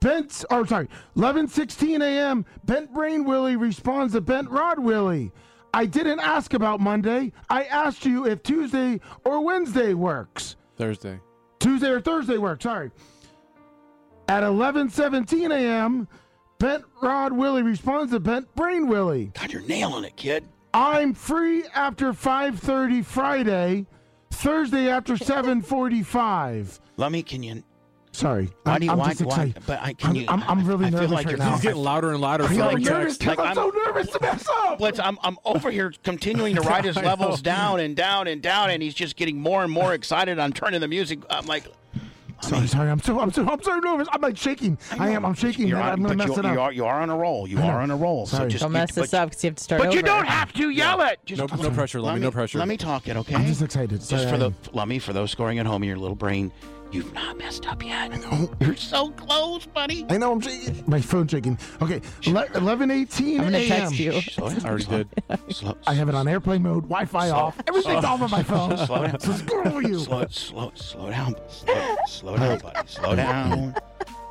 Speaker 8: Bent, or sorry, 11:16 a.m. Bent Brain Willie responds to Bent Rod Willie. I didn't ask about Monday. I asked you if Tuesday or Wednesday works.
Speaker 5: Thursday.
Speaker 8: Tuesday or Thursday works. Sorry. At 11:17 a.m., Bent Rod Willie responds to Bent Brain Willie.
Speaker 4: God, you're nailing it, kid.
Speaker 8: I'm free after 5:30 Friday,
Speaker 7: *laughs*
Speaker 8: Thursday after 7:45.
Speaker 4: Lummy, can you?
Speaker 8: Sorry,
Speaker 4: Why
Speaker 8: I'm,
Speaker 4: do you
Speaker 8: I'm
Speaker 4: why,
Speaker 8: just
Speaker 4: why,
Speaker 8: excited.
Speaker 4: But I can
Speaker 8: I'm,
Speaker 4: you?
Speaker 8: I'm, I'm really
Speaker 4: I feel
Speaker 8: nervous
Speaker 4: like
Speaker 8: right
Speaker 4: you're
Speaker 8: now.
Speaker 5: He's getting louder and louder for
Speaker 8: I'm
Speaker 5: every
Speaker 8: nervous
Speaker 5: text.
Speaker 8: because I'm, so nervous to mess up.
Speaker 4: Blitz, I'm I'm over here
Speaker 8: *laughs*
Speaker 4: continuing to ride his
Speaker 5: I know.
Speaker 4: levels down and down and down, and he's just getting more and more excited. I'm turning the music. I'm like,
Speaker 8: Sorry, sorry. I'm so, I'm so, I'm so nervous. I'm like shaking. I, am. I'm shaking.
Speaker 4: you're
Speaker 8: man.
Speaker 4: on,
Speaker 8: I'm gonna
Speaker 4: but
Speaker 8: mess
Speaker 4: you,
Speaker 8: it
Speaker 4: you
Speaker 8: up.
Speaker 4: are you are on a roll. You
Speaker 8: I know.
Speaker 4: are on a roll. So
Speaker 8: Sorry.
Speaker 4: just
Speaker 7: Don't
Speaker 4: you-
Speaker 7: mess
Speaker 4: but-
Speaker 7: this up because you have to start
Speaker 4: But
Speaker 7: over.
Speaker 4: you don't have to yell it. Just
Speaker 5: No, no pressure, Lummy.
Speaker 4: Lummi,
Speaker 5: No pressure.
Speaker 4: Let me talk it, okay?
Speaker 8: I'm just excited.
Speaker 4: Just
Speaker 8: Sorry,
Speaker 4: for
Speaker 8: I
Speaker 4: the
Speaker 8: am. *laughs*
Speaker 4: Lummy, for those scoring at home in your little brain, You've not messed up yet. You're so close, buddy.
Speaker 8: I know I'm shaking. My phone's shaking. Okay,
Speaker 7: *laughs*
Speaker 8: ele- 11:18
Speaker 4: I'm gonna
Speaker 8: a.m.
Speaker 4: text you. Slow down. Already Slow- did.
Speaker 8: I have it on airplane mode, Wi-Fi off. Everything's off
Speaker 4: *laughs*
Speaker 8: on my phone.
Speaker 4: Slow down.
Speaker 8: So screw you.
Speaker 4: Slow, slow, slow down. Slow, slow down, buddy. Slow down.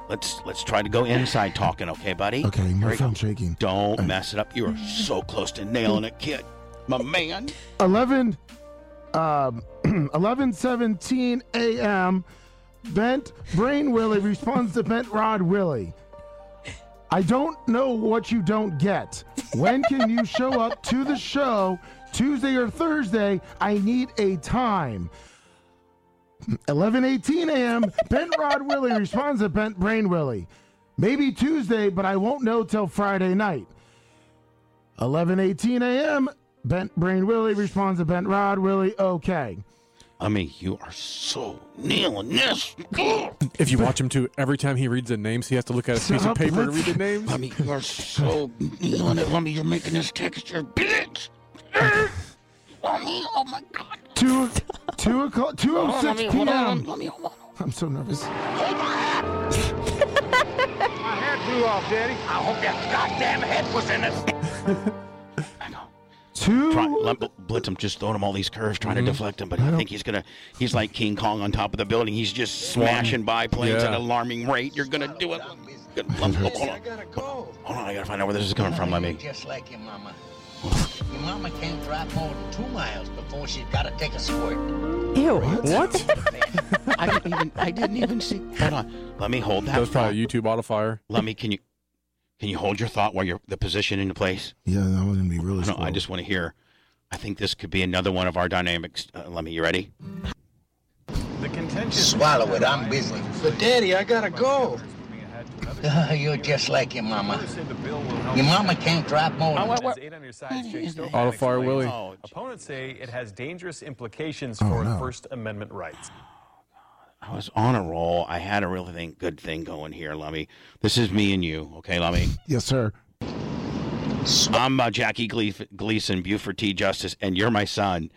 Speaker 4: Let's let's try to go inside talking, okay, buddy?
Speaker 8: Okay,
Speaker 4: Here
Speaker 8: my
Speaker 4: we go.
Speaker 8: phone's shaking.
Speaker 4: Don't mess it up. You are so close to nailing it, kid. My man.
Speaker 8: 11 um *clears throat* 11:17 a.m. Bent Brain Willie responds to Bent Rod Willie. I don't know what you don't get. When can you show up to the show Tuesday or Thursday? I need a time. 11:18 a.m. Bent Rod Willie responds to Bent Brain Willie. Maybe Tuesday, but I won't know till Friday night. 11:18 a.m. Bent Brain Willie responds to Bent Rod Willie. Okay.
Speaker 4: I mean, you are so nailing this.
Speaker 5: If you watch him too, every time he reads the names, he has to look at a piece of paper to read the names.
Speaker 4: I mean, you are so nailing it, Lummy. You're making this texture, bitch. Lummy, oh my god.
Speaker 8: Two two o'clock two
Speaker 4: Hold
Speaker 8: oh
Speaker 4: on,
Speaker 8: six
Speaker 4: Lummy, hold on,
Speaker 8: p.m.
Speaker 4: Lummy, hold on.
Speaker 8: I'm so nervous.
Speaker 4: My head blew off, Daddy. I hope that goddamn head was in it.
Speaker 8: Two. Mm-hmm.
Speaker 4: Try, Lem- Blitz, I'm just throwing him all these curves, trying to deflect him, but I, think he's gonna. He's like King Kong on top of the building. He's just smashing biplanes at
Speaker 5: Yeah.
Speaker 4: an alarming rate. You're gonna do it. Good-
Speaker 8: *laughs*
Speaker 4: Lem- oh, hold on, hold on. I gotta find out where this is coming from, Lemmy.
Speaker 18: Just like your mama. Your mama can't drive more than two miles before she's got to take a squirt.
Speaker 4: Ew, *laughs* what? I didn't even. I didn't even see. Hold on. Let me hold that.
Speaker 5: That was probably a YouTube auto fire.
Speaker 4: Let me. Can you? Can you hold your thought while you're the position into place?
Speaker 8: Yeah, that was gonna be really.
Speaker 4: I don't. I just want to hear. I think this could be another one of our dynamics. Uh, Lemmy, you ready?
Speaker 18: The contention. Swallow it. I'm busy. But Daddy, I gotta go.
Speaker 4: *laughs*
Speaker 18: *laughs* you're just like your mama. Your mama can't drive more
Speaker 4: Oh,
Speaker 18: than
Speaker 12: Has eight on your side, Jake Stover
Speaker 5: Auto fire
Speaker 12: explains.
Speaker 5: Willie.
Speaker 12: Opponents say it has dangerous implications
Speaker 5: Oh,
Speaker 12: for
Speaker 5: no.
Speaker 12: First Amendment rights.
Speaker 4: I was on a roll. I had a really thing, good thing going here, Lummy. This is me and you, okay, Lummy?
Speaker 8: Yes, sir.
Speaker 4: I'm uh, Jackie Gleef- Gleason, Buford T. Justice, and you're my son.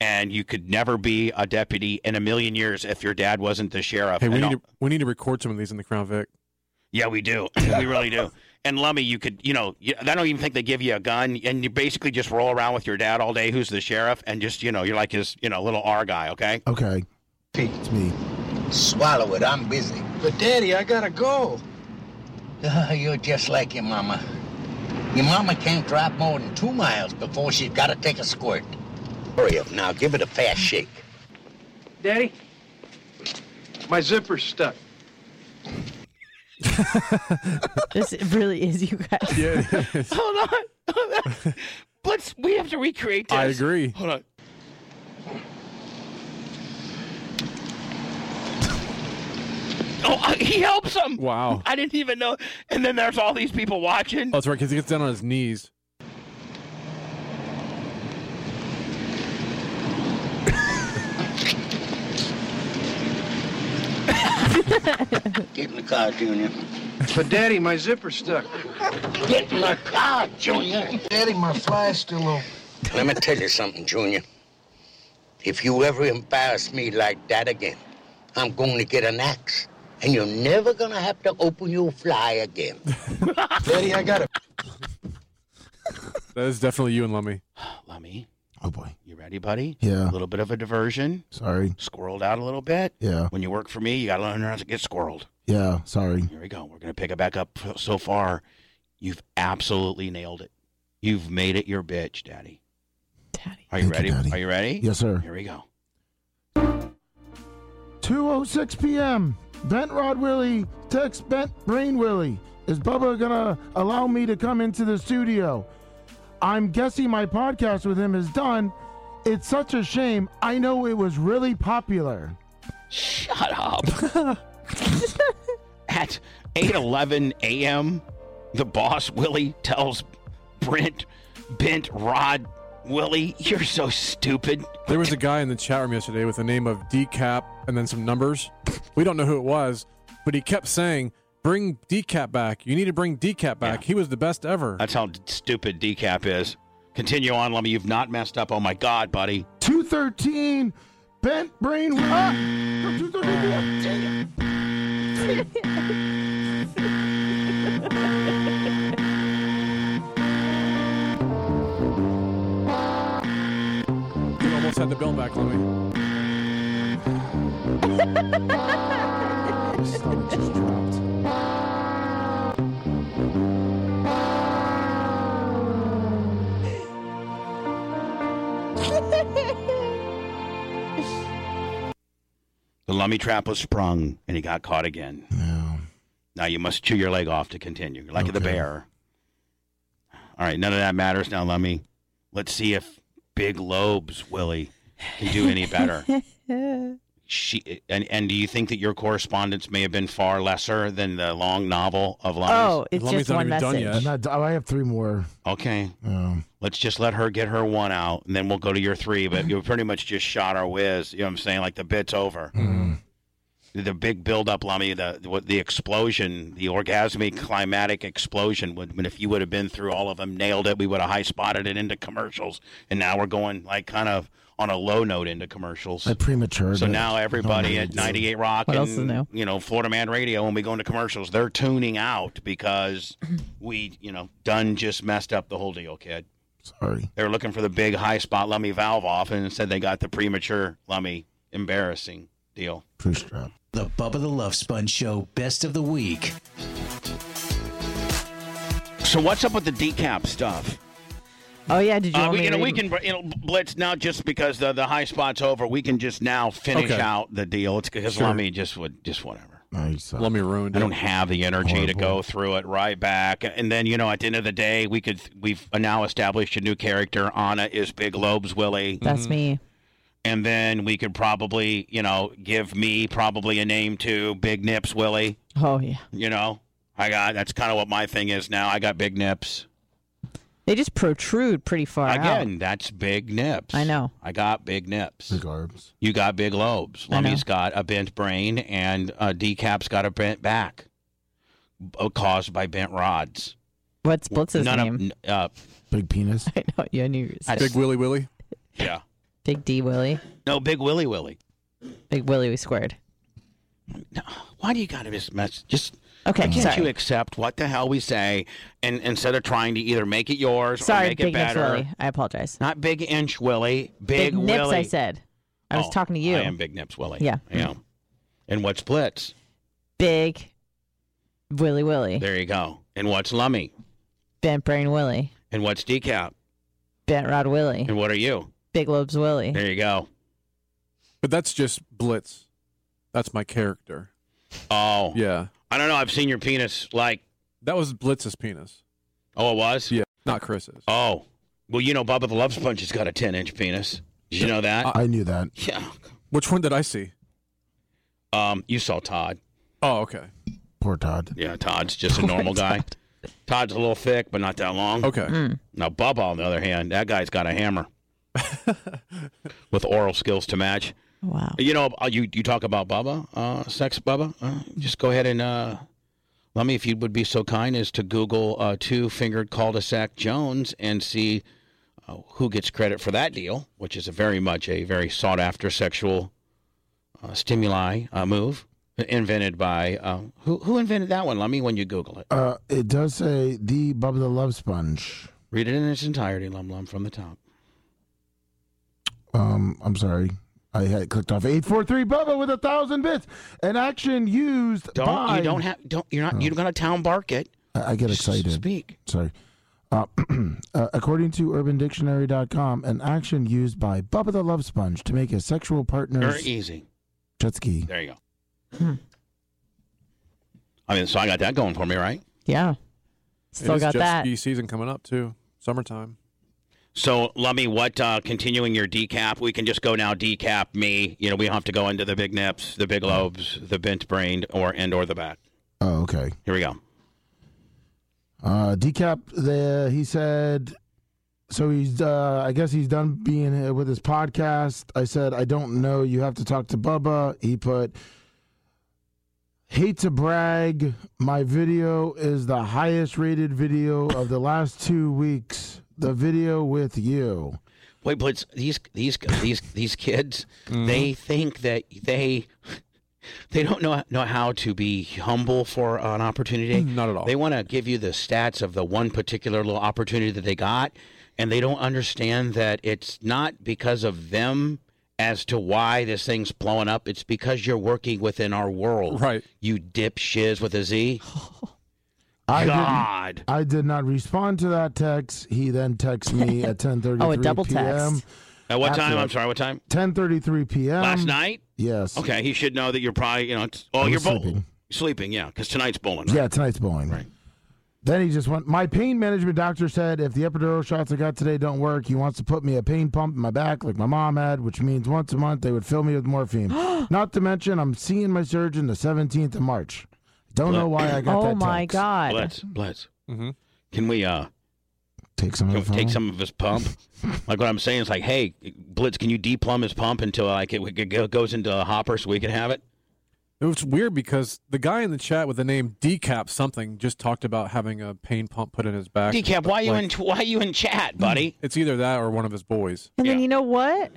Speaker 4: And you could never be a deputy in a million years if your dad wasn't the sheriff.
Speaker 5: Hey, we
Speaker 4: And
Speaker 5: need
Speaker 4: I'll-
Speaker 5: to we need to record some of these in the Crown Vic.
Speaker 4: Yeah, we
Speaker 8: *laughs*
Speaker 4: do. we really do. And Lummy, you could, you know, you, I don't even think they give you a gun, and you basically just roll around with your dad all day, who's the sheriff, and just, you know, you're like his, you know, little R guy, okay?
Speaker 8: Okay. It's me.
Speaker 18: Swallow it. I'm busy. But Daddy, I gotta go. *laughs* you're just like your mama. Your mama can't drive more than two miles before she's got to take a squirt. Hurry up now. Give it a fast shake.
Speaker 19: Daddy, my zipper's stuck.
Speaker 7: *laughs* this really is you guys.
Speaker 5: *laughs* Yeah,
Speaker 4: *laughs* Hold on. Let's, we have to recreate this.
Speaker 5: I agree.
Speaker 4: Hold on. Oh, I- he helps him. *laughs*
Speaker 5: Wow.
Speaker 4: I didn't even know. And then there's all these people watching.
Speaker 5: Oh, that's right, because he gets down on his knees.
Speaker 18: Get in the car, Junior.
Speaker 19: But Daddy, my zipper's stuck.
Speaker 18: Get in the car, Junior. Daddy, my fly's still open. Let me tell you something, Junior. If you ever embarrass me like that again, I'm going to get an axe, and you're never going to have to open your fly *laughs* again. Daddy, I got it.
Speaker 5: That is definitely you
Speaker 4: *sighs*
Speaker 5: and Lummy.
Speaker 4: Lummy,
Speaker 8: Oh boy.
Speaker 4: you ready, buddy?
Speaker 8: Yeah.
Speaker 4: A little bit of a diversion.
Speaker 8: Sorry.
Speaker 4: Squirreled out a little bit.
Speaker 8: Yeah.
Speaker 4: When you work for me, you got to learn how to get squirreled.
Speaker 8: Yeah. Sorry.
Speaker 4: Here we go. We're going to pick it back up. So far, you've absolutely nailed it. You've made it your bitch, Daddy. Daddy. Are you
Speaker 8: Thank
Speaker 4: ready?
Speaker 8: you, Daddy.
Speaker 4: Are you ready?
Speaker 8: Yes, sir.
Speaker 4: Here we go.
Speaker 8: 2:06 p.m. Bent Rod Willie texts Bent Brain Willie. Is Bubba gonna allow me to come into the studio? I'm guessing my podcast with him is done. It's such a shame. I know it was really popular.
Speaker 4: Shut up. *laughs* At 8:11 a.m., the boss Willie tells Brent, Bent, Rod, Willie, you're so stupid.
Speaker 5: There was a guy in the chat room yesterday with the name of Decap and then some numbers. We don't know who it was, but he kept saying, "Bring Decap back. You need to bring Decap back. He was the best ever."
Speaker 4: That's how stupid decap is. Continue on, Lummy. You've not messed up. Oh my God, buddy.
Speaker 8: 2:13 Bent brain. Ah!
Speaker 5: You almost had the bell back, Louie.
Speaker 8: Stomach just dropped.
Speaker 4: The lummy trap was sprung, and he got caught again. Now you must chew your leg off to continue, like the bear. All right, none of that matters now, Lummy. Let's see if Big Lobes Willie can do any better. she and and do you think that your correspondence may have been far lesser than the long novel of Lummy's?
Speaker 8: Oh, I'm not done- I have three more.
Speaker 4: Okay.
Speaker 8: Um,
Speaker 4: Let's just let her get her one out, and then we'll go to your three.
Speaker 8: Mm-hmm.
Speaker 4: But you pretty much just shot our whiz. You know what I'm saying? Like the bit's over.
Speaker 8: Mm-hmm.
Speaker 4: The big build-up, Lummy, the what- the explosion, the orgasmic climatic explosion. Would, would- if you would have been through all of them, nailed it, we would have high spotted it into commercials, and now we're going like kind of on a low note into commercials.
Speaker 8: I premature.
Speaker 4: So
Speaker 8: but-
Speaker 4: now everybody
Speaker 8: No,
Speaker 4: at 98 Rock
Speaker 8: What else is
Speaker 4: and
Speaker 8: new?
Speaker 4: you know Florida Man Radio, when we go into commercials, they're tuning out because
Speaker 8: *clears throat*
Speaker 4: we, you know, Dunn just messed up the whole deal, kid.
Speaker 8: Sorry.
Speaker 4: They were looking for the big high spot Lummy valve off, and instead they got the premature Lummy embarrassing deal.
Speaker 2: The Bubba the Love Sponge Show Best of the Week.
Speaker 4: So what's up with the decap stuff?
Speaker 7: Oh yeah, did you?
Speaker 4: Uh,
Speaker 7: want
Speaker 4: we,
Speaker 7: me
Speaker 4: you
Speaker 7: to
Speaker 4: know, we
Speaker 7: read-
Speaker 4: can you know, blitz now just because the, the high spot's over. We can just now finish
Speaker 5: Okay.
Speaker 4: out the deal. It's because
Speaker 5: Sure.
Speaker 4: Lummy just would just whatever.
Speaker 7: uh,
Speaker 5: Lummy ruined
Speaker 4: I
Speaker 5: it.
Speaker 4: don't have the energy to go through it right back. And then you know, at the end of the day, we could we've now established a new character. Anna is Big Lobes Willie.
Speaker 7: That's me.
Speaker 4: And then we could probably you know give me probably a name too. Big Nips Willie.
Speaker 7: Oh yeah,
Speaker 4: You know, I got that's kind of what my thing is now. I got big nips
Speaker 7: they just protrude pretty far
Speaker 4: again.
Speaker 7: out.
Speaker 4: That's big nips.
Speaker 7: I know.
Speaker 4: I got big nips. Big
Speaker 8: lobes.
Speaker 4: You got big lobes. Lummy's got a bent brain, and uh, Decap's got a bent back, uh, caused by bent rods.
Speaker 7: What's Blitz's
Speaker 4: None
Speaker 7: name?
Speaker 4: Of, uh,
Speaker 8: Big penis.
Speaker 7: *laughs* I know. Yeah, I knew. you were
Speaker 4: Big
Speaker 7: saying-
Speaker 4: Willy Willy. Yeah.
Speaker 7: Big D Willie.
Speaker 4: No, Big Willy Willy.
Speaker 7: Big Willie we squared.
Speaker 4: Why do you got to just mess? Just
Speaker 7: Okay,
Speaker 4: Why can't
Speaker 7: sorry.
Speaker 4: you accept what the hell we say, and instead of trying to either make it yours or
Speaker 7: Sorry,
Speaker 4: make it
Speaker 7: Big Nips
Speaker 4: better?
Speaker 7: Willie. I apologize.
Speaker 4: Not Big Inch Willie. Big,
Speaker 7: Nips.
Speaker 4: Willie.
Speaker 7: I said. I was
Speaker 4: Oh,
Speaker 7: talking to you.
Speaker 4: I am Big Nips Willie.
Speaker 7: Yeah.
Speaker 4: Yeah. And what's Blitz?
Speaker 7: Big Willie Willie.
Speaker 4: There you go. And what's Lummy?
Speaker 7: Bent Brain Willie.
Speaker 4: And what's Decap?
Speaker 7: Bent Rod Willie.
Speaker 4: And what are you?
Speaker 7: Big Lobes Willie.
Speaker 4: There you go.
Speaker 5: But that's just Blitz. That's my character.
Speaker 4: Oh.
Speaker 5: Yeah.
Speaker 4: I don't know. I've seen your penis like.
Speaker 5: That was Blitz's penis.
Speaker 4: Oh, it was?
Speaker 5: Yeah. Not Chris's.
Speaker 4: Oh. Well, you know, Bubba the Love Sponge has got a 10 inch penis. Did you know that?
Speaker 8: I knew that.
Speaker 4: yeah.
Speaker 5: Which one did I see?
Speaker 4: Um, you saw Todd.
Speaker 5: Oh, okay.
Speaker 8: Poor Todd.
Speaker 4: Yeah, Todd's just a normal guy. Todd's a little thick, but not that long.
Speaker 5: Okay.
Speaker 8: Hmm.
Speaker 7: Mm.
Speaker 4: Now, Bubba, on the other hand, that guy's got a
Speaker 5: *laughs*
Speaker 4: hammer with oral skills to match.
Speaker 7: Wow.
Speaker 4: You know, uh, you you talk about Bubba, uh, sex Bubba. Uh, just go ahead and uh, let me, if you would be so kind, as to Google uh, two fingered cul-de-sac Jones and see uh, who gets credit for that deal, which is a very much a very sought after sexual uh, stimuli uh, move invented by uh, who who invented that one? Let me when you Google it.
Speaker 8: Uh, it does say the Bubba the Love Sponge.
Speaker 4: Read it in its entirety, Lum Lum, from the top.
Speaker 8: Um, I'm sorry. I had clicked off 843 Bubba with a thousand bits. An action used
Speaker 4: Don't
Speaker 8: by.
Speaker 4: you don't have don't you're not you're gonna town bark it.
Speaker 8: I I get excited.
Speaker 4: Speak.
Speaker 8: Sorry. Uh, *clears throat* uh, according to UrbanDictionary.com, an action used by Bubba the Love Sponge to make his sexual
Speaker 4: Very
Speaker 8: partner's
Speaker 4: easy.
Speaker 8: jet ski.
Speaker 4: There you go. I mean, so I got that going for me, right?
Speaker 7: Yeah.
Speaker 5: it
Speaker 7: Still
Speaker 5: is
Speaker 7: got
Speaker 5: jet
Speaker 7: that.
Speaker 5: ski season coming up too. Summertime.
Speaker 4: So, Lummy, what uh, continuing your decap? We can just go now decap me. You know, we don't have to go into the big nips, the big lobes, the bent brain, or and or the back.
Speaker 8: Oh, okay.
Speaker 4: Here we go.
Speaker 8: Uh, decap. The he said. So he's. Uh, I guess he's done being here with his podcast. I said I don't know. You have to talk to Bubba. He put. Hate to brag, my video is the highest rated video of the last two weeks. the video with you.
Speaker 4: Boy, but these these these these kids, they think that they they don't know know how to be humble for an opportunity. Mm, Not at all. They want to give you the stats of the one particular little opportunity that they got, and they don't understand that it's not because of them as to why this thing's blowing up. It's because you're working within our world, right? You dipshiz with a *laughs* Z.
Speaker 8: I didn't-
Speaker 4: God.
Speaker 8: I did not respond to that text. He then texts
Speaker 4: *laughs*
Speaker 8: me at 10:33
Speaker 4: Oh, a double
Speaker 8: p.m.
Speaker 4: text. At what
Speaker 8: After
Speaker 4: time?
Speaker 8: that-
Speaker 4: I'm sorry. What time?
Speaker 8: 10:33 p.m.
Speaker 4: Last night?
Speaker 8: Yes.
Speaker 4: Okay, he should know that you're probably, you know, it's, oh,
Speaker 8: I was
Speaker 4: you're bowling.
Speaker 8: sleeping.
Speaker 4: Sleeping, yeah, because tonight's bowling. Right?
Speaker 8: Yeah, tonight's bowling. Right. Then he just went. My pain management doctor said if the epidural shots I got today don't work, he wants to put me a pain pump in my back like my mom had, which means once a month they would fill me with morphine. Not to mention, I'm seeing my surgeon the 17th of March. Don't know why I got
Speaker 4: Oh
Speaker 7: Oh
Speaker 8: that. text.
Speaker 4: Blitz, Blitz. Mm-hmm. Can we uh
Speaker 8: take some
Speaker 4: of take some of his pump?
Speaker 8: *laughs*
Speaker 4: like what I'm saying is like, hey, Blitz, can you deplumb his pump until like it, it go- goes into a hopper so we can have it?
Speaker 5: It was weird because the guy in the chat with the name Decap something just talked about having a pain pump put in his back.
Speaker 4: Decap, why you in why you in chat, buddy?
Speaker 5: *laughs* It's either that or one of his boys.
Speaker 7: And then you know what?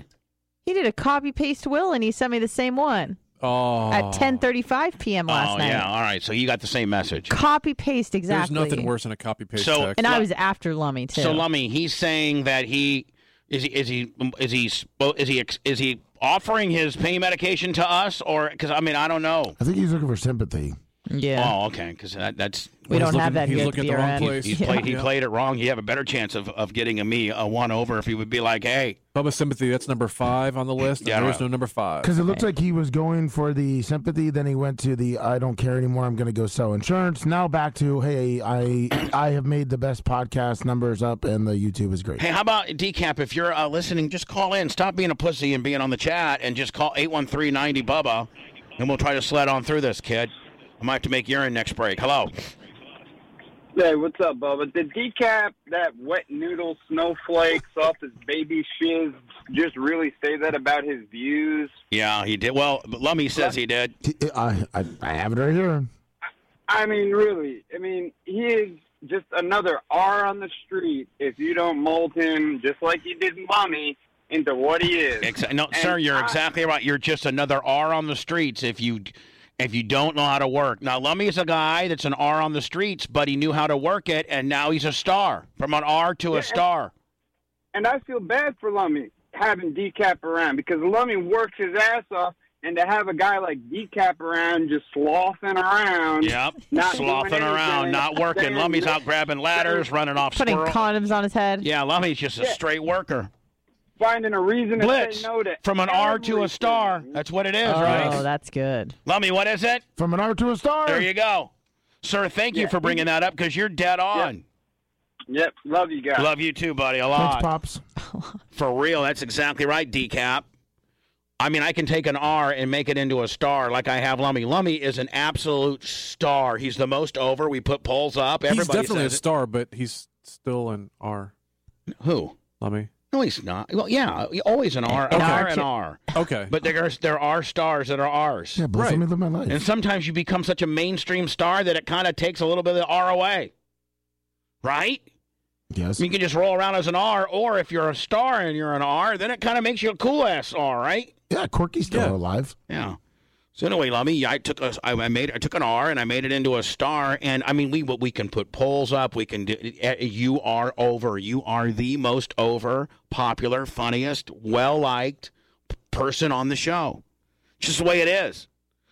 Speaker 7: He did a copy paste will, and he sent me the same one
Speaker 4: Oh.
Speaker 7: at 10:35 p.m. last
Speaker 4: oh,
Speaker 7: night.
Speaker 4: yeah. All right. So you got the same message.
Speaker 7: Copy paste exactly.
Speaker 4: nothing worse
Speaker 5: than a copy paste
Speaker 4: So- text.
Speaker 7: and I was after Lummy too.
Speaker 4: So Lummy, he's saying that he is he is he is he spo- is he ex- is he offering his pain medication to us or because I mean I don't know.
Speaker 8: I think he's looking for sympathy.
Speaker 7: Yeah.
Speaker 4: Oh, okay. Because that, that's
Speaker 7: We don't have that here at the BRN.
Speaker 4: He's
Speaker 7: Yeah.
Speaker 4: played, he
Speaker 7: Yeah.
Speaker 4: played it wrong. He'd have a better chance of, of getting a me a one over if he would be like, hey,
Speaker 5: Bubba Sympathy, that's number five on the list.
Speaker 4: Yeah,
Speaker 5: Yeah, there's
Speaker 4: right.
Speaker 5: no number five.
Speaker 8: Because it looks like he was going for the sympathy, then he went to the I don't care anymore. I'm going to go sell insurance. Now back to hey, I I have made the best podcast numbers up, and the YouTube is great.
Speaker 4: hey, how about decap? If you're uh, listening, just call in. Stop being a pussy and being on the chat, and just call eight one three ninety Bubba, and we'll try to sled on through this kid. I might have to make urine next break. Hello.
Speaker 20: Hey, what's up, Bubba? Did decap that wet noodle
Speaker 4: *laughs*
Speaker 20: snowflakes off his baby shiz just really say that about his views?
Speaker 4: Yeah, he did. Well, Lummy says he did.
Speaker 8: I I, I have it right here.
Speaker 20: I mean, really. I mean, he is just another R on the street if you don't mold him, just like you did Mommy, into what he is.
Speaker 4: Exa- no,
Speaker 20: And
Speaker 4: sir, you're
Speaker 20: I-
Speaker 4: exactly right. You're just another R on the streets if you if you don't know how to work. Now Lummy is a guy that's an R on the streets, but he knew how to work it, and now he's a star from an R to
Speaker 20: Yeah,
Speaker 4: a
Speaker 20: and-
Speaker 4: star.
Speaker 20: And I feel bad for Lummy having Decap around because Lummy works his ass off, and to have a guy like Decap around just sloughing around.
Speaker 4: Yep,
Speaker 20: not doing
Speaker 4: sloughing around,
Speaker 20: anything,
Speaker 4: not working.
Speaker 20: saying
Speaker 4: Lummy's
Speaker 20: nothing.
Speaker 4: out grabbing ladders, running off
Speaker 7: Putting
Speaker 4: squirrel.
Speaker 7: condoms on his head.
Speaker 4: yeah, Lummy's just a straight worker.
Speaker 20: Finding a reason to
Speaker 4: Blitz
Speaker 20: say no to
Speaker 4: from an R to a star. That's what it is,
Speaker 7: oh,
Speaker 4: right?
Speaker 7: that's good.
Speaker 4: Lummy, what is it?
Speaker 8: From an R to a star.
Speaker 4: There you go, sir. Thank you
Speaker 20: Yeah.
Speaker 4: for bringing that up because you're dead on.
Speaker 20: Yep, love you guys.
Speaker 4: Love you too, buddy. A lot.
Speaker 8: Pops.
Speaker 4: *laughs* For real, that's exactly right, decap. I mean, I can take an R and make it into a star like I have Lummy. Lummy is an absolute star. He's the most over. We put polls up.
Speaker 5: he's
Speaker 4: Everybody
Speaker 5: definitely a
Speaker 4: says it.
Speaker 5: star, but he's still an R.
Speaker 4: Who?
Speaker 5: Lummy.
Speaker 4: No, he's not. Well, yeah, always an R. An
Speaker 5: Okay.
Speaker 4: R, an R.
Speaker 5: Okay.
Speaker 4: But there are, there are stars that are R's.
Speaker 8: Yeah, but let me live my life.
Speaker 4: And sometimes you become such a mainstream star that it kind of takes a little bit of the R away. Right?
Speaker 8: Yes.
Speaker 4: You can just roll around as an R, or if you're a star and you're an R, then it kind of makes you a cool ass R, right?
Speaker 8: Yeah, Corky's still alive.
Speaker 4: Yeah. So anyway, Lummy, I took a, I I made, I took an R and I made it into a star. And I mean, we we can put polls up. We can do. eh, You are over. You are the most over, popular, funniest, well liked person on the show. Just the way it is.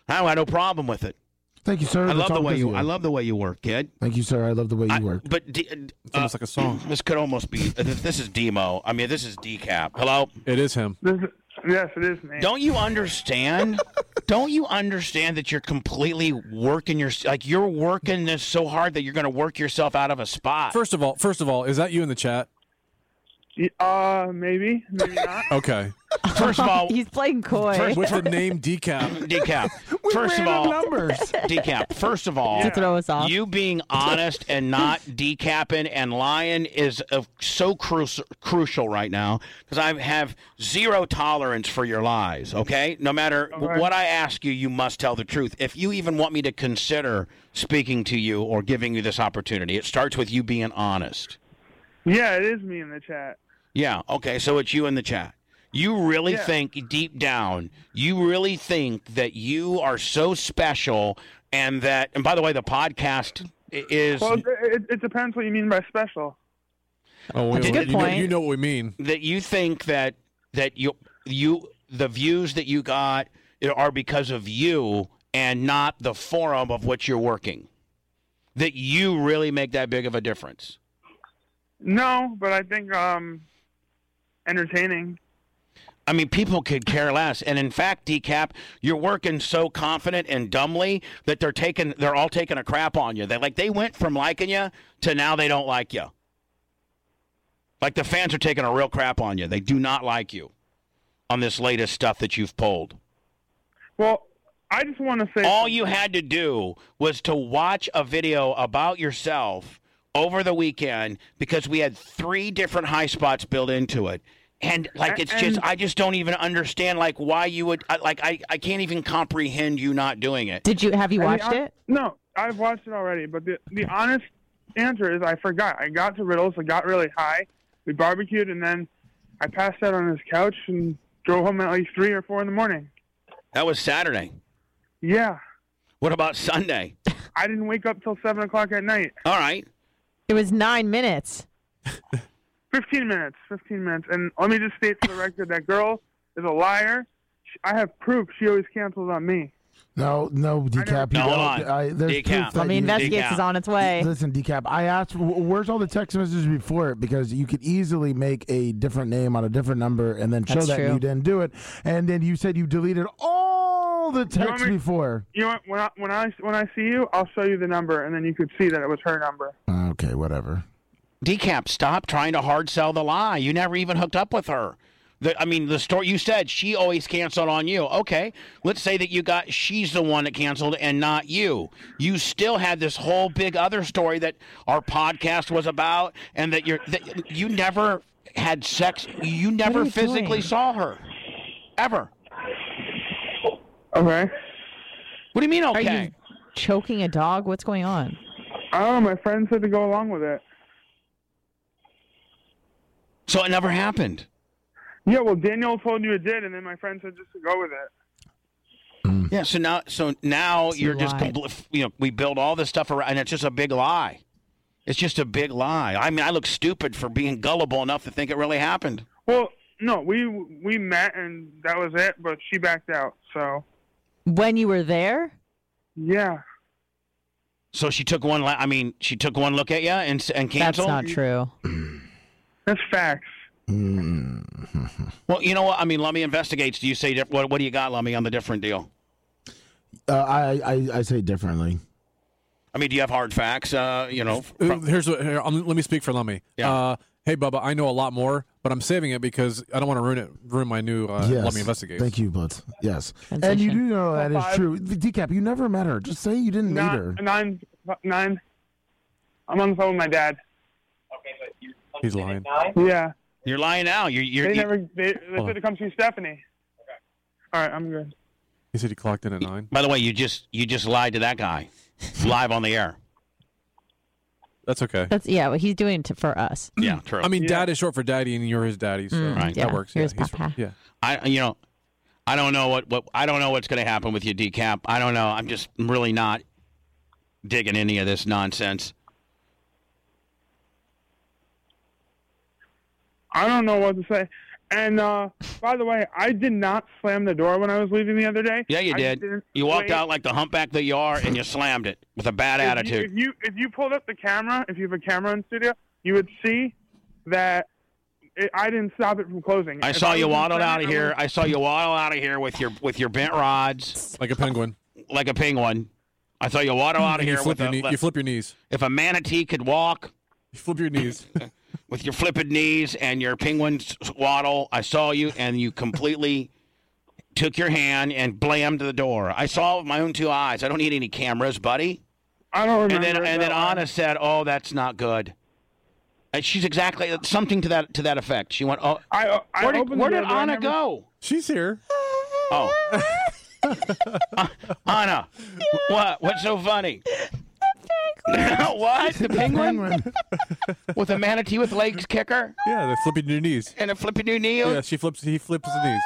Speaker 4: I don't have no problem with it.
Speaker 8: Thank you, sir.
Speaker 4: I
Speaker 8: That's
Speaker 4: love the
Speaker 8: all
Speaker 4: way
Speaker 8: because
Speaker 4: you.
Speaker 8: of
Speaker 4: I love the way you work, kid.
Speaker 8: Thank you, sir. I love the way you work.
Speaker 4: But d- it's almost
Speaker 5: like a song.
Speaker 4: *clears throat* This could almost be. This this is demo. I mean, this is decap. Hello.
Speaker 5: It is him.
Speaker 21: Yes, it is me.
Speaker 4: Don't you understand? Don't you understand that you're completely working your like you're working this so hard that you're going to work yourself out of a spot?
Speaker 5: First of all, first of all, is that you in the chat?
Speaker 21: Uh, maybe, maybe
Speaker 5: *laughs*
Speaker 21: not.
Speaker 5: Okay.
Speaker 4: First of all,
Speaker 7: *laughs* he's playing coy.
Speaker 4: *laughs*
Speaker 5: with the
Speaker 7: *laughs*
Speaker 5: name Decap. *laughs*
Speaker 4: Decap. First of
Speaker 7: ran out
Speaker 4: all,
Speaker 7: of numbers.
Speaker 4: Decap. First of all,
Speaker 7: To throw us off.
Speaker 4: You being honest and not decapping and lying is of so cru- crucial right now because I have zero tolerance for your lies. Okay, no matter what I ask you, you must tell the truth. If you even want me to consider speaking to you or giving you this opportunity, it starts with you being honest.
Speaker 21: Yeah, it is me in the chat.
Speaker 4: Yeah. Okay. So it's you in the chat. You really
Speaker 21: Yeah.
Speaker 4: think deep down, you really think that you are so special, and that. And by the way, the podcast i- is.
Speaker 21: Well, it, it, it depends what you mean by special.
Speaker 5: Oh,
Speaker 21: That's a good
Speaker 5: you, know,
Speaker 21: point.
Speaker 5: you know what we mean.
Speaker 4: That you think that that you you the views that you got are because of you and not the forum of which you're working. That you really make that big of a difference.
Speaker 21: No, but I think um, entertaining.
Speaker 4: I mean, people could care less. And in fact, decap, you're working so confident and dumbly that they're taking, they're all taking a crap on you. They like they went from liking you to now they don't like you. Like the fans are taking a real crap on you. They do not like you on this latest stuff that you've pulled.
Speaker 21: Well, I just want to say
Speaker 4: all you had to do was to watch a video about yourself over the weekend because we had three different high spots built into it. And like it's just I just don't even understand like why you would I, like I I can't even comprehend you not doing it.
Speaker 21: And the hon- No, I've watched it already. But the the honest answer is I forgot. I got to Riddles. I got really high. We barbecued, and then I passed out on his couch and drove home at like three or four in the morning.
Speaker 4: That was Saturday.
Speaker 21: Yeah,
Speaker 4: What about Sunday?
Speaker 21: I didn't wake up till seven o'clock at night.
Speaker 4: All right.
Speaker 7: It was nine minutes.
Speaker 21: *laughs* Fifteen minutes. Fifteen minutes. And let me just state for the record that girl is a liar. She- I have proof. She always cancels on me.
Speaker 8: No, no, decap.
Speaker 21: No,
Speaker 8: you
Speaker 21: hold
Speaker 8: don't.
Speaker 21: on.
Speaker 8: I, there's
Speaker 21: Decap.
Speaker 8: proof that
Speaker 21: Let me
Speaker 8: you-
Speaker 21: investigate. Decap. It's on its way.
Speaker 8: Listen, decap. I asked, wh- where's all the text messages before it? Because you could easily make a different name on a different number and then show
Speaker 21: That's
Speaker 8: that
Speaker 21: true.
Speaker 8: you didn't do it. And then you said you deleted all the
Speaker 21: You want
Speaker 8: texts
Speaker 21: me-
Speaker 8: before.
Speaker 21: You know what? When I, when I when I see you, I'll show you the number, and then you could see that it was her number.
Speaker 8: Okay, whatever.
Speaker 4: Decap, stop trying to hard sell the lie. You never even hooked up with her. The, I mean, the story you said she always canceled on you. Okay, let's say that you got she's the one that canceled and not you. You still had this whole big other story that our podcast was about, and that you're that you never had sex. You never
Speaker 21: you
Speaker 4: physically
Speaker 21: doing?
Speaker 4: saw her ever.
Speaker 21: Okay.
Speaker 4: What do you mean?
Speaker 7: Are you choking a dog? What's going on?
Speaker 21: Oh, my friend said to go along with it.
Speaker 4: So it never happened.
Speaker 21: Yeah, well, Daniel told you it did, and then my friend said just to go with it.
Speaker 4: Yeah. So now, so now
Speaker 21: She
Speaker 4: you're just
Speaker 21: lied.
Speaker 4: compl- you know we build all this stuff around, and it's just a big lie. It's just a big lie. I mean, I look stupid for being gullible enough to think it really happened.
Speaker 21: Well, no, we we met, and that was it. But she backed out, so
Speaker 7: When you were there?
Speaker 21: yeah.
Speaker 4: So she took one. La- I mean, she took one look at you and s- and
Speaker 7: That's
Speaker 4: canceled.
Speaker 7: not true.
Speaker 21: That's facts.
Speaker 5: Mm.
Speaker 4: Well, you know what? I mean, Lummy investigates. Do you say diff- what? What do you got, Lummy, on the different deal?
Speaker 8: Uh, I, I, I say differently.
Speaker 4: I mean, do you have hard facts? Uh, you know, f-
Speaker 5: Uh, Here's what. Here, um, let me speak for Lummy. Yeah. Uh, hey, Bubba, I know a lot more, but I'm saving it because I don't want to ruin it. Ruin my new uh,
Speaker 8: yes.
Speaker 5: Lummy investigate.
Speaker 8: Thank you, Blitz. Yes. And you do know that is
Speaker 21: Five.
Speaker 8: true. Decap, you never met her. Just say you didn't meet her.
Speaker 21: Nine, nine, nine. I'm on the phone with my dad.
Speaker 5: He's lying.
Speaker 21: Yeah,
Speaker 4: You're lying now. You're, you're
Speaker 21: they
Speaker 4: you-
Speaker 21: never. They, they
Speaker 5: Hold on.
Speaker 21: said to come see Stephanie. Okay. All right, I'm good.
Speaker 5: He said he clocked in at nine.
Speaker 4: By the way, you just you just lied to that guy, live on the air.
Speaker 5: That's okay.
Speaker 7: That's yeah. Well, he's doing it to- for us.
Speaker 4: Yeah, true.
Speaker 5: I mean, dad is short for daddy, and you're his daddy, so
Speaker 7: Mm, Right.
Speaker 5: that
Speaker 7: yeah.
Speaker 5: works.
Speaker 7: Here's
Speaker 5: yeah, he's- yeah.
Speaker 4: I you know, I don't know what, what I don't know what's going to happen with you, decap. I don't know. I'm just really not digging any of this nonsense.
Speaker 21: I don't know what to say. And uh, by the way, I did not slam the door when I was leaving the other day.
Speaker 4: Yeah, you
Speaker 21: I
Speaker 4: did.
Speaker 21: didn't
Speaker 4: You walked
Speaker 21: wait.
Speaker 4: out like the humpback that you are, and you slammed it with a bad
Speaker 21: if
Speaker 4: attitude.
Speaker 21: You, if you if you pulled up the camera, if you have a camera in the studio, you would see that it, I didn't stop it from closing.
Speaker 4: I
Speaker 21: If
Speaker 4: saw
Speaker 21: was
Speaker 4: you
Speaker 21: in
Speaker 4: waddle
Speaker 21: Senate,
Speaker 4: out of
Speaker 21: I
Speaker 4: here.
Speaker 21: would've-
Speaker 4: I saw you waddle out of here with your with your bent rods,
Speaker 5: like a penguin,
Speaker 4: like a penguin. I saw you waddle out of
Speaker 5: And you
Speaker 4: here
Speaker 5: flip
Speaker 4: with
Speaker 5: your
Speaker 4: a,
Speaker 5: knee- you flip your knees.
Speaker 4: If a manatee could walk,
Speaker 5: you flip your knees
Speaker 4: *laughs* with your flipping knees and your penguin s- waddle. I saw you, and you completely took your hand and blammed the door. I saw it with my own two eyes. I don't need any cameras, buddy.
Speaker 21: I don't remember.
Speaker 4: And then and then
Speaker 21: that one.
Speaker 4: Anna said, "Oh, that's not good." And she's exactly something to that to that effect. She went, "Oh,
Speaker 21: I, I
Speaker 4: where did,
Speaker 21: opened the
Speaker 4: where did
Speaker 21: door, but I
Speaker 4: Anna
Speaker 21: never-
Speaker 4: go?"
Speaker 5: She's here.
Speaker 4: Oh, Uh, Anna, what? What's so funny? *laughs* what? The penguin? with a manatee with legs kicker
Speaker 5: Yeah, they're flipping your knees.
Speaker 4: and a flipping new knee?
Speaker 5: Yeah, she flips. He flips his knees.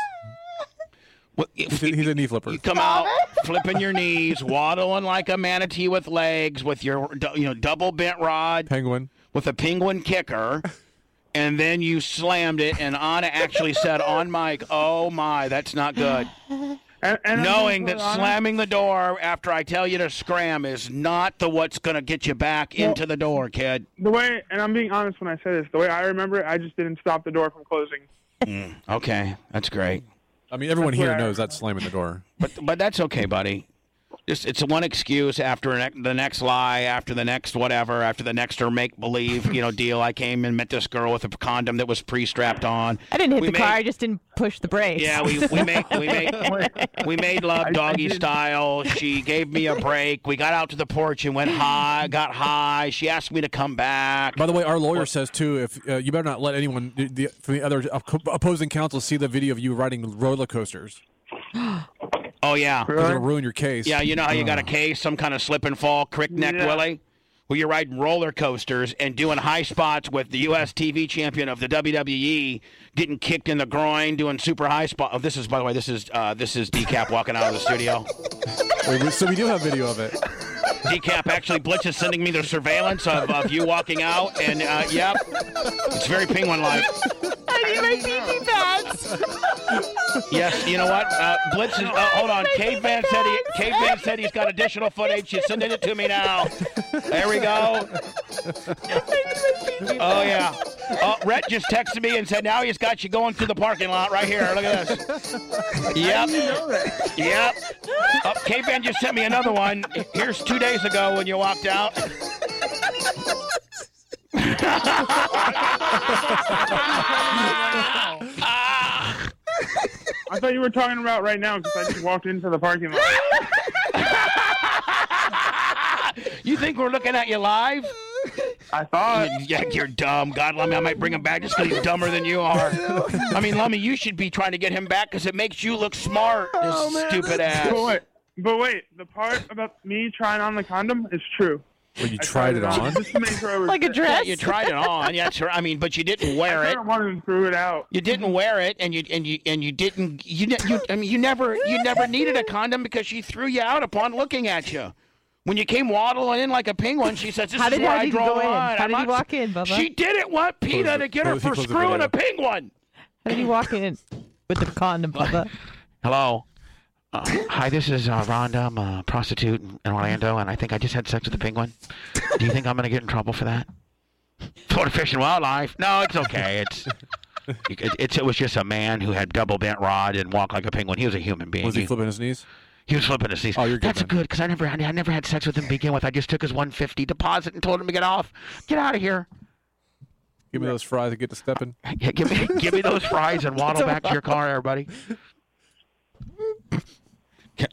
Speaker 4: What,
Speaker 5: he's, a, he's a knee flipper.
Speaker 4: Come out, flipping your knees, waddling like a manatee with legs, with your du- you know double bent rod,
Speaker 5: penguin
Speaker 4: with a penguin kicker, and then you slammed it. And Anna actually said on mic, "Oh my, that's not good."
Speaker 21: and I'm
Speaker 4: Knowing
Speaker 21: gonna
Speaker 4: that
Speaker 21: put Anna-
Speaker 4: slamming the door after I tell you to scram is not the what's going to get you back
Speaker 21: Well-
Speaker 4: into the door, kid.
Speaker 21: The way, and I'm being honest when I say this, the way I remember it, I just didn't stop the door from closing.
Speaker 4: Mm, okay, that's great.
Speaker 5: I mean, everyone
Speaker 4: That's
Speaker 5: here
Speaker 4: where I-
Speaker 5: knows that's slamming the door.
Speaker 4: But but that's okay, buddy. Just it's one excuse after ne- the next lie, after the next whatever, after the next or make believe, you know, deal. I came and met this girl with a condom that was pre-strapped on.
Speaker 7: I didn't hit
Speaker 4: We
Speaker 7: the car.
Speaker 4: made-
Speaker 7: I just didn't push the brakes.
Speaker 4: Yeah, we we
Speaker 7: *laughs*
Speaker 4: made we made we made love doggy style. She gave me a break. We got out to the porch and went high, got high. She asked me to come back.
Speaker 5: By the way, our lawyer says too, if uh, you better not let anyone the, the, from the other op- opposing counsel see the video of you riding roller coasters.
Speaker 4: *gasps* Oh yeah,
Speaker 5: 'Cause it'll ruin your case. Uh.
Speaker 4: Yeah, you know how you got a
Speaker 5: Ugh.
Speaker 4: case, some kind of slip and fall, crick neck
Speaker 5: Yeah.
Speaker 4: Willie, where you're riding roller coasters and doing high spots with the U.S. TV champion of the WWE, getting kicked in the groin, doing super high spot. Oh, this is by the way, this is uh, this is Decap walking out of the studio.
Speaker 5: Wait, we- so we do have video of it.
Speaker 4: Decap actually Blitz is sending me the surveillance of, of you walking out, and uh, yep, it's very penguin-like.
Speaker 7: I need my pee pads.
Speaker 4: *laughs* Yes, you know what? Uh, Blitz is. Uh, hold on. Caveman said he. Caveman said he's got additional footage. He's sending it to me now. There we go. Oh yeah. *laughs* Oh, Rhett just texted me and said now he's got you going through the parking lot right here. Look at this. Yep. Yep. Oh, Caveman just sent me another one. Here's two days ago when you walked out. *laughs*
Speaker 21: I thought you were talking about right now because I just walked into the parking lot.
Speaker 4: You think we're looking at you live? I thought. Yeah, you're dumb. God, Lummy, I might bring him back just because he's dumber than you are. *laughs* I mean, Lummy, you should be trying to get him back because it makes you look smart. This stupid ass.
Speaker 21: Oh, But wait, but wait, the part about me trying on the condom is true.
Speaker 5: Well, you tried it on.
Speaker 21: Just to make sure I was
Speaker 7: Like a dress?
Speaker 4: Yeah, you tried it on. Yeah, sure. I mean, but you
Speaker 21: *laughs*
Speaker 4: didn't wear it.
Speaker 21: threw it out.
Speaker 4: You didn't wear it, and you and you and you didn't. You, ne- you I mean, you never you never needed a condom because she threw you out upon looking at you. When you came waddling in like a penguin, she says, "This
Speaker 7: How
Speaker 4: is
Speaker 7: did-
Speaker 4: where
Speaker 7: how
Speaker 4: I
Speaker 7: did you
Speaker 4: draw
Speaker 7: go
Speaker 4: a
Speaker 7: in?
Speaker 4: line."
Speaker 7: How
Speaker 4: I'm
Speaker 7: did you
Speaker 4: not-
Speaker 7: walk in, Bubba?
Speaker 4: She didn't want PETA
Speaker 7: Close
Speaker 4: to
Speaker 7: the-
Speaker 4: get her
Speaker 7: close-
Speaker 4: for
Speaker 7: close the
Speaker 4: screwing
Speaker 7: video.
Speaker 4: a penguin.
Speaker 7: How did you walk in with the condom, Bubba?
Speaker 4: Hello. Uh, hi, this is uh, Rhonda. I'm a prostitute in in Orlando, and I think I just had sex with a penguin. Do you think I'm going to get in trouble for that? Florida *laughs* Fish and Wildlife. No, it's okay. It's it, it's it was just a man who had double bent rod and walked like a penguin. He was a human being.
Speaker 5: Was he flipping his knees?
Speaker 4: He was flipping his knees.
Speaker 5: Oh, you're good.
Speaker 4: That's
Speaker 5: then.
Speaker 4: good because I never I, I never had sex with him to begin with. I just took his 150 deposit and told him to get off. Get out of here.
Speaker 5: Give me those fries and get to stepping.
Speaker 4: *laughs* Yeah, give me give me those fries and waddle back to your car, everybody.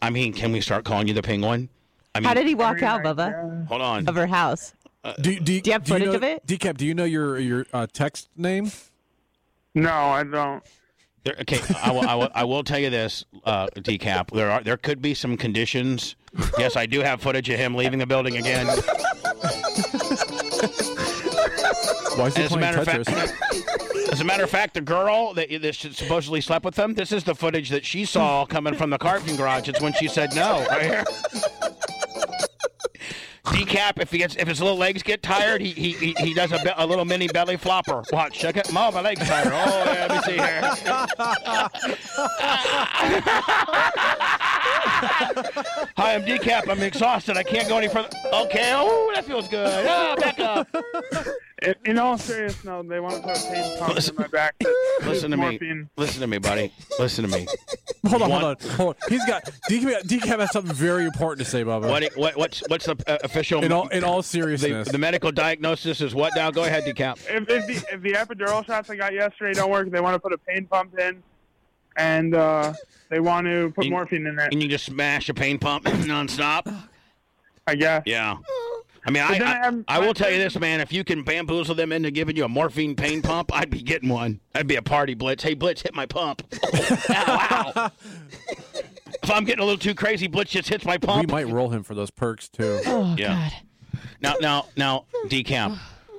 Speaker 4: I mean, can we start calling you the penguin? I mean,
Speaker 7: How did he walk out, Bubba?
Speaker 4: Hold on. Uh,
Speaker 7: Of her house.
Speaker 5: Do, do,
Speaker 7: you have
Speaker 5: do
Speaker 7: footage
Speaker 5: know,
Speaker 7: of it?
Speaker 5: Decap, do you know your your uh, text name?
Speaker 21: No, I don't.
Speaker 4: There, okay, I will, I, will, I will tell you this, uh, decap. There are there could be some conditions. Yes, I do have footage of him leaving the building again.
Speaker 5: Why is he
Speaker 4: As a
Speaker 5: playing
Speaker 4: matter of
Speaker 5: Tetris?
Speaker 4: fact, as a matter of fact, the girl that, that supposedly slept with him. This is the footage that she saw coming from the parking garage. It's when she said no. Right here. Decap. If he gets if his little legs get tired, he he, he, he does a, be- a little mini belly flopper. Watch, check it. Mom, my legs tired. *laughs* Oh, yeah, let me see here. Hi, I'm Decap. I'm exhausted. I can't go any further. Okay. Oh, that feels good. Ah, back up.
Speaker 21: *laughs* In- In all seriousness, no, they want to put a pain pump in my
Speaker 4: *laughs*
Speaker 21: back. that-
Speaker 4: *laughs* Listen to me.
Speaker 21: morphine.
Speaker 4: Listen to me, buddy. Listen to me.
Speaker 5: *laughs* Hold on, hold on, hold on. He's got Decap. Decap has something very important to say, Bubba.
Speaker 4: What, what what's what's the uh, official?
Speaker 5: In all- in all seriousness.
Speaker 4: the, the medical diagnosis is what now? Go ahead, decap.
Speaker 21: If, if, the, if the epidural shots I got yesterday don't work, they want to put a pain pump in, and uh, they want to put
Speaker 4: You-
Speaker 21: morphine in it.
Speaker 4: And you just smash a pain pump *clears throat* nonstop.
Speaker 21: Oh, I guess.
Speaker 4: Yeah. I mean, I,
Speaker 21: But then I
Speaker 4: I,
Speaker 21: have-
Speaker 4: I will tell you this, man. If you can bamboozle them into giving you a morphine pain pump, *laughs* I'd be getting one. That'd be a party blitz. Hey, blitz, hit my pump. *laughs* Ow,
Speaker 21: *laughs*
Speaker 4: ow. if I'm getting a little too crazy, blitz just hits my
Speaker 5: We
Speaker 4: pump.
Speaker 21: Oh,
Speaker 5: might roll him for those perks too.
Speaker 4: yeah. Now, now, now, decamp.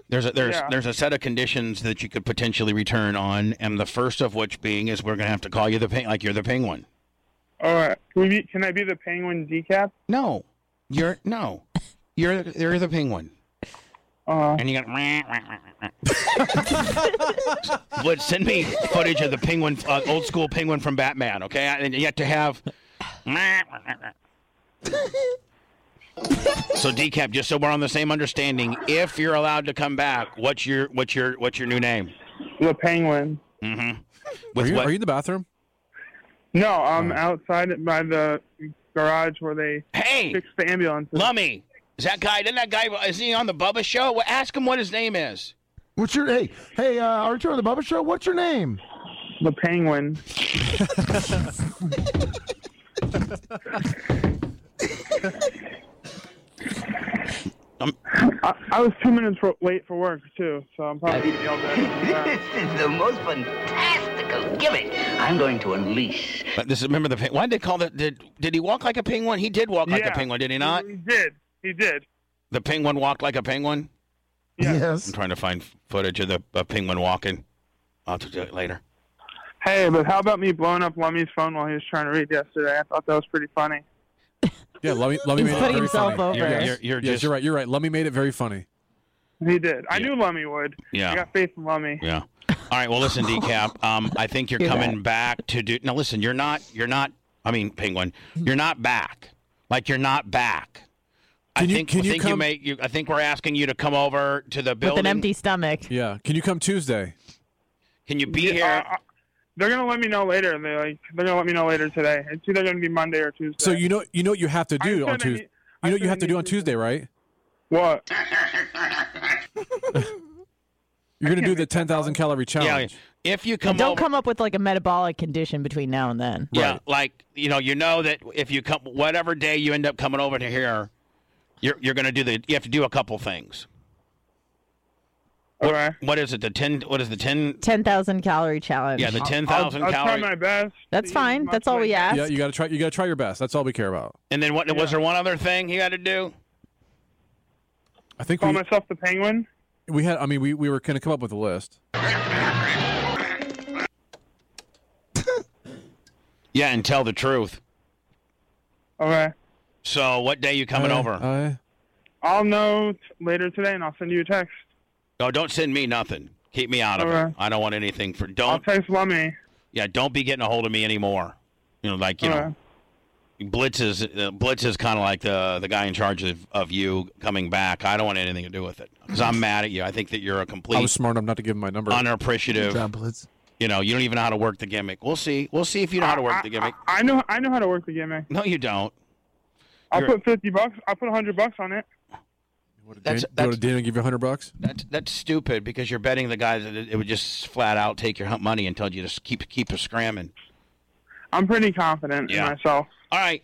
Speaker 4: There's a, there's
Speaker 22: Yeah.
Speaker 4: there's a set of conditions that you could potentially return on, and the first of which being is we're gonna have to call you the ping, like you're the penguin.
Speaker 21: All right. Can, we be, can I be the penguin decap?
Speaker 4: No. You're no. You're you're the penguin.
Speaker 21: Uh,
Speaker 4: And you got.
Speaker 8: *laughs*
Speaker 4: *laughs* Would send me footage of the penguin, uh, old school penguin from Batman. Okay, and you have to have. So decap, just so we're on the same understanding, if you're allowed to come back, what's your what's your what's your new name?
Speaker 21: the penguin.
Speaker 4: Mm-hmm. With
Speaker 5: are, you,
Speaker 4: what-
Speaker 5: are you in the bathroom?
Speaker 21: No, I'm outside by the garage where they
Speaker 4: hey!
Speaker 21: fix the ambulance.
Speaker 4: Lummy, is that guy? Isn't that guy? Is he on the Bubba show? Well, ask him what his name is.
Speaker 8: What's your hey hey? Uh, our return to the Bubba Show. What's your name?
Speaker 21: The
Speaker 8: *laughs*
Speaker 21: Penguin.
Speaker 15: *laughs*
Speaker 21: I, I was two minutes ro- late for work too, so I'm probably gonna yell
Speaker 18: this *laughs* is the most fantastical gimmick.
Speaker 4: I'm going to unleash. But this remember the peng- why did they call that? Did did he walk like a penguin? He did walk like a
Speaker 21: Yeah.
Speaker 4: penguin, did he not?
Speaker 21: He did. He did.
Speaker 4: The penguin walked like a penguin.
Speaker 8: Yes.
Speaker 4: I'm trying to find footage of the a penguin walking. I'll have to do it later.
Speaker 21: Hey, but how about me blowing up Lummy's phone while he was trying to read yesterday? I thought that was pretty funny.
Speaker 5: Yeah, Lummy, Lummy
Speaker 21: He's
Speaker 5: made it
Speaker 21: putting
Speaker 5: very
Speaker 21: himself
Speaker 5: funny.
Speaker 21: over.
Speaker 5: Yes,
Speaker 21: You're- you're
Speaker 5: yes,
Speaker 4: just-
Speaker 5: you're right. You're right. Lummy made it very funny.
Speaker 21: He did. I knew Lummy would.
Speaker 4: Yeah.
Speaker 21: I got faith in Lummy.
Speaker 4: Yeah. *laughs* All right. Well, listen, decap. Um, I think you're
Speaker 21: Hear
Speaker 4: coming back to do. Now, listen. You're not. You're not. I mean, penguin. You're not back. Like you're not back. I
Speaker 5: Can you-
Speaker 4: think.
Speaker 5: can
Speaker 4: I
Speaker 5: you
Speaker 4: think you
Speaker 5: come-
Speaker 4: may. You, I think we're asking you to come over to the building.
Speaker 7: with an empty stomach.
Speaker 5: Yeah. Can you come Tuesday?
Speaker 4: Can you be
Speaker 21: Yeah,
Speaker 4: here?
Speaker 21: I- I- they're gonna let me know later. They like they're gonna let me know later today. It's either gonna be Monday or Tuesday.
Speaker 5: So you know you know what you have to
Speaker 21: I
Speaker 5: do
Speaker 21: said I
Speaker 5: on Tuesday.
Speaker 21: need-
Speaker 5: You know
Speaker 21: I
Speaker 5: what you
Speaker 21: said
Speaker 5: have
Speaker 21: I
Speaker 5: to do
Speaker 21: need
Speaker 5: on Tuesday, right?
Speaker 21: What?
Speaker 5: You're gonna do the ten thousand calorie challenge.
Speaker 4: If you
Speaker 7: And don't come up with like a metabolic condition between now and then.
Speaker 4: Yeah, like you know, you know that if you come, whatever day you end up coming over to here, you're you're gonna do the. You have to do a couple things. What, what is it? The ten? What is the ten?
Speaker 7: Ten thousand calorie challenge.
Speaker 4: Yeah, the 10,000 I'll- I'll try calorie- my
Speaker 21: best.
Speaker 7: That's fine. That's all we ask.
Speaker 5: Yeah, you gotta try. You gotta try your best. That's all we care about.
Speaker 4: And then what? Was there one other thing you had to do?
Speaker 5: I think
Speaker 21: Call
Speaker 5: we,
Speaker 21: myself the Penguin.
Speaker 5: we had. I mean, we, we were gonna come up with a list.
Speaker 4: Yeah, and tell the truth.
Speaker 21: All right.
Speaker 4: So, what day you coming
Speaker 21: Uh,
Speaker 4: over?
Speaker 21: I'll know t- later today, and I'll send you a text.
Speaker 4: no, don't send me nothing. Keep me out of
Speaker 21: All
Speaker 4: it.
Speaker 21: right.
Speaker 4: I don't want anything for. Don't.
Speaker 21: Text Lummy.
Speaker 4: Yeah, don't be getting a hold of me anymore. You know, like you
Speaker 21: All
Speaker 4: know. Blitz is uh, Blitz is kind of like the the guy in charge of, of you coming back. I don't want anything to do with it because
Speaker 21: Mm.
Speaker 4: I'm mad at you. I think that you're a complete
Speaker 5: I was smart enough not to give him my number.
Speaker 4: unappreciative.
Speaker 5: Job,
Speaker 4: You know, you don't even know how to work the gimmick. We'll see. We'll see if you know how to work the gimmick.
Speaker 21: I know. I know how to work the gimmick.
Speaker 4: No, you don't.
Speaker 21: I'll
Speaker 4: You're-
Speaker 21: put fifty bucks. I'll put hundred bucks on it.
Speaker 4: That's,
Speaker 5: Go
Speaker 4: that's,
Speaker 5: to dinner and give you hundred bucks.
Speaker 4: that's that's stupid because you're betting the guy that it it would just flat out take your hunt money and tell you to s- keep keep a scramming.
Speaker 21: I'm pretty confident in myself.
Speaker 4: All right.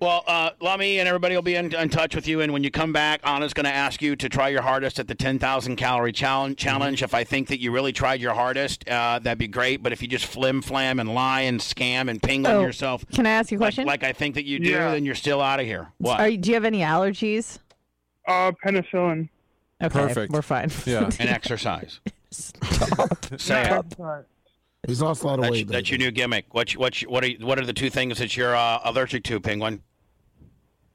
Speaker 4: Well, uh, Lummy and everybody will be in, in touch with you. And when you come back, Anna's going to ask you to try your hardest at the 10,000 calorie challenge. challenge. If I think that you really tried your hardest, uh, that'd be great. But if you just flim flam and lie and scam and ping
Speaker 7: Oh,
Speaker 4: on yourself,
Speaker 7: Can I ask you a question?
Speaker 4: like I think that you do,
Speaker 7: Yeah.
Speaker 4: then you're still out of here. What?
Speaker 7: Are you, do you have any allergies?
Speaker 21: Uh, penicillin.
Speaker 7: Okay,
Speaker 4: Perfect.
Speaker 7: We're fine. *laughs*
Speaker 4: and exercise. Say it.
Speaker 21: Sorry.
Speaker 8: He's lost a lot of
Speaker 4: That's,
Speaker 8: weight.
Speaker 4: that's your new gimmick. What? you- What? you- What are? you- What are the two things that you're uh, allergic to, Penguin?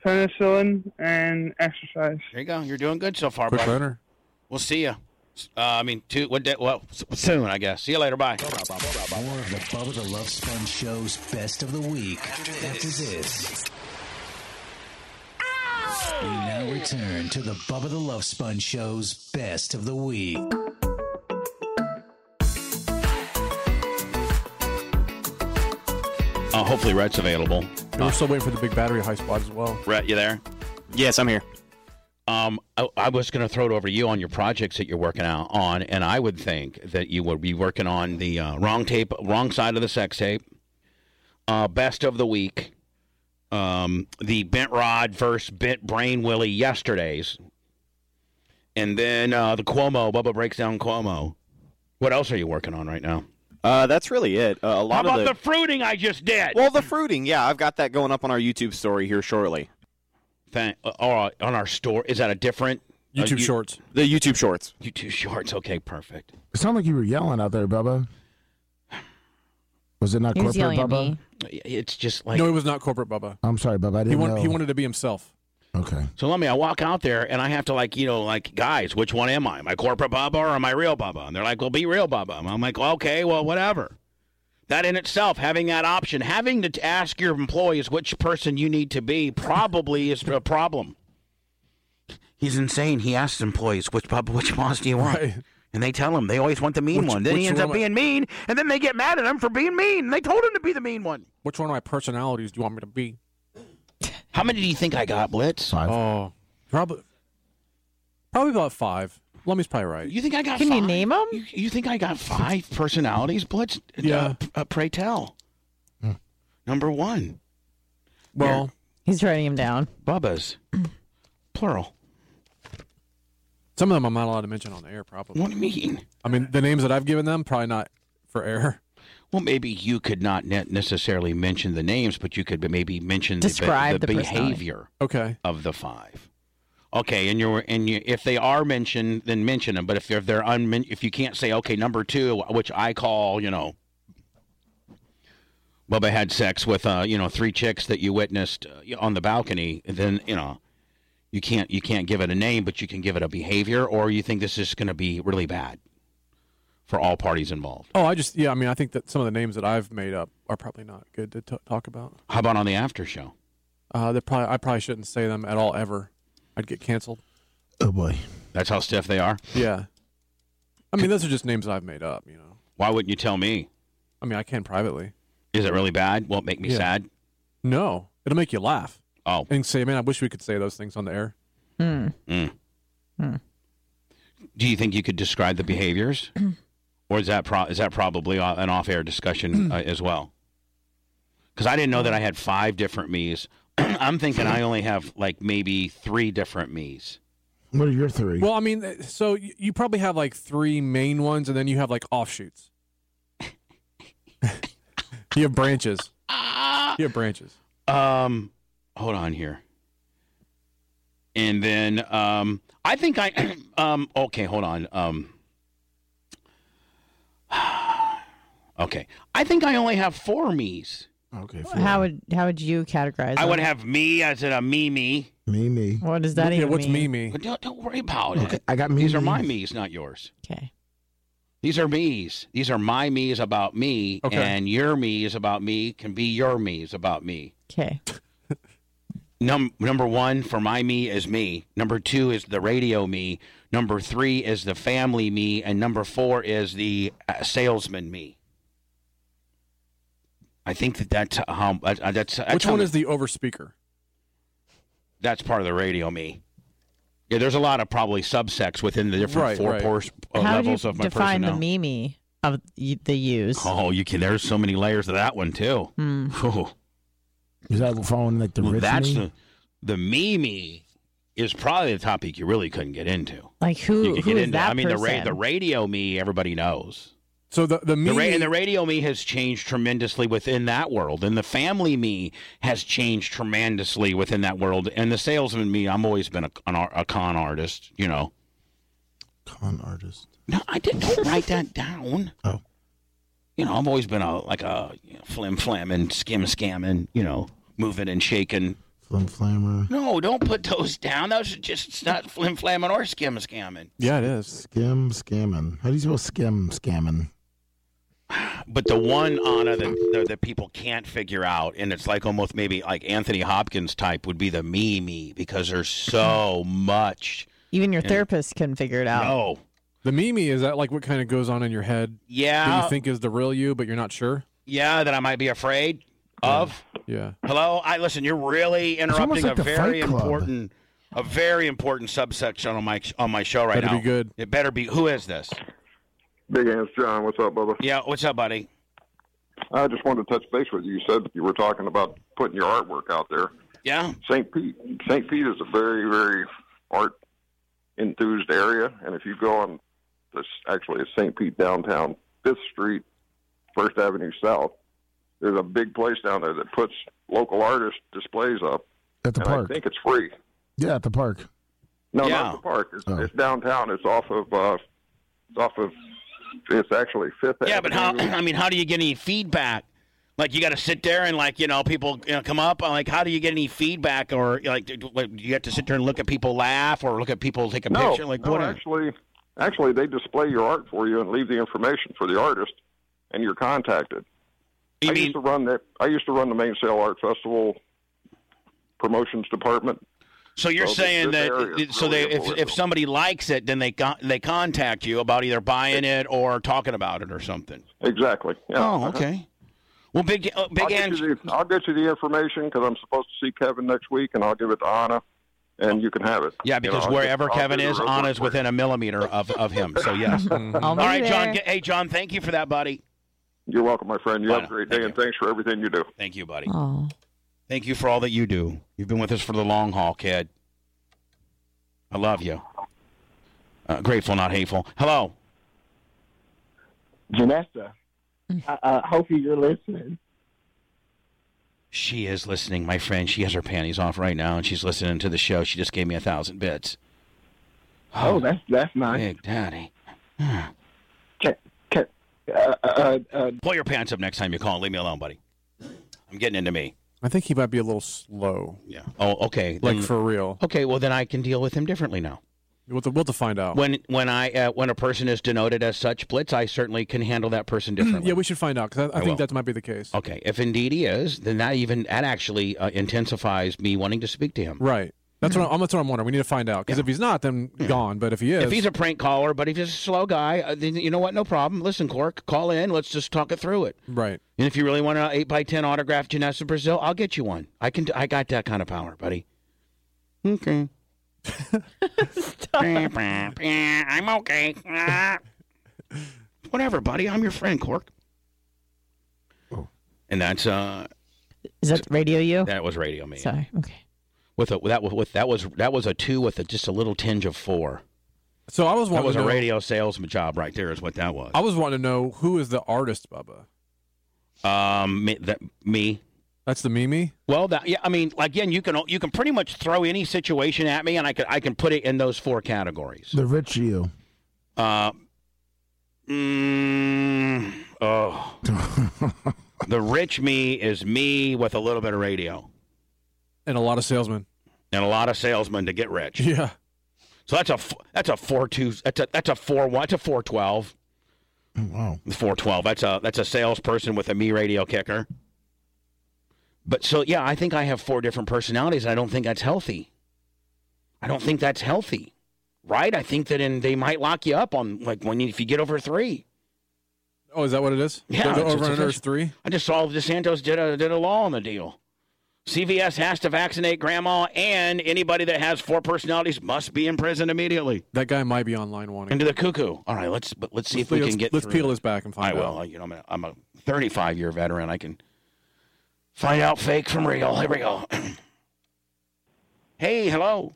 Speaker 21: Penicillin and exercise.
Speaker 4: There you go. You're doing good so far,
Speaker 5: Quick
Speaker 4: brother.
Speaker 5: runner.
Speaker 4: We'll see you. Uh, I mean, two. What? Day, well, s- soon, I guess. See you later. Bye.
Speaker 2: More of the Bubba the Love Sponge Show's best of the week after this.
Speaker 12: We now return
Speaker 2: To the Bubba the Love Sponge Show's best of the week.
Speaker 4: Uh, hopefully, Rhett's available.
Speaker 5: We're still waiting for the big battery high spot as well.
Speaker 4: Rhett, you there? Yes, I'm here. Um, I, I was going to throw it over to you on your projects that you're working out on, and I would think that you would be working on the uh, wrong tape, wrong side of the sex tape, uh, best of the week, um, the bent rod versus bent brain Willie yesterdays, and then uh, the Cuomo Bubba breaks down Cuomo. What else are you working on right now?
Speaker 23: Uh, that's really it. Uh, a
Speaker 4: How
Speaker 23: lot
Speaker 4: about
Speaker 23: of
Speaker 4: the fruiting I just did?
Speaker 23: well, the fruiting. Yeah, I've got that going up on our YouTube story here shortly.
Speaker 4: Thank, uh, all right, on our store. Is that a different?
Speaker 5: YouTube
Speaker 4: you-
Speaker 5: Shorts.
Speaker 24: The YouTube Shorts.
Speaker 4: YouTube Shorts. Okay, perfect.
Speaker 8: It sounded like you were yelling out there, Bubba. Was it not corporate, Bubba?
Speaker 4: It's just like
Speaker 5: no, it was not corporate Bubba.
Speaker 8: I'm sorry, Bubba. I didn't
Speaker 5: He wanted
Speaker 8: know.
Speaker 5: he wanted to be himself.
Speaker 8: Okay.
Speaker 4: So let me. I walk out there and I have to like you know like guys, which one am I? Am I corporate Bubba or am I real Bubba? And they're like, well, be real Bubba. And I'm like, okay, well, whatever. That in itself, having that option, having to t- ask your employees which person you need to be, probably is a problem. He's insane. He asks employees which Bubba, which boss do you want, and they tell him they always want the mean
Speaker 5: Which-
Speaker 4: one. Then he
Speaker 5: which
Speaker 4: ends
Speaker 5: one
Speaker 4: up
Speaker 5: am I-
Speaker 4: being mean, and then they get mad at him for being mean. They told him to be the mean one.
Speaker 5: Which one of my personalities do you want me to be?
Speaker 4: How many do you think I got, Blitz? Five.
Speaker 5: Oh, probably, probably about five. Lummy's probably right.
Speaker 4: You think I got?
Speaker 5: Can you
Speaker 4: five? name them? You, you think I got five personalities? Blitz? Yeah. Uh, uh, pray tell. Number one. Well,
Speaker 7: he's writing him down.
Speaker 4: Bubba's, *clears throat* plural.
Speaker 5: Some of them I'm not allowed to mention on the air. Probably.
Speaker 4: What do you mean?
Speaker 5: I mean the names that I've given them probably not
Speaker 4: *laughs*
Speaker 5: for air.
Speaker 4: Well, maybe you could not ne- necessarily mention the names, but you could maybe mention the be-
Speaker 5: Describe
Speaker 4: the,
Speaker 5: the personality.
Speaker 4: behavior.
Speaker 5: Okay.
Speaker 4: Of the five. Okay, and you're and you, if they are mentioned, then mention them. But if they're, if they're unmen- if you can't say okay, number two, which I call, you know, Bubba had sex with uh, you know three chicks that you witnessed uh, on the balcony, then you know you can't you can't give it a name, but you can give it a behavior, or you think this is going to be really bad for all parties involved.
Speaker 5: Oh, I just yeah. I mean, I think that some of the names that I've made up are probably not good to t- talk about.
Speaker 4: How about on the after show?
Speaker 5: Uh, they probably I probably shouldn't say them at all ever. I'd get canceled.
Speaker 8: Oh boy.
Speaker 4: That's how stiff they are.
Speaker 5: Yeah. I mean, those are just names I've made up. You know.
Speaker 4: Why wouldn't you tell me?
Speaker 5: I mean, I can privately.
Speaker 4: Is it really bad? Won't make me
Speaker 5: Yeah.
Speaker 4: sad.
Speaker 5: No, it'll make you laugh.
Speaker 4: Oh.
Speaker 5: And say, man, I wish we could say those things on the air.
Speaker 4: Mm.
Speaker 7: Hmm.
Speaker 4: Do you think you could describe the behaviors, or is that pro- is that probably a- an off-air discussion uh, as well? Because I didn't know that I had five different me's. *clears throat* I'm thinking I only have like maybe three different me's.
Speaker 8: What are your three?
Speaker 5: Well, I mean, th- so y- you probably have like three main ones, and then you have like offshoots. *laughs* you have branches.
Speaker 4: *laughs*
Speaker 5: You have branches.
Speaker 4: Um, hold on here. And then um, I think I *clears throat* um okay, hold on. Um, *sighs* okay, I think I only have four me's.
Speaker 8: Okay.
Speaker 7: How would how would you categorize?
Speaker 4: I would
Speaker 7: them?
Speaker 4: have me as in a me me.
Speaker 8: Me, me.
Speaker 7: What does that even mean?
Speaker 4: But Don't, don't worry about it.
Speaker 8: I got
Speaker 4: These are
Speaker 8: me's.
Speaker 4: my me's, not yours.
Speaker 7: Okay.
Speaker 4: These are me's. These are my me's about me,
Speaker 7: Okay.
Speaker 4: and your me's about me can be your me's about me.
Speaker 7: Okay.
Speaker 4: Num- number one for my me is me. Number two is the radio me. Number three is the family me, and number four is the uh, salesman me. I think that that's how. Uh, uh, that's, that's
Speaker 5: Which
Speaker 4: how
Speaker 5: one
Speaker 4: the-
Speaker 5: is the over speaker?
Speaker 4: that's part of the radio me. Yeah, there's a lot of probably subsects within the different
Speaker 7: Right,
Speaker 4: four
Speaker 7: right.
Speaker 4: por- uh,
Speaker 7: how would you
Speaker 4: levels of my
Speaker 7: define
Speaker 4: personnel.
Speaker 7: the mimi of y- the use?
Speaker 4: Oh, you can. There's so many layers of that one too.
Speaker 7: Hmm.
Speaker 4: Oh,
Speaker 8: Is that following like the
Speaker 4: well,
Speaker 8: rich
Speaker 4: that's
Speaker 8: me?
Speaker 4: the the Mimi is probably the topic you really couldn't get into.
Speaker 7: Like who?
Speaker 4: you could
Speaker 7: who
Speaker 4: get
Speaker 7: is
Speaker 4: into.
Speaker 7: that
Speaker 4: I mean, the ra-
Speaker 7: person?
Speaker 4: the radio me everybody knows.
Speaker 5: So the
Speaker 4: The
Speaker 5: the,
Speaker 4: ra-
Speaker 5: Mimi-
Speaker 4: and the radio me has changed tremendously within that world, and the family me has changed tremendously within that world, and the salesman me. I'm always been a, an, ar- a con artist, you know.
Speaker 8: Con artist.
Speaker 4: No, I didn't don't write that down.
Speaker 8: Oh.
Speaker 4: You know, I've always been a like a you know, flim flamming, skim scamming, you know, moving and shaking.
Speaker 8: Flim flammer.
Speaker 4: No, don't put those down. Those are just it's not flim flamming or skim scamming.
Speaker 5: Yeah, it is.
Speaker 8: Skim scamming. How do you spell skim scamming?
Speaker 4: But the one Anna that that- that people can't figure out, and it's like almost maybe like Anthony Hopkins type would be the me me because there's so much.
Speaker 7: Even your
Speaker 4: Yeah.
Speaker 7: therapist couldn't figure it out.
Speaker 4: No.
Speaker 5: The Mimi, is that like what kind of goes on in your head? That
Speaker 4: Yeah.
Speaker 5: you think is the real you, but you're not sure?
Speaker 4: Yeah, that I might be afraid of.
Speaker 5: Yeah.
Speaker 4: Hello, I listen. You're really
Speaker 5: almost
Speaker 4: interrupting
Speaker 5: like
Speaker 4: a
Speaker 5: the
Speaker 4: very
Speaker 5: Fight Club.
Speaker 4: important, a very important subsection on my on my show right
Speaker 5: Better
Speaker 4: now.
Speaker 5: be good.
Speaker 4: It better be. Who is this?
Speaker 3: Big Hands John, what's up, Bubba?
Speaker 4: Yeah, what's up, buddy?
Speaker 3: I just wanted to touch base with you. You said you were talking about putting your artwork out there.
Speaker 4: Yeah.
Speaker 3: St. Pete, St. Pete is a very, very art enthused area, and if you go on this, actually, it's St. Pete downtown, Fifth Street, First Avenue South. There's a big place down there that puts local artist displays up
Speaker 8: At the
Speaker 3: and
Speaker 8: park.
Speaker 3: I think it's free.
Speaker 8: Yeah, at the park.
Speaker 3: No,
Speaker 4: Yeah.
Speaker 3: not the park. It's,
Speaker 8: Oh.
Speaker 3: it's downtown. It's off of. Uh, it's off of. It's actually Fifth.
Speaker 4: Yeah, but how? *clears throat* I mean, how do you get any feedback? Like you got to sit there and like you know people you know, come up. uh, Like how do you get any feedback or like do do you have to sit there and look at people laugh or look at people take a
Speaker 3: no,
Speaker 4: picture? Like
Speaker 3: no,
Speaker 4: what? are-
Speaker 3: actually, actually, they display your art for you and leave the information for the artist, and you're contacted. I used to run that. I used to run the Main Sale Art Festival promotions department.
Speaker 4: So you're
Speaker 3: this-
Speaker 4: saying
Speaker 3: this
Speaker 4: that
Speaker 3: area is
Speaker 4: so they
Speaker 3: really
Speaker 4: if, if
Speaker 3: influential.
Speaker 4: somebody likes it, then they con- they contact you about either buying it or talking about it or something.
Speaker 3: exactly. Yeah.
Speaker 4: Oh,
Speaker 3: Uh-huh.
Speaker 4: okay. Well, big uh, big
Speaker 3: I'll get
Speaker 4: Ange-
Speaker 3: you the- I'll get you the information because I'm supposed to see Kevin next week, and I'll give it to Anna, and you can have it.
Speaker 4: Yeah, because
Speaker 3: You know, I'll
Speaker 4: wherever
Speaker 3: get- I'll
Speaker 4: Kevin
Speaker 3: do the
Speaker 4: is,
Speaker 3: road
Speaker 4: Anna
Speaker 3: work.
Speaker 4: is within a millimeter of, of him. So yes. All right, John. Get, hey, John. Thank you for that, buddy.
Speaker 3: You're welcome, my friend. You
Speaker 4: Bye
Speaker 3: have a
Speaker 4: now.
Speaker 3: great day, and thanks for everything you do.
Speaker 4: Thank you, buddy. Thank you for all that you do. You've been with us for the long haul, kid. I love you. Uh, grateful, not hateful. Hello.
Speaker 20: Vanessa, uh, uh, hopefully you're listening.
Speaker 4: She is listening, my friend. She has her panties off right now, and she's listening to the show. She just gave me a thousand bits.
Speaker 20: Oh, that's that's nice.
Speaker 4: Big daddy.
Speaker 20: Can, can, uh, uh, uh,
Speaker 4: Pull your pants up next time you call. Leave me alone, buddy. I'm getting into me.
Speaker 5: I think he might be a little slow.
Speaker 4: Yeah. Oh, okay.
Speaker 5: Like
Speaker 4: then-
Speaker 5: for real.
Speaker 4: Okay, well then I can deal with him differently now.
Speaker 5: We'll have to, we'll have to find out. *clears throat*
Speaker 4: When when I uh, when a person is denoted as such, Blitz, I certainly can handle that person differently.
Speaker 5: yeah, we should find out because I, I,
Speaker 4: I will. Oh.
Speaker 5: think that might be the case.
Speaker 4: Okay, if indeed he is, then that even that actually uh, intensifies me wanting to speak to him.
Speaker 5: Right. That's what I'm. That's what I'm wondering. We need to find out because if he's not, then gone. But if he is,
Speaker 4: Mm-hmm. If he's a prank caller, but if he's a slow guy, uh, then you know what? No problem. Listen, Cork, call in. Let's just talk it through it.
Speaker 5: right.
Speaker 4: And if you really want an eight by ten autographed Janessa Brazil, I'll get you one. I can. I got that kind of power,
Speaker 5: *laughs*
Speaker 4: buddy. Okay. I'm okay. *laughs* Whatever, buddy. I'm your friend, Cork. And that's uh.
Speaker 7: Is that radio you?
Speaker 4: That was radio me.
Speaker 7: Sorry. Okay.
Speaker 4: With a that was with that was that was a two with a, just a little tinge of four.
Speaker 5: So I was
Speaker 4: That
Speaker 5: wanting
Speaker 4: was
Speaker 5: to
Speaker 4: a
Speaker 5: know-
Speaker 4: radio salesman job right there, is what that was.
Speaker 5: I was wanting to know who is the artist, Bubba.
Speaker 4: Um, me, that, me.
Speaker 5: That's the Mimi.
Speaker 4: Well, that yeah. I mean, again, you can you can pretty much throw any situation at me, and I can I can put it in those four categories.
Speaker 8: The rich you.
Speaker 4: Uh, mm, oh,
Speaker 5: *laughs*
Speaker 4: the rich me is me with a little bit of radio
Speaker 5: and a lot of salesmen
Speaker 4: and a lot of salesmen to get rich.
Speaker 5: Yeah.
Speaker 4: So that's a f- that's a four two. That's a that's a four one. That's a four twelve.
Speaker 8: Wow.
Speaker 4: Four twelve. That's a that's a salesperson with a me radio kicker. But so yeah, I think I have four different personalities. And I don't think that's healthy. I don't think that's healthy, right? I think that in they might lock you up on like when you, if you get over three.
Speaker 5: Oh, is that what it is?
Speaker 4: Yeah,
Speaker 5: The- the
Speaker 4: it's- it's
Speaker 5: over under is
Speaker 4: official.
Speaker 5: three.
Speaker 4: I just saw DeSantos did a did a law on the deal. CVS has to vaccinate grandma, and anybody that has four personalities must be in prison immediately.
Speaker 5: That guy might be online wanting
Speaker 4: Into the cuckoo. All right, let's but let's see if we
Speaker 5: Let's-
Speaker 4: can
Speaker 5: let's-
Speaker 4: get.
Speaker 5: let's
Speaker 4: through
Speaker 5: peel
Speaker 4: it.
Speaker 5: this back and find
Speaker 4: I will.
Speaker 5: out.
Speaker 4: You know, I'm a, I'm a 35 year veteran. I can find out fake from real. Here we go. *clears throat* hey, hello.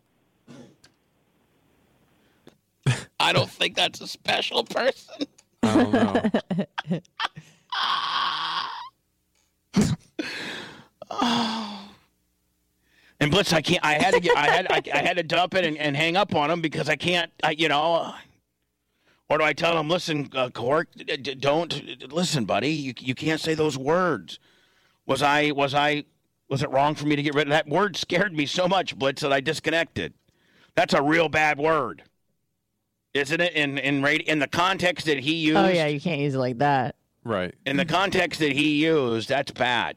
Speaker 4: I don't think that's a special person.
Speaker 7: Oh,
Speaker 4: And Blitz, I can't. I had to. Get, I had. I, I had to dump it and, and hang up on him because I can't. I, you know. Or do I tell him, listen, uh, Cork, d- d- don't listen, buddy. You you can't say those words. Was I was I was it wrong for me to get rid of that word? Scared me so much, Blitz, that I disconnected. That's a real bad word, isn't it? In in radi- in the context that he used.
Speaker 7: Oh yeah, you can't use it like that.
Speaker 5: Right.
Speaker 4: In the context that he used, that's bad.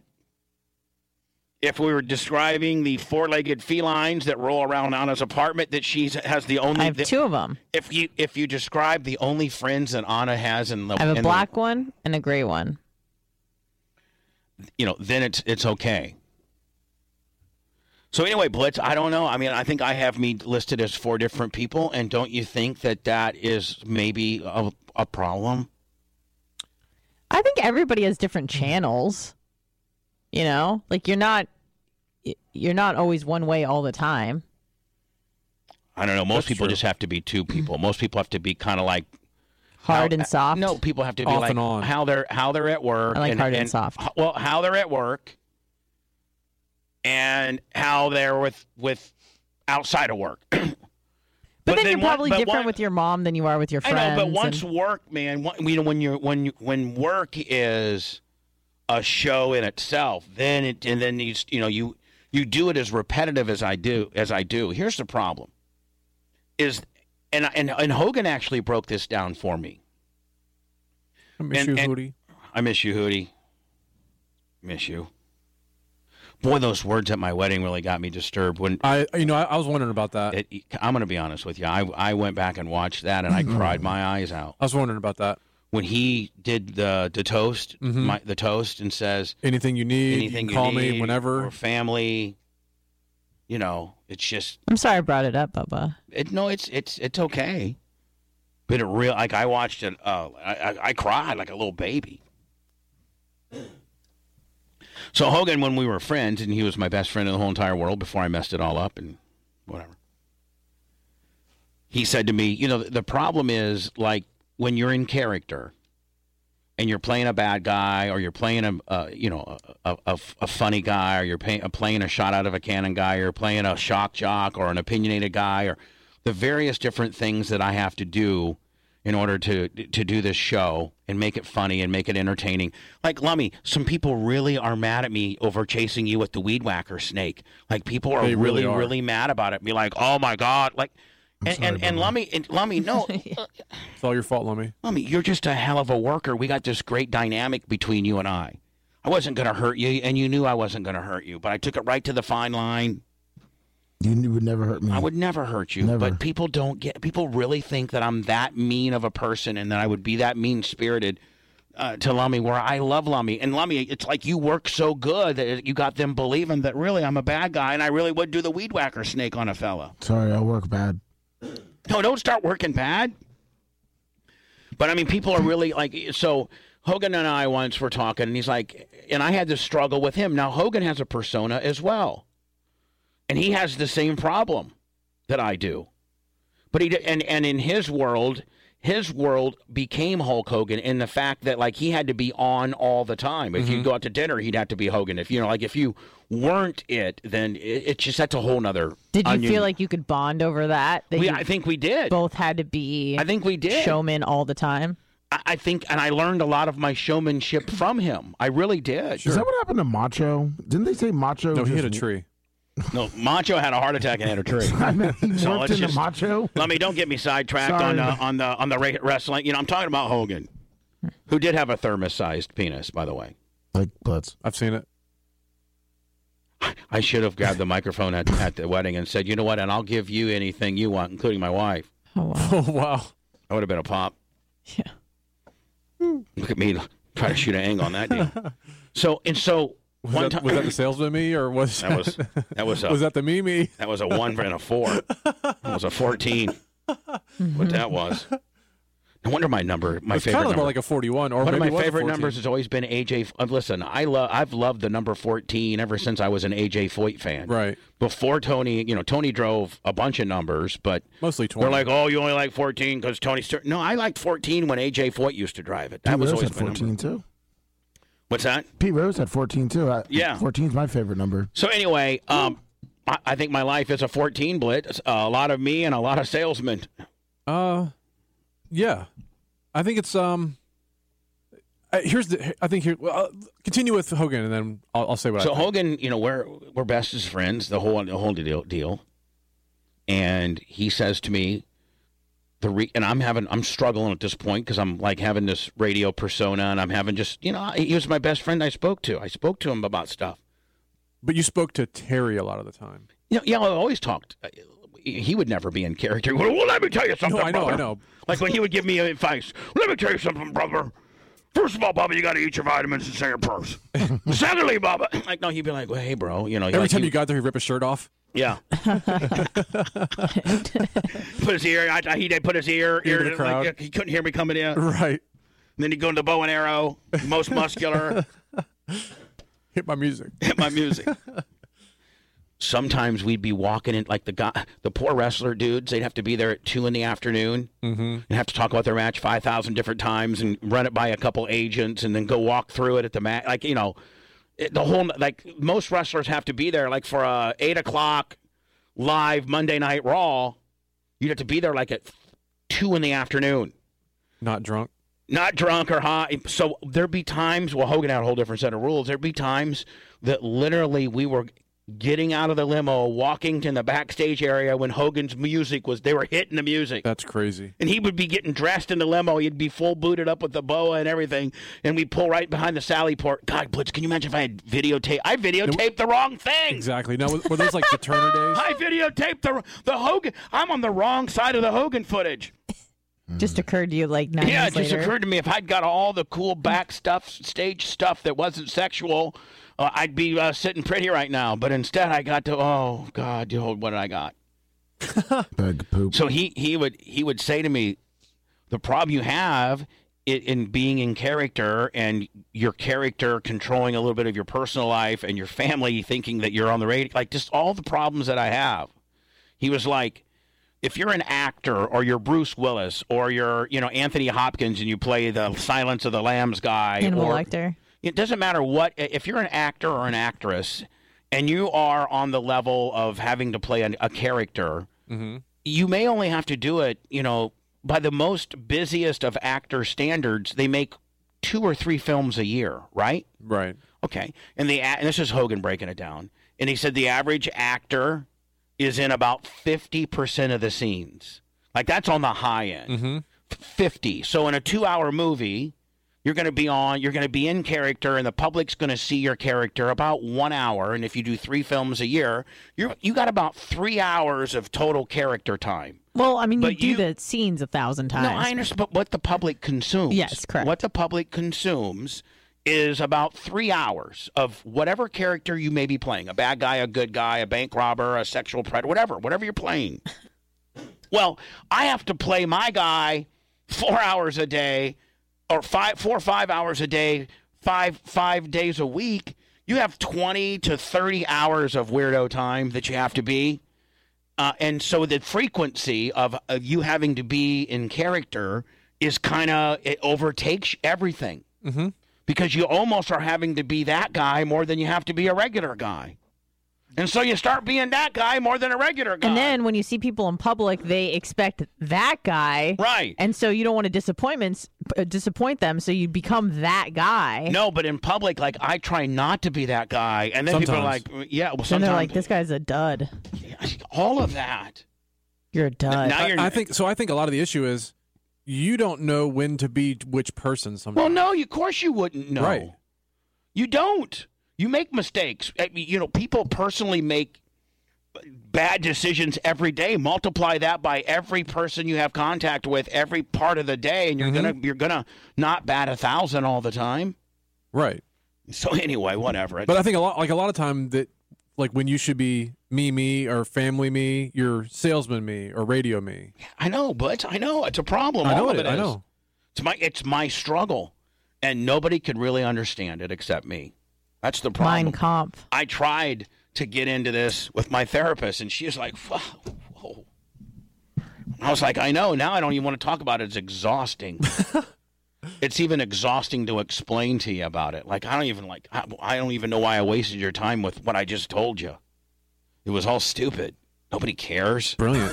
Speaker 4: If we were describing the four-legged felines that roll around Anna's apartment, that she has the only
Speaker 7: I have
Speaker 4: the-
Speaker 7: two of them.
Speaker 4: If you if you describe the only friends that Anna has in the
Speaker 7: I have a
Speaker 4: in
Speaker 7: black one and a gray one.
Speaker 4: the, you know, then it's it's okay. So anyway, Blitz, I don't know. I mean, I think I have me listed as four different people, and don't you think that that is maybe a, a problem?
Speaker 7: I think everybody has different
Speaker 4: Mm-hmm.
Speaker 7: channels. You know, like you're not y- you're not always one way all the time.
Speaker 4: I don't know. Most people just have to be two people. Most people have to be kind of like
Speaker 7: *laughs* Hard
Speaker 4: how-
Speaker 7: and soft.
Speaker 4: No, people have to be
Speaker 7: Off
Speaker 4: like
Speaker 7: and on.
Speaker 4: how they're how they're at work.
Speaker 7: I like hard and soft.
Speaker 4: h- Well, how they're at work, and how they're with with outside of work. *clears throat*
Speaker 7: But,
Speaker 4: But
Speaker 7: then
Speaker 4: then
Speaker 7: you're
Speaker 4: one-
Speaker 7: probably
Speaker 4: but
Speaker 7: different
Speaker 4: one-
Speaker 7: with your mom than you are with your friends.
Speaker 4: I know, but
Speaker 7: and-
Speaker 4: once work, man, one- you know when you're when you, when work is a show in itself, then it and then you s- you know you you do it as repetitive as I do as I do. Here's the problem: is and I- and and Hogan actually broke this down for me.
Speaker 5: I miss
Speaker 4: And-
Speaker 5: you,
Speaker 4: and-
Speaker 5: Hootie.
Speaker 4: I miss you, Hootie. Miss you. Boy, those words at my wedding really got me disturbed. When
Speaker 5: I, you know, I, I was wondering about that.
Speaker 4: I'm going to be honest with you. I I went back and watched that, and I cried my eyes out.
Speaker 5: Mm-hmm. I was wondering about that.
Speaker 4: When he did the the toast,
Speaker 5: Mhm.
Speaker 4: my, the toast, and says
Speaker 5: Anything you need,
Speaker 4: anything
Speaker 5: you call me
Speaker 4: need,
Speaker 5: whenever.
Speaker 4: or family. You know, it's just
Speaker 7: I'm sorry I brought it up, Bubba.
Speaker 4: it, no, it's it's it's okay. But it real like I watched it. Uh, I, I I cried like a little baby. So Hogan, when we were friends, and he was my best friend in the whole entire world before I messed it all up and whatever. He said to me, "You know, the- the problem is like when you're in character, and you're playing a bad guy, or you're playing a, uh, you know a, a, a- a funny guy, or you're pay, playing a shot out of a cannon guy, or playing a shock jock, or an opinionated guy, or the various different things that I have to do in order to to do this show and make it funny and make it entertaining. Like Lummy, some people really are mad at me over chasing you with the weed whacker snake. Like people are
Speaker 5: They really
Speaker 4: really
Speaker 5: are.
Speaker 4: really mad about it. Be like, oh my god, like. And, and, and Lummy, and Lummy,
Speaker 7: *laughs*
Speaker 4: no,
Speaker 5: It's all your fault, Lummy.
Speaker 4: Mommy, you're just a hell of a worker. We got this great dynamic between you and I. I wasn't going to hurt you, and you knew I wasn't going to hurt you, but I took it right to the fine line.
Speaker 8: You would never hurt me.
Speaker 4: I would never hurt you,
Speaker 8: Never.
Speaker 4: but people don't get. People really think that I'm that mean of a person, and that I would be that mean spirited uh, to Lummy. Where I love Lummy, and Lummy, it's like you work so good that you got them believing that really I'm a bad guy, and I really would do the weed whacker snake on a fella.
Speaker 8: Sorry, I work bad.
Speaker 4: No, don't start working bad. But I mean, people are really like so. Hogan and I once were talking, and he's like, and I had this struggle with him. Now Hogan has a persona as well, and he has the same problem that I do. But he d- and and in his world, his world became Hulk Hogan in the fact that like he had to be on all the time. If
Speaker 7: Mm-hmm.
Speaker 4: you go out to dinner, he'd have to be Hogan. If you know, like if you weren't it, then it, it's just that's a whole nother.
Speaker 7: Did you
Speaker 4: onion.
Speaker 7: feel like you could bond over that? that
Speaker 4: We-
Speaker 7: you
Speaker 4: I think we did.
Speaker 7: Both had to be. I
Speaker 4: think we did.
Speaker 7: Showmen all the time.
Speaker 4: I, I think, and I learned a lot of my showmanship from him. I really did.
Speaker 8: Is that what happened to Macho? Didn't they say Macho?
Speaker 4: No, he hit
Speaker 8: just-
Speaker 4: a tree. No, Macho had a heart attack and had a tree.
Speaker 8: *laughs* I meant he
Speaker 4: So
Speaker 8: worked
Speaker 4: let's
Speaker 8: into
Speaker 4: just-
Speaker 8: Macho.
Speaker 4: Let me don't get me sidetracked on
Speaker 8: Sorry.
Speaker 4: uh, on the on the ra- wrestling. You know, I'm talking about Hogan, who did have a thermos-sized penis, by the way.
Speaker 8: Like Blitz.
Speaker 5: I've seen it.
Speaker 4: I should have grabbed the microphone at, at the wedding and said, "You know what? And I'll give you anything you want, including my wife."
Speaker 7: Oh wow!
Speaker 5: *laughs*
Speaker 7: Oh
Speaker 5: wow!
Speaker 4: I would have been a pop.
Speaker 7: Yeah.
Speaker 4: Look at me try to shoot an angle on that
Speaker 5: *laughs*
Speaker 4: deal. So and so
Speaker 5: Was,
Speaker 4: one
Speaker 5: that,
Speaker 4: time
Speaker 5: was that the salesman me or was
Speaker 4: That was that
Speaker 5: *laughs*
Speaker 4: was a
Speaker 5: was that the Mimi?
Speaker 4: *laughs* That was a one and a four. That was a
Speaker 7: *laughs*
Speaker 4: fourteen. What that was.
Speaker 7: Mm-hmm.
Speaker 4: No wonder my number, my
Speaker 5: It's
Speaker 4: favorite
Speaker 5: kind of
Speaker 4: number,
Speaker 5: about like a forty-one or
Speaker 4: one of
Speaker 5: maybe
Speaker 4: my
Speaker 5: it was a
Speaker 4: favorite
Speaker 5: 14.
Speaker 4: numbers has always been AJ. uh, Listen, I love, I've loved the number fourteen ever since I was an AJ Foyt fan.
Speaker 5: Right.
Speaker 4: Before Tony, you know, Tony drove a bunch of numbers, but
Speaker 5: Mostly
Speaker 4: we're
Speaker 5: 20.
Speaker 4: like, oh, you only like fourteen because Tony. Stewart. No, I liked fourteen when AJ Foyt used to drive it. That
Speaker 8: Pete
Speaker 4: was
Speaker 8: Rose
Speaker 4: always
Speaker 8: had
Speaker 4: my number.
Speaker 8: 14 too.
Speaker 4: What's that?
Speaker 8: Pete Rose had 14 too. I,
Speaker 4: Yeah.
Speaker 8: 14 is my favorite number.
Speaker 4: So anyway, um, I, I think my life is a fourteen blitz. uh, a lot of me and a lot of salesmen.
Speaker 5: Uh, yeah, I think it's um. I, here's the. I think here. Well, i continue with Hogan, and then I'll, I'll say what
Speaker 4: so
Speaker 5: I. think.
Speaker 4: Hogan, you know, we're we're best as friends, the whole the whole deal, deal. And he says to me, the re- and I'm having I'm struggling at this point because I'm like having this radio persona, and I'm having just you know he was my best friend I spoke to. I spoke to him about stuff.
Speaker 5: But you spoke to Terry a lot of the time.
Speaker 4: You know, yeah, I always talked. Uh, He would never be in character. Well, let me tell you something.
Speaker 5: No, I know,
Speaker 4: brother.
Speaker 5: I know.
Speaker 4: Like when he would give me advice. Let me tell you something, brother. First of all, Bubba, you got to eat your vitamins and say your
Speaker 5: *laughs*
Speaker 4: prayers. Secondly,
Speaker 5: *clears throat*
Speaker 4: Bubba, like no, he'd be like, well, hey, bro, you know,
Speaker 5: Every
Speaker 4: like
Speaker 5: time
Speaker 4: he-
Speaker 5: you got there, he rip his shirt off.
Speaker 4: Yeah. put his ear. I, I, he they put his ear.
Speaker 5: Ear to the
Speaker 4: like,
Speaker 5: crowd.
Speaker 4: he couldn't hear me coming in.
Speaker 5: *laughs* Right.
Speaker 4: And then he'd go into bow and arrow. Most
Speaker 5: *laughs*
Speaker 4: muscular.
Speaker 5: Hit my music.
Speaker 4: *laughs* hit my
Speaker 5: *laughs*
Speaker 4: music. Sometimes we'd be walking in like the guy, the poor wrestler dudes. They'd have to be there at two in the afternoon
Speaker 5: Mm-hmm.
Speaker 4: and have to talk about their match five thousand different times and run it by a couple agents and then go walk through it at the match. Like you know, it- the whole like most wrestlers have to be there like for a eight o'clock live Monday Night Raw. You'd have to be there like at two in the afternoon.
Speaker 5: Not drunk.
Speaker 4: Not drunk or high. So there'd be times. Well, Hogan had a whole different set of rules. There'd be times that literally we were getting out of the limo, walking to the backstage area when Hogan's music was. They were hitting the music.
Speaker 5: That's crazy.
Speaker 4: And he would be getting dressed in the limo. He'd be full booted up with the boa and everything. And we pull right behind the Sally Port. God, Blitz, can you imagine if I had videotape? I videotaped the wrong thing.
Speaker 5: Exactly. Now, were were those like fraternity days?
Speaker 4: *laughs* I videotaped the the Hogan. I'm on the wrong side of the Hogan footage.
Speaker 7: Just occurred to you like nine
Speaker 4: yeah, it
Speaker 7: years
Speaker 4: just
Speaker 7: later.
Speaker 4: occurred to me if I'd got all the cool back stuff, stage stuff that wasn't sexual, uh, I'd be uh, sitting pretty right now. But instead, I got to oh god, yo, what did I got?
Speaker 8: Bag of poop.
Speaker 4: So he he would he would say to me, the problem you have in, in being in character and your character controlling a little bit of your personal life and your family thinking that you're on the radio, like just all the problems that I have. He was like, if you're an actor or you're Bruce Willis or you're you know Anthony Hopkins and you play the Silence of the Lambs guy,
Speaker 7: Animal
Speaker 4: or,
Speaker 7: actor.
Speaker 4: it doesn't matter what if you're an actor or an actress and you are on the level of having to play an, a character you may only have to do it you know by the most busiest of actor standards they make two or three films a year right
Speaker 5: right
Speaker 4: okay and the a- and this is hogan breaking it down and he said the average actor is in about 50% of the scenes like that's on the high end 50. So in a two hour movie, you're going to be on, you're going to be in character, and the public's going to see your character about one hour. And if you do three films a year, you you got about three hours of total character time.
Speaker 7: Well, I mean, you
Speaker 4: But
Speaker 7: do
Speaker 4: you-
Speaker 7: the scenes a thousand times.
Speaker 4: No, I understand, but what the public consumes. Yes, correct. What the public consumes is about three hours of whatever character you may be playing a bad guy, a good guy, a bank robber, a sexual predator, whatever, whatever you're playing. well, I have to play my guy four hours a day or five, four or five hours a day, five, five days a week. You have 20 to 30 hours of weirdo time that you have to be. Uh, and so the frequency of, of you having to be in character is kind of it overtakes everything
Speaker 5: Mm-hmm.
Speaker 4: because you almost are having to be that guy more than you have to be a regular guy. And so you start being that guy more than a regular guy.
Speaker 7: And then when you see people in public, they expect that guy,
Speaker 4: right?
Speaker 7: And so you don't want to disappointments uh, disappoint them, so you become that guy.
Speaker 4: no, but in public, like I try not to be that guy, and then
Speaker 7: Sometimes.
Speaker 4: people are like, "Yeah, well,
Speaker 7: and
Speaker 4: sometimes
Speaker 7: they're like, "This guy's a dud.
Speaker 4: all of that."
Speaker 7: You're a dud."
Speaker 5: I, I think so. I think a lot of the issue is you don't know when to be which person. Sometimes.
Speaker 4: Well, no, you- of course you wouldn't know.
Speaker 5: Right.
Speaker 4: You don't. You make mistakes. I mean, you know, people personally make bad decisions every day. Multiply that by every person you have contact with every part of the day, and you're
Speaker 5: Mm-hmm.
Speaker 4: gonna you're gonna not bat a thousand all the time.
Speaker 5: Right.
Speaker 4: So *laughs* anyway, whatever.
Speaker 5: But I think a lot, like a lot of time that, like when you should be me, me, or family me, you're salesman me, or radio me.
Speaker 4: I know, but I know it's a problem.
Speaker 5: I know
Speaker 4: All of it
Speaker 5: it- I
Speaker 4: is.
Speaker 5: know.
Speaker 4: It's my it's my struggle, and nobody could really understand it except me. That's the problem.
Speaker 7: Mein Kampf.
Speaker 4: I tried to get into this with my therapist, and she was like, "Whoa." whoa." And I was like, I know. Now I don't even want to talk about it. It's
Speaker 5: *laughs*
Speaker 4: exhausting. it's even exhausting to explain to you about it. Like I don't even like I, I don't even know why I wasted your time with what I just told you. It was all stupid. Nobody cares.
Speaker 5: Brilliant.